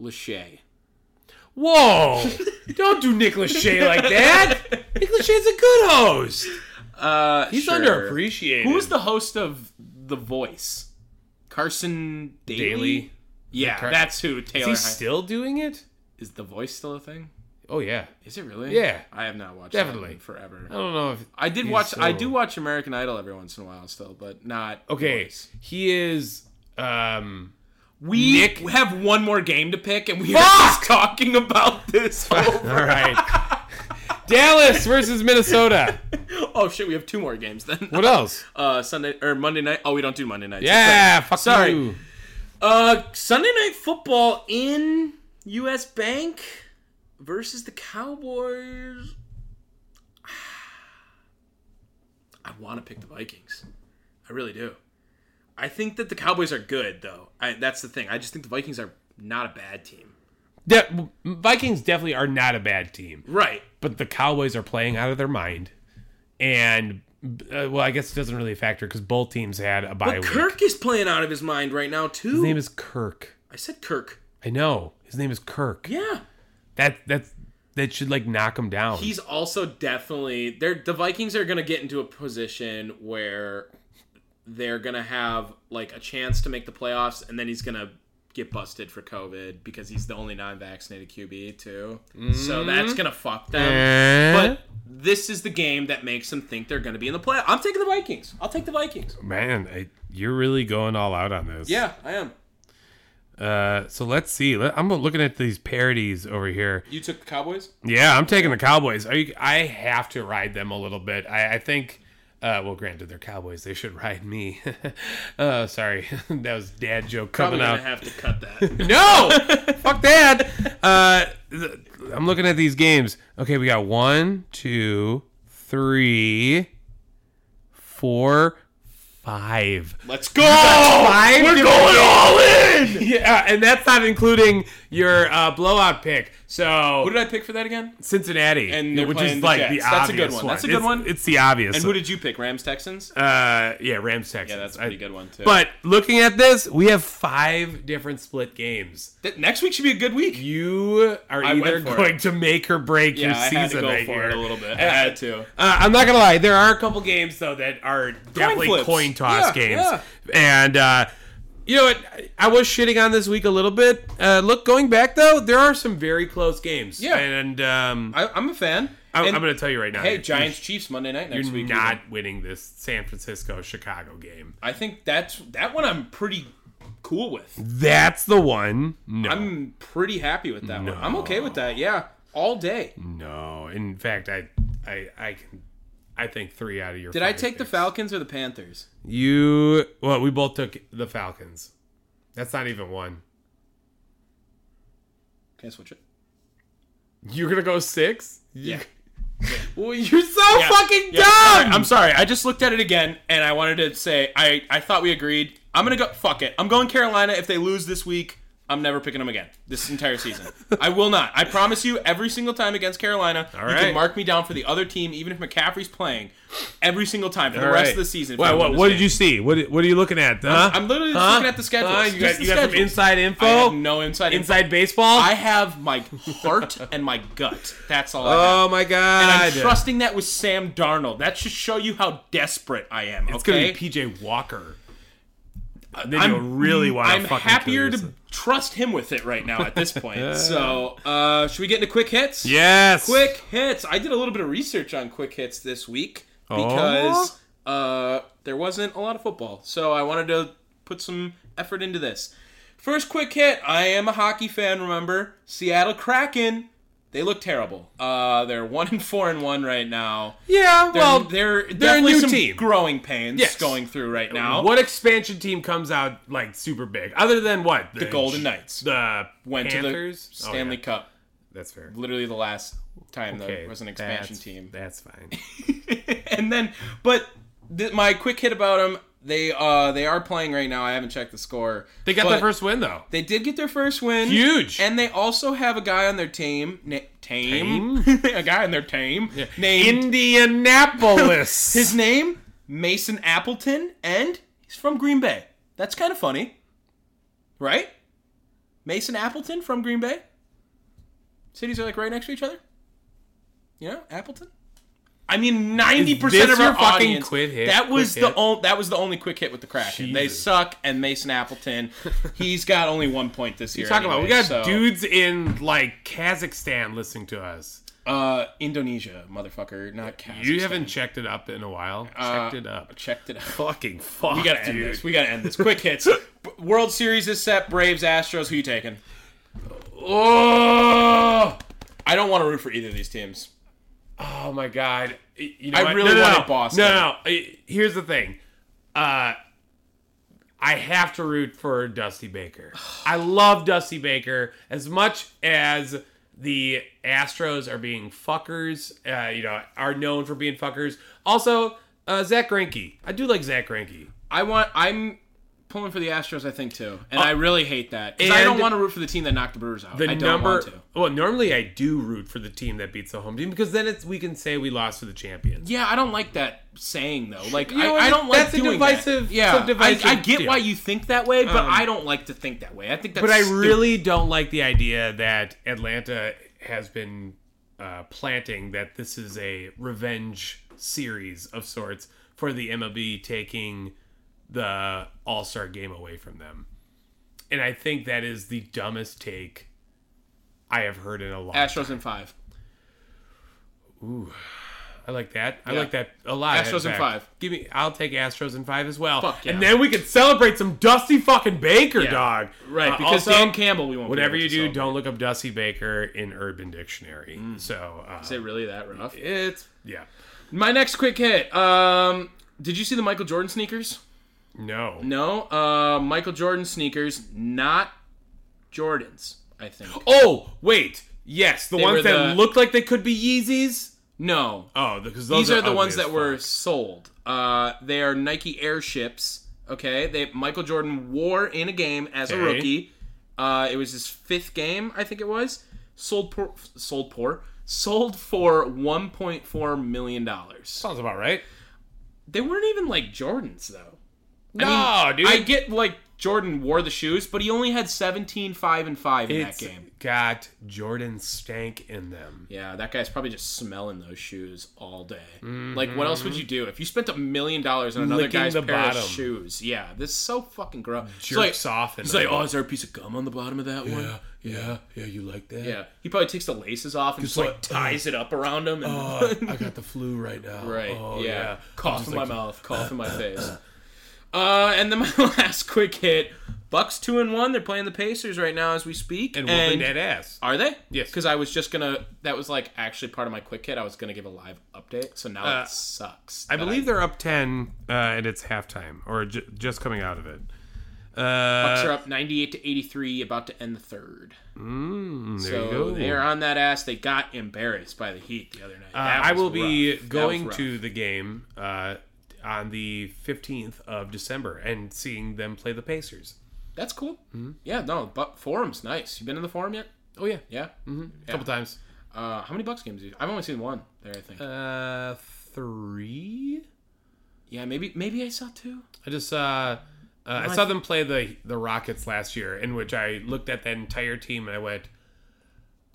B: Lachey. (laughs)
C: Whoa! Don't do Nick Lachey like that. Nicholas Shane's a good host.
B: Uh,
C: He's
B: sure.
C: underappreciated.
B: Who's the host of The Voice? Carson Daly.
C: Daily?
B: Yeah,
C: Car-
B: that's who
C: Is
B: Taylor.
C: he
B: Hi-
C: still doing it?
B: is The Voice still a thing?
C: Oh yeah.
B: Is it really?
C: Yeah.
B: I have not watched
C: Definitely.
B: that in forever.
C: I don't know if
B: I did
C: he's
B: watch. I
C: still-
B: do watch American Idol every once in a while still, but not.
C: Okay,
B: Voice.
C: he is. Um,
B: We
C: Nick-
B: have one more game to pick, and we are just talking about this.
C: (laughs) all right. Dallas versus Minnesota.
B: oh shit, we have two more games then.
C: What else?
B: Uh, Sunday or Monday night? Oh, we don't do Monday nights.
C: Yeah, fuck
B: Sorry.
C: you.
B: Uh, Sunday night football in U.S. Bank versus the Cowboys. (sighs) I want to pick the Vikings. I really do. I think that the Cowboys are good, though. I, that's the thing. I just think the Vikings are not a bad team.
C: De- Vikings definitely are not a bad team,
B: Right.
C: but the Cowboys are playing out of their mind, and uh, well, I guess it doesn't really factor because both teams had a bye
B: But
C: week.
B: Kirk is playing out of his mind right now, too.
C: His name is Kirk.
B: I said Kirk.
C: I know his name is Kirk.
B: Yeah.
C: That that's that should like knock him down.
B: He's also definitely they're the Vikings are gonna get into a position where they're gonna have like a chance to make the playoffs, and then he's gonna get busted for COVID because he's the only non-vaccinated QB too. So that's gonna fuck them. But this is the game that makes them think they're gonna be in the playoff. I'm taking the Vikings. I'll take the Vikings.
C: Man, I, you're really going all out on this.
B: Yeah, I am.
C: Uh, so let's see. Let- I'm looking at these parodies over here.
B: You took the Cowboys.
C: Yeah, I'm taking the Cowboys. Are you, I have to ride them a little bit. I, I think. Uh, well, granted, they're Cowboys. They should (laughs) ride me. uh, sorry, (laughs) that was dad joke
B: Probably
C: coming
B: gonna have
C: out.
B: to cut that.
C: No, (laughs) fuck that. Uh, th- I'm looking at these games. Okay, we got one, two, three, four, five.
B: (laughs) Let's go.
C: Five
B: Oh! We're
C: different
B: going
C: games.
B: all in.
C: (laughs) Yeah, and that's not including your uh, blowout pick. So
B: Who did I pick for that again?
C: Cincinnati,
B: And they're
C: which
B: playing
C: is
B: the
C: like
B: Jets.
C: the
B: That's a good
C: obvious
B: one. That's a good
C: It's-
B: one.
C: It's the obvious.
B: And who did you pick? Rams Texans.
C: Uh, yeah, Rams Texans.
B: Yeah, that's a
C: I-
B: pretty good one too.
C: But looking at this, we have five different split games.
B: Th- next week should be a good week.
C: You are
B: I went
C: either
B: for
C: going to make or break your
B: yeah, I
C: season
B: had to go
C: right
B: for
C: here.
B: it a little bit. I had to.
C: Uh, I'm not gonna lie. There are a couple games though that are definitely
B: flips.
C: coin toss
B: Yeah,
C: games,
B: yeah.
C: and uh, you know what? I was shitting on this week a little bit. Uh, look, going back though, there are some very close games.
B: Yeah.
C: and um, I,
B: I, I'm a fan.
C: am
B: And-
C: gonna tell you right now.
B: Hey,
C: you're-
B: Giants Chiefs Monday night
C: You're
B: next week.
C: not
B: even.
C: winning this San Francisco Chicago game.
B: I think that's that one. I'm pretty cool with.
C: That's the one. No,
B: I'm pretty happy with that one. I'm okay with that. Yeah, all day.
C: no. In fact, I, I, I can. I think three out of your.
B: Did I
C: five
B: take the
C: picks.
B: Falcons or the Panthers?
C: You well, we both took the Falcons. That's not even one.
B: Can I switch it?
C: You're gonna go six?
B: Yeah. (laughs)
C: Well, you're so
B: Yeah.
C: fucking
B: Yeah, sorry.
C: dumb.
B: I'm sorry. I just looked at it again, and I wanted to say I I thought we agreed. I'm gonna go. Fuck it. I'm going Carolina. If they lose this week, I'm never picking them again this entire
C: (laughs)
B: season. I will not. I promise you. Every single time against Carolina, you
C: right.
B: can mark me down for the other team, even if McCaffrey's playing. Every single time for the
C: All
B: rest
C: right.
B: of the season. if
C: Wait,
B: they
C: what,
B: win
C: what
B: this
C: did you see? What What are you looking at? Huh?
B: I'm literally just
C: Huh?
B: looking at the schedules.
C: Huh? You
B: Just
C: got,
B: the
C: you got some
B: schedules.
C: inside info.
B: game. I have no inside info.
C: inside baseball.
B: I have my heart and my gut. That's all. I have.
C: oh my god!
B: And I'm trusting that with Sam Darnold. That should show you how desperate I am.
C: It's
B: okay?
C: gonna be PJ Walker. Uh, Then you'll really want
B: I'm
C: to fucking
B: happier
C: kill
B: to
C: yourself.
B: trust him with it right now at this
C: (laughs)
B: point. so, uh, should we get into quick hits?
C: Yes.
B: Quick hits. I did a little bit of research on quick hits this week
C: Oh.
B: because uh, there wasn't a lot of football. So I wanted to put some effort into this. First quick hit. I am a hockey fan, remember? Seattle Kraken. They look terrible. Uh, they're one and four and one right now.
C: Yeah.
B: They're,
C: well,
B: they're,
C: a
B: definitely
C: new
B: some
C: team.
B: growing pains
C: Yes.
B: going through right now.
C: What expansion team comes out like super big? Other than what? The,
B: Golden Knights.
C: The
B: went
C: Panthers?
B: to the Stanley
C: Oh, yeah.
B: Cup.
C: That's fair.
B: Literally the last time
C: Okay,
B: there was an expansion
C: that's-
B: team.
C: That's fine.
B: (laughs) and then, but th- my quick hit about them. They uh they are playing right now. I haven't checked the score.
C: They got
B: but
C: their first win though.
B: They did get their first win.
C: Huge.
B: And they also have a guy on their team. Na- tame. (laughs) a guy on their team. Named (laughs)
C: Indianapolis.
B: his name Mason Appleton, and he's from Green Bay. That's kind of funny, right? Mason Appleton from Green Bay. Cities are like right next to each other. You know, Appleton. I mean, ninety
C: Is
B: percent
C: this
B: of our
C: your fucking
B: audience.
C: quick hit-
B: that was
C: quick
B: the
C: hit?
B: only that was the only quick hit with the Kraken. They
C: Jesus.
B: suck, and Mason Appleton, he's got only one point this year.
C: Talking about we
B: anyway, so-
C: got dudes in like Kazakhstan listening to us.
B: uh, Indonesia, motherfucker, not Kazakhstan.
C: You haven't checked it up in a while. checked it up.
B: Uh, checked it out.
C: Fucking fuck.
B: We gotta end
C: dude.
B: this. We gotta end this. Quick (laughs) hits. B- World Series is set. Braves, Astros. Who you taking?
C: Oh,
B: I don't want to root for either of these teams.
C: oh my god. You know
B: I
C: what?
B: really
C: no, no,
B: wanted
C: no.
B: Boston.
C: No, no, no. I- Here's the thing. Uh, I have to root for Dusty Baker. (sighs) I love Dusty Baker as much as the Astros are being fuckers. Uh, you know, are known for being fuckers. Also, uh, Zach Greinke. I do like Zach Greinke.
B: I want. I'm pulling for the Astros. I think too, and I really hate that because I
C: and
B: don't want to root for the team that knocked Uh, the Brewers out.
C: the
B: I don't
C: number
B: want to.
C: well normally i do root for the team that beats the home team because then it's we can say we lost to the champions
B: Yeah, I don't like that saying though. Like
C: know what?
B: I, I don't like
C: That's a
B: doing that.
C: divisive-
B: Yeah,
C: some divisive
B: I, I get
C: deal.
B: why you think that way, but I don't like to think that way. Um, I think that's.
C: but i
B: stupid.
C: really don't like the idea that atlanta has been uh, planting that this is a revenge series of sorts for the mlb taking the all-star game away from them and i think that is the dumbest take i have heard in a long
B: Astros in five.
C: I like that. I
B: Yeah.
C: like that a lot.
B: Astros in
C: fact.
B: five.
C: Give me. I'll take Astros in five as well.
B: Fuck yeah.
C: And then we could celebrate some Dusty fucking Baker,
B: Yeah.
C: dog.
B: Right,
C: Uh,
B: because
C: also,
B: Dan Campbell, we won't. be
C: Whatever
B: able
C: you
B: to
C: do,
B: solve.
C: don't look up Dusty Baker in Urban Dictionary.
B: Mm.
C: So uh,
B: Is it really that rough?
C: it's yeah.
B: My next quick hit. Um, did you see the Michael Jordan sneakers?
C: No.
B: No. Uh, Michael Jordan sneakers, not Jordans. I think.
C: (gasps) Oh wait, yes, the
B: They were
C: ones that
B: the-
C: looked like they could be Yeezys.
B: No.
C: Oh, because
B: These are the ones that were sold. Uh, they are Nike Airships. Okay, they Michael Jordan wore in a game as a
C: Okay.
B: rookie. Uh, it was his fifth game, I think it was. Sold por, sold poor, sold for one point four million dollars.
C: sounds about right.
B: They weren't even like Jordans though.
C: No,
B: I mean,
C: dude.
B: I get like Jordan wore the shoes, but he only had 17, 5, and 5 in
C: it's
B: that game.
C: got Jordan Stank in them.
B: Yeah, that guy's probably just smelling those shoes all day. Like, what else would you do if you spent a million dollars on another
C: Licking
B: guy's
C: the
B: pair
C: bottom.
B: of shoes? Yeah, this is so fucking gross. It's
C: Jerks
B: like,
C: off and
B: He's like, oh, is there a piece of gum on the bottom of that one?
C: yeah, yeah, yeah. You like that?
B: Yeah, he probably takes the laces off and just
C: what-
B: like ties it up around him. And,
C: "Oh,
B: (laughs)
C: I got the flu right now.
B: right?
C: Oh,
B: yeah. cough
C: Just
B: in
C: like-
B: my mouth, cough
C: (laughs)
B: in my face. Uh, and then my (laughs) last quick hit: Bucks two and one. They're playing the Pacers right now as we speak,
C: And whooping that ass.
B: Are they?
C: Yes.
B: Because I was just gonna. That was like actually part of my quick hit. I was gonna give a live update. So now
C: Uh,
B: it sucks.
C: I
B: that
C: believe they're up 10, uh, and it's halftime, or ju- just coming out of it. Uh,
B: Bucks are up 98 to 83, about to end the third.
C: mm, there you
B: So
C: go.
B: they are on that ass. They got embarrassed by the Heat the other night.
C: Uh,
B: That
C: I
B: was
C: will be
B: rough. That
C: going
B: was rough.
C: to the game uh, on the 15th of December and seeing them play the Pacers.
B: That's cool. Yeah, no, but forum's nice. You been in the forum yet?
C: Mm-hmm. Oh, yeah.
B: Yeah. Mm-hmm.
C: A couple times.
B: Uh, how many Bucks games? Do you, I've only seen one there. I think.
C: Uh, three?
B: yeah, maybe maybe I saw two.
C: I just saw. Uh, I saw them play the the Rockets last year, in which I looked at that entire team and I went,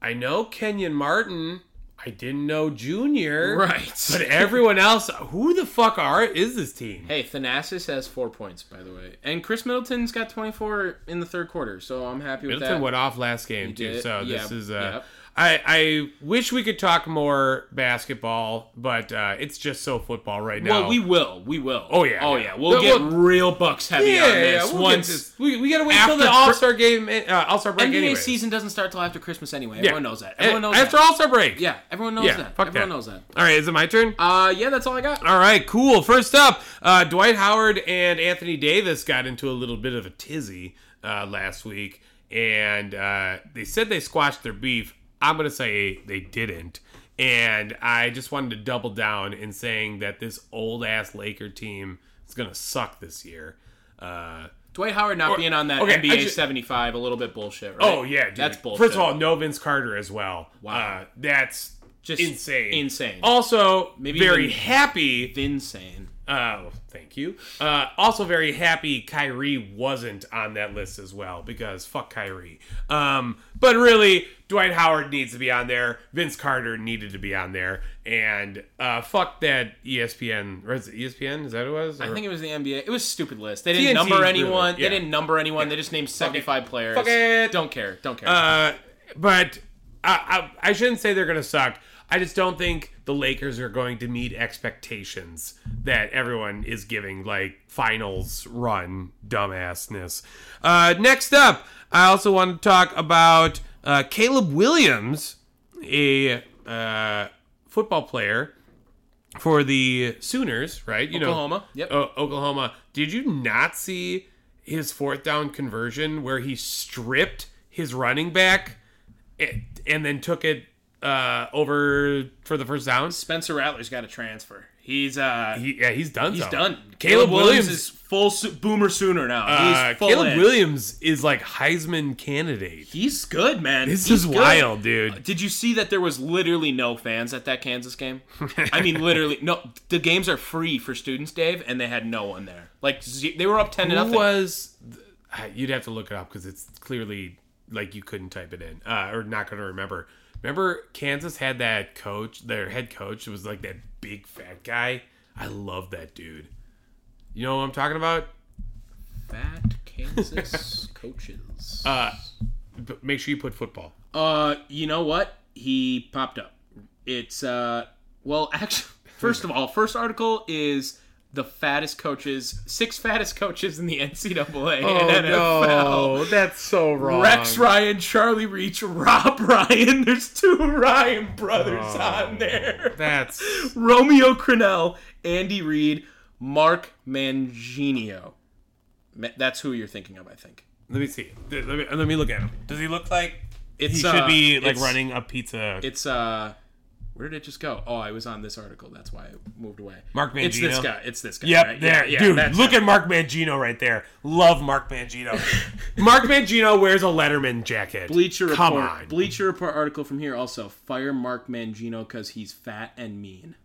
C: "I know Kenyon Martin. I didn't know Junior,
B: (laughs) Right.
C: But everyone else, who the fuck are is this team?
B: Hey, Thanasis has four points, by the way, and Chris Middleton's got 24 in the third quarter. So I'm happy with
C: Middleton
B: that.
C: went off last game too,
B: did,
C: so this
B: yeah,
C: is. Uh,
B: yep.
C: I I wish we could talk more basketball, but uh, it's just so football right now.
B: Well, we will. We will.
C: Oh, yeah,
B: Oh
C: yeah.
B: yeah. We'll
C: But
B: get
C: we'll-
B: real Bucks heavy
C: yeah,
B: on
C: yeah,
B: this
C: yeah, we'll get
B: once.
C: this- we we gotta wait until
B: after
C: the
B: cr-
C: All Star game,
B: eh,
C: uh, All Star break.
B: NBA
C: anyway.
B: season doesn't start till after Christmas anyway.
C: Yeah. Eh,
B: Everyone knows that. Everyone knows
C: after
B: that.
C: All Star break.
B: yeah, everyone knows
C: Yeah,
B: that.
C: fuck
B: everyone
C: that.
B: knows that.
C: All right, is it my turn?
B: Uh, yeah, that's all I got.
C: All right, cool. First up, uh, Dwight Howard and Anthony Davis got into a little bit of a tizzy uh, last week, and uh, they said they squashed their beef. I'm going to say they didn't. And I just wanted to double down in saying that this old ass Laker team is going to suck this year. Uh,
B: Dwight Howard not being on that
C: okay, I
B: NBA
C: ju-
B: 75, a little bit bullshit. Right?
C: oh, yeah, dude.
B: that's bullshit.
C: First of all, no Vince Carter as well.
B: Wow.
C: Uh, that's
B: Just
C: insane.
B: insane.
C: Also,
B: Maybe
C: very
B: even-
C: happy
B: insane.
C: Uh, thank you. Uh, also very happy Kyrie wasn't on that list as well because fuck Kyrie. Um, but really, Dwight Howard needs to be on there. Vince Carter needed to be on there, and uh, fuck that ESPN. Or is it E ESPN? Is that who it was?
B: I
C: Or-
B: think it was the NBA. It was stupid list. They didn't
C: TNT
B: number
C: really,
B: anyone.
C: yeah.
B: They didn't number anyone. They just named seventy-five players.
C: Fuck it.
B: Don't care. Don't care.
C: Uh, but I, I, I shouldn't say they're going to suck. I just don't think the Lakers are going to meet expectations that everyone is giving, like finals run dumbassness. Uh, next up, I also want to talk about uh, Caleb Williams, a uh, football player for the Sooners, right? You
B: Oklahoma,
C: Know,
B: yep.
C: O- Oklahoma. Did you not see his fourth down conversion where he stripped his running back and, and then took it uh, over for the first down?
B: Spencer Rattler's got a transfer. He's uh
C: He, yeah, he's done.
B: he's
C: some.
B: done.
C: Caleb,
B: Williams,
C: Williams
B: is full su- boomer sooner now.
C: uh,
B: he's full
C: Caleb
B: in.
C: Williams is like Heisman candidate.
B: He's good, man.
C: This
B: He's
C: is
B: good. Uh,
C: wild, dude.
B: Did you see that there was literally no fans at that Kansas
C: (laughs)
B: game? I mean, literally, no. The games are free for students, Dave, and they had no one there. Like ze- they were up ten to
C: Who
B: nothing.
C: was? th- I- You'd have to look it up because it's clearly like you couldn't type it in uh, or not going to remember. Remember, Kansas had that coach. Their head coach was like that big fat guy. I love that dude. You know what I'm talking about?
B: Fat Kansas (laughs) coaches.
C: B- make sure you put football.
B: Uh, you know what? He popped up. It's uh, well, actually, (laughs) first of all, first article is the fattest coaches, six fattest coaches in the (laughs) NCAA and NFL.
C: Oh, that's so wrong.
B: Rex Ryan, Charlie Reach, Rob (laughs) Ryan. There's two Ryan brothers on there.
C: That's
B: Romeo Crennel, Andy Reid, Mark Manginio. Ma- That's who you're thinking of, I think.
C: let me see. Th- Let me, let me look at him. Does he look like
B: It's,
C: he should
B: uh,
C: be like
B: it's-
C: running a pizza?
B: It's uh where did it just go? Oh, I was on this article. That's why I moved away.
C: Mark
B: It's this
C: Mangino.
B: guy. It's this guy.
C: Yep,
B: right?
C: there,
B: uh, Yeah, yeah,
C: dude.
B: that's
C: look
B: him.
C: at Mark Mangino right there. Love
B: (laughs)
C: Mark Mangino. Mark Mangino wears a Letterman jacket.
B: Bleacher Report.
C: Come on.
B: Bleacher Report article from here also. Fire Mark Mangino because he's fat and mean.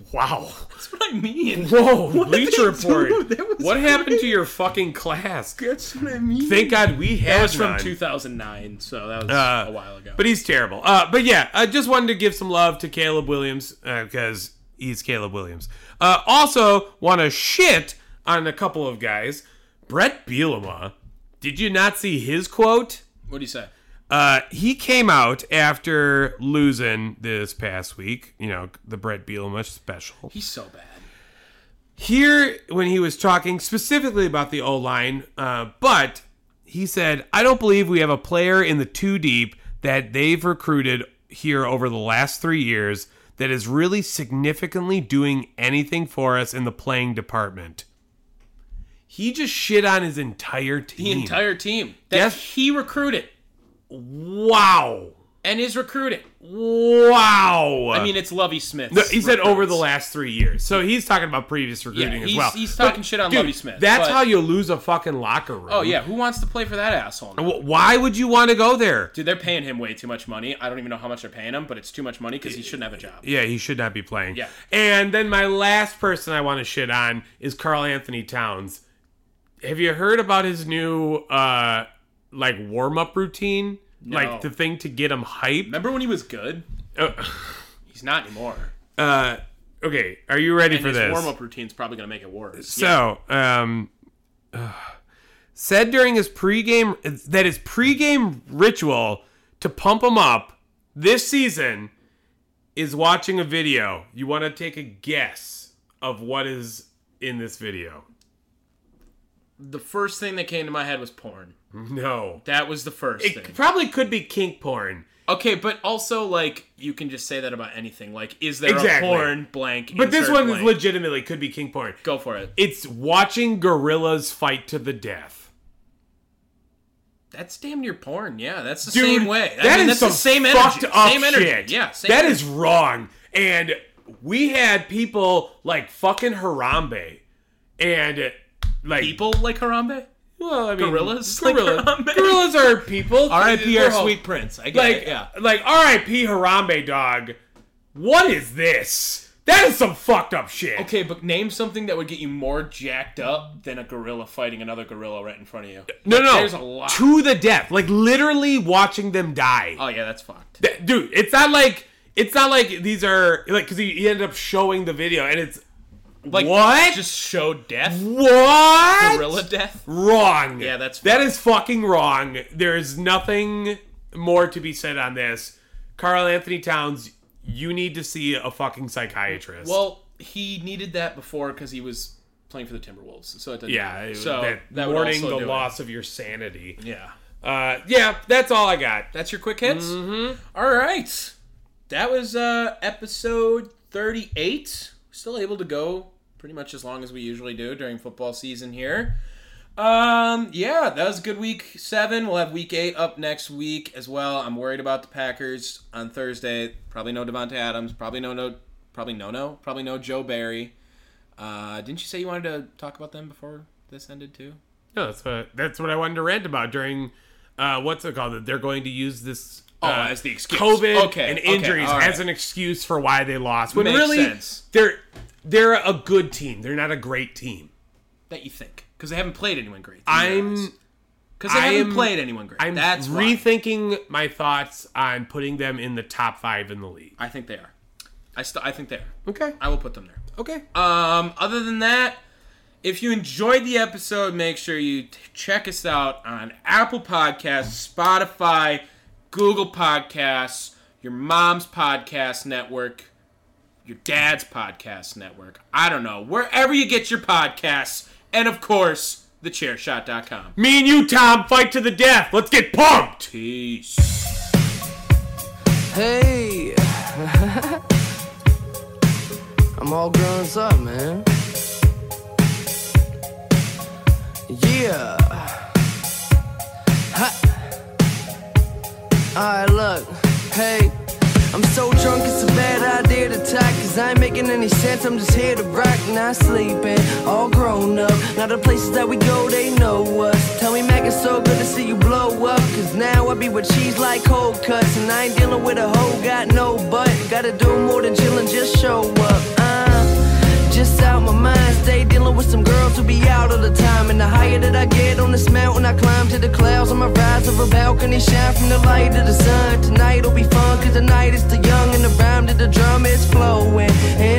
B: (laughs)
C: wow.
B: That's what I mean.
C: Whoa.
B: (laughs) What did
C: Bleacher
B: they do? (laughs)
C: Report.
B: That was
C: What happened
B: great.
C: to your fucking class?
B: That's what I mean.
C: Thank God we had
B: that was from
C: none.
B: 2009, so that was
C: Uh,
B: a while ago.
C: But he's terrible. Uh, but yeah, I just wanted to give some love to Caleb Williams because he's Caleb Williams. Uh, also, want to shit on a couple of guys. Brett Bielema. Did you not see his quote?
B: what do you say?
C: Uh, he came out after losing this past week, you know, the Brett Bielema special.
B: He's so bad.
C: Here, when he was talking specifically about the O line, uh, but he said, I don't believe we have a player in the two deep that they've recruited here over the last three years that is really significantly doing anything for us in the playing department. He just shit on his entire team.
B: The entire team that
C: Yes.
B: he recruited
C: wow.
B: and is recruited.
C: Wow.
B: I mean, it's Lovey Smith.
C: Uh, No, he said over the last three years. So he's talking about previous recruiting
B: Yeah,
C: as
B: he's-
C: well.
B: he's talking shit on Lovie Smith,
C: That's
B: but-
C: how you lose a fucking locker room.
B: Oh yeah, who wants to play for that asshole? now?
C: Wh- Why would you want to go there?
B: Dude, they're paying him way too much money. I don't even know how much they're paying him, but it's too much money because he shouldn't have a job.
C: Yeah, he should not be playing.
B: Yeah.
C: And then my last person I want to shit on is Carl Anthony Towns. Have you heard about his new uh like warm up routine? Like the thing to get him hyped?
B: Remember when he was good?
C: Uh,
B: He's not anymore.
C: uh, okay, are you ready
B: And
C: for
B: his
C: this?
B: warm-up routine's probably gonna make it worse.
C: So, um, (sighs) ugh. said during his pregame that his pregame ritual to pump him up this season is watching a video. You want to take a guess of what is in this video? (laughs)
B: the first thing that came to my head was porn.
C: No,
B: That was the first
C: it
B: thing.
C: probably could be kink porn.
B: Okay, but also like you can just say that about anything. Like, is there
C: Exactly.
B: a porn blank?
C: But this
B: insert
C: one is
B: blank?
C: legitimately could be kink porn.
B: Go for it.
C: It's watching gorillas fight to the death.
B: That's damn near porn. Yeah, that's the
C: Dude,
B: same way. I
C: that
B: mean, that's
C: is
B: the
C: some
B: same energy.
C: fucked up
B: same energy.
C: shit.
B: Yeah, same
C: That
B: energy.
C: is wrong. And we had people like fucking Harambe, and like
B: people like Harambe.
C: Well, I mean, (laughs)
B: Gorillas like
C: Gorillas.
B: Harambe?
C: gorillas
B: (laughs)
C: are people.
B: R.I.P.
C: They're
B: our
C: all-
B: sweet prince. I get
C: Like,
B: it. Yeah.
C: like R.I.P. Harambe dog. What is this? That is some fucked up shit.
B: Okay, but name something that would get you more jacked up than a gorilla fighting another gorilla right in front of you.
C: No, no, no.
B: There's a lot.
C: to the death. Like literally watching them die.
B: Oh yeah, that's fucked.
C: Th- dude, it's not like it's not like these are like because he, he ended up showing the video and it's
B: Like
C: What?
B: Just show death.
C: what
B: Gorilla death.
C: wrong.
B: Yeah, that's
C: that is fucking wrong. There is nothing more to be said on this. Carl Anthony Towns, you need to see a fucking psychiatrist.
B: Well, he needed that before because he was playing for the Timberwolves. So it didn't
C: yeah, it-
B: so
C: that,
B: would
C: mourning
B: also
C: the
B: do it.
C: loss of your sanity.
B: Yeah,
C: Uh, yeah, that's all I got.
B: that's your quick hits. All right, that was uh, episode thirty-eight. Still able to go pretty much as long as we usually do during football season here. Um, yeah, that was a good week seven. We'll have week eight up next week as well. I'm worried about the Packers on Thursday. Probably no Devonte Adams. Probably no no. Probably no no. Probably no Joe Barry. Uh, didn't you say you wanted to talk about them before this ended too?
C: No, that's what that's what I wanted to rant about during uh, what's it called? That they're going to use this
B: Oh,
C: uh,
B: as the excuse.
C: COVID
B: Okay,
C: and
B: okay,
C: injuries
B: all right.
C: as an excuse for why they lost. When
B: Makes
C: really
B: sense.
C: they're they're a good team. They're not a great team.
B: That you think because they haven't played anyone great.
C: I'm
B: because they haven't
C: I'm-
B: played anyone great.
C: I'm
B: That's why.
C: rethinking my thoughts on putting them in the top five in the league.
B: I think they are. I st- I think they are.
C: Okay.
B: I will put them there.
C: Okay.
B: Um, other than that, if you enjoyed the episode, make sure you t- check us out on Apple Podcasts, Spotify, Google Podcasts, your mom's podcast network, your dad's podcast network. I don't know. Wherever you get your podcasts, and of course, thechairshot.com.
C: Me and you, Tom, fight to the death. Let's get pumped.
B: Peace.
G: Hey, I'm all grown up, man. Yeah. Alright, look, hey. I'm so drunk, it's a bad idea to talk. Cause I ain't making any sense, I'm just here to rock, not sleeping. All grown up, now the places that we go, they know us. Tell me, Mac, it's so good to see you blow up. Cause now I be with cheese like cold cuts. And I ain't dealing with a hoe, got no butt. Gotta do more than chillin', just show up. Uh, just out my mind, stay dealing with some girls who be out all the time. And the higher that I get on this mountain, I climb to the clouds on my rise of a balcony, shine from the light of the sun. Tonight'll be fun, cause the night is too young, and the rhyme to the drum is flowing. And oh,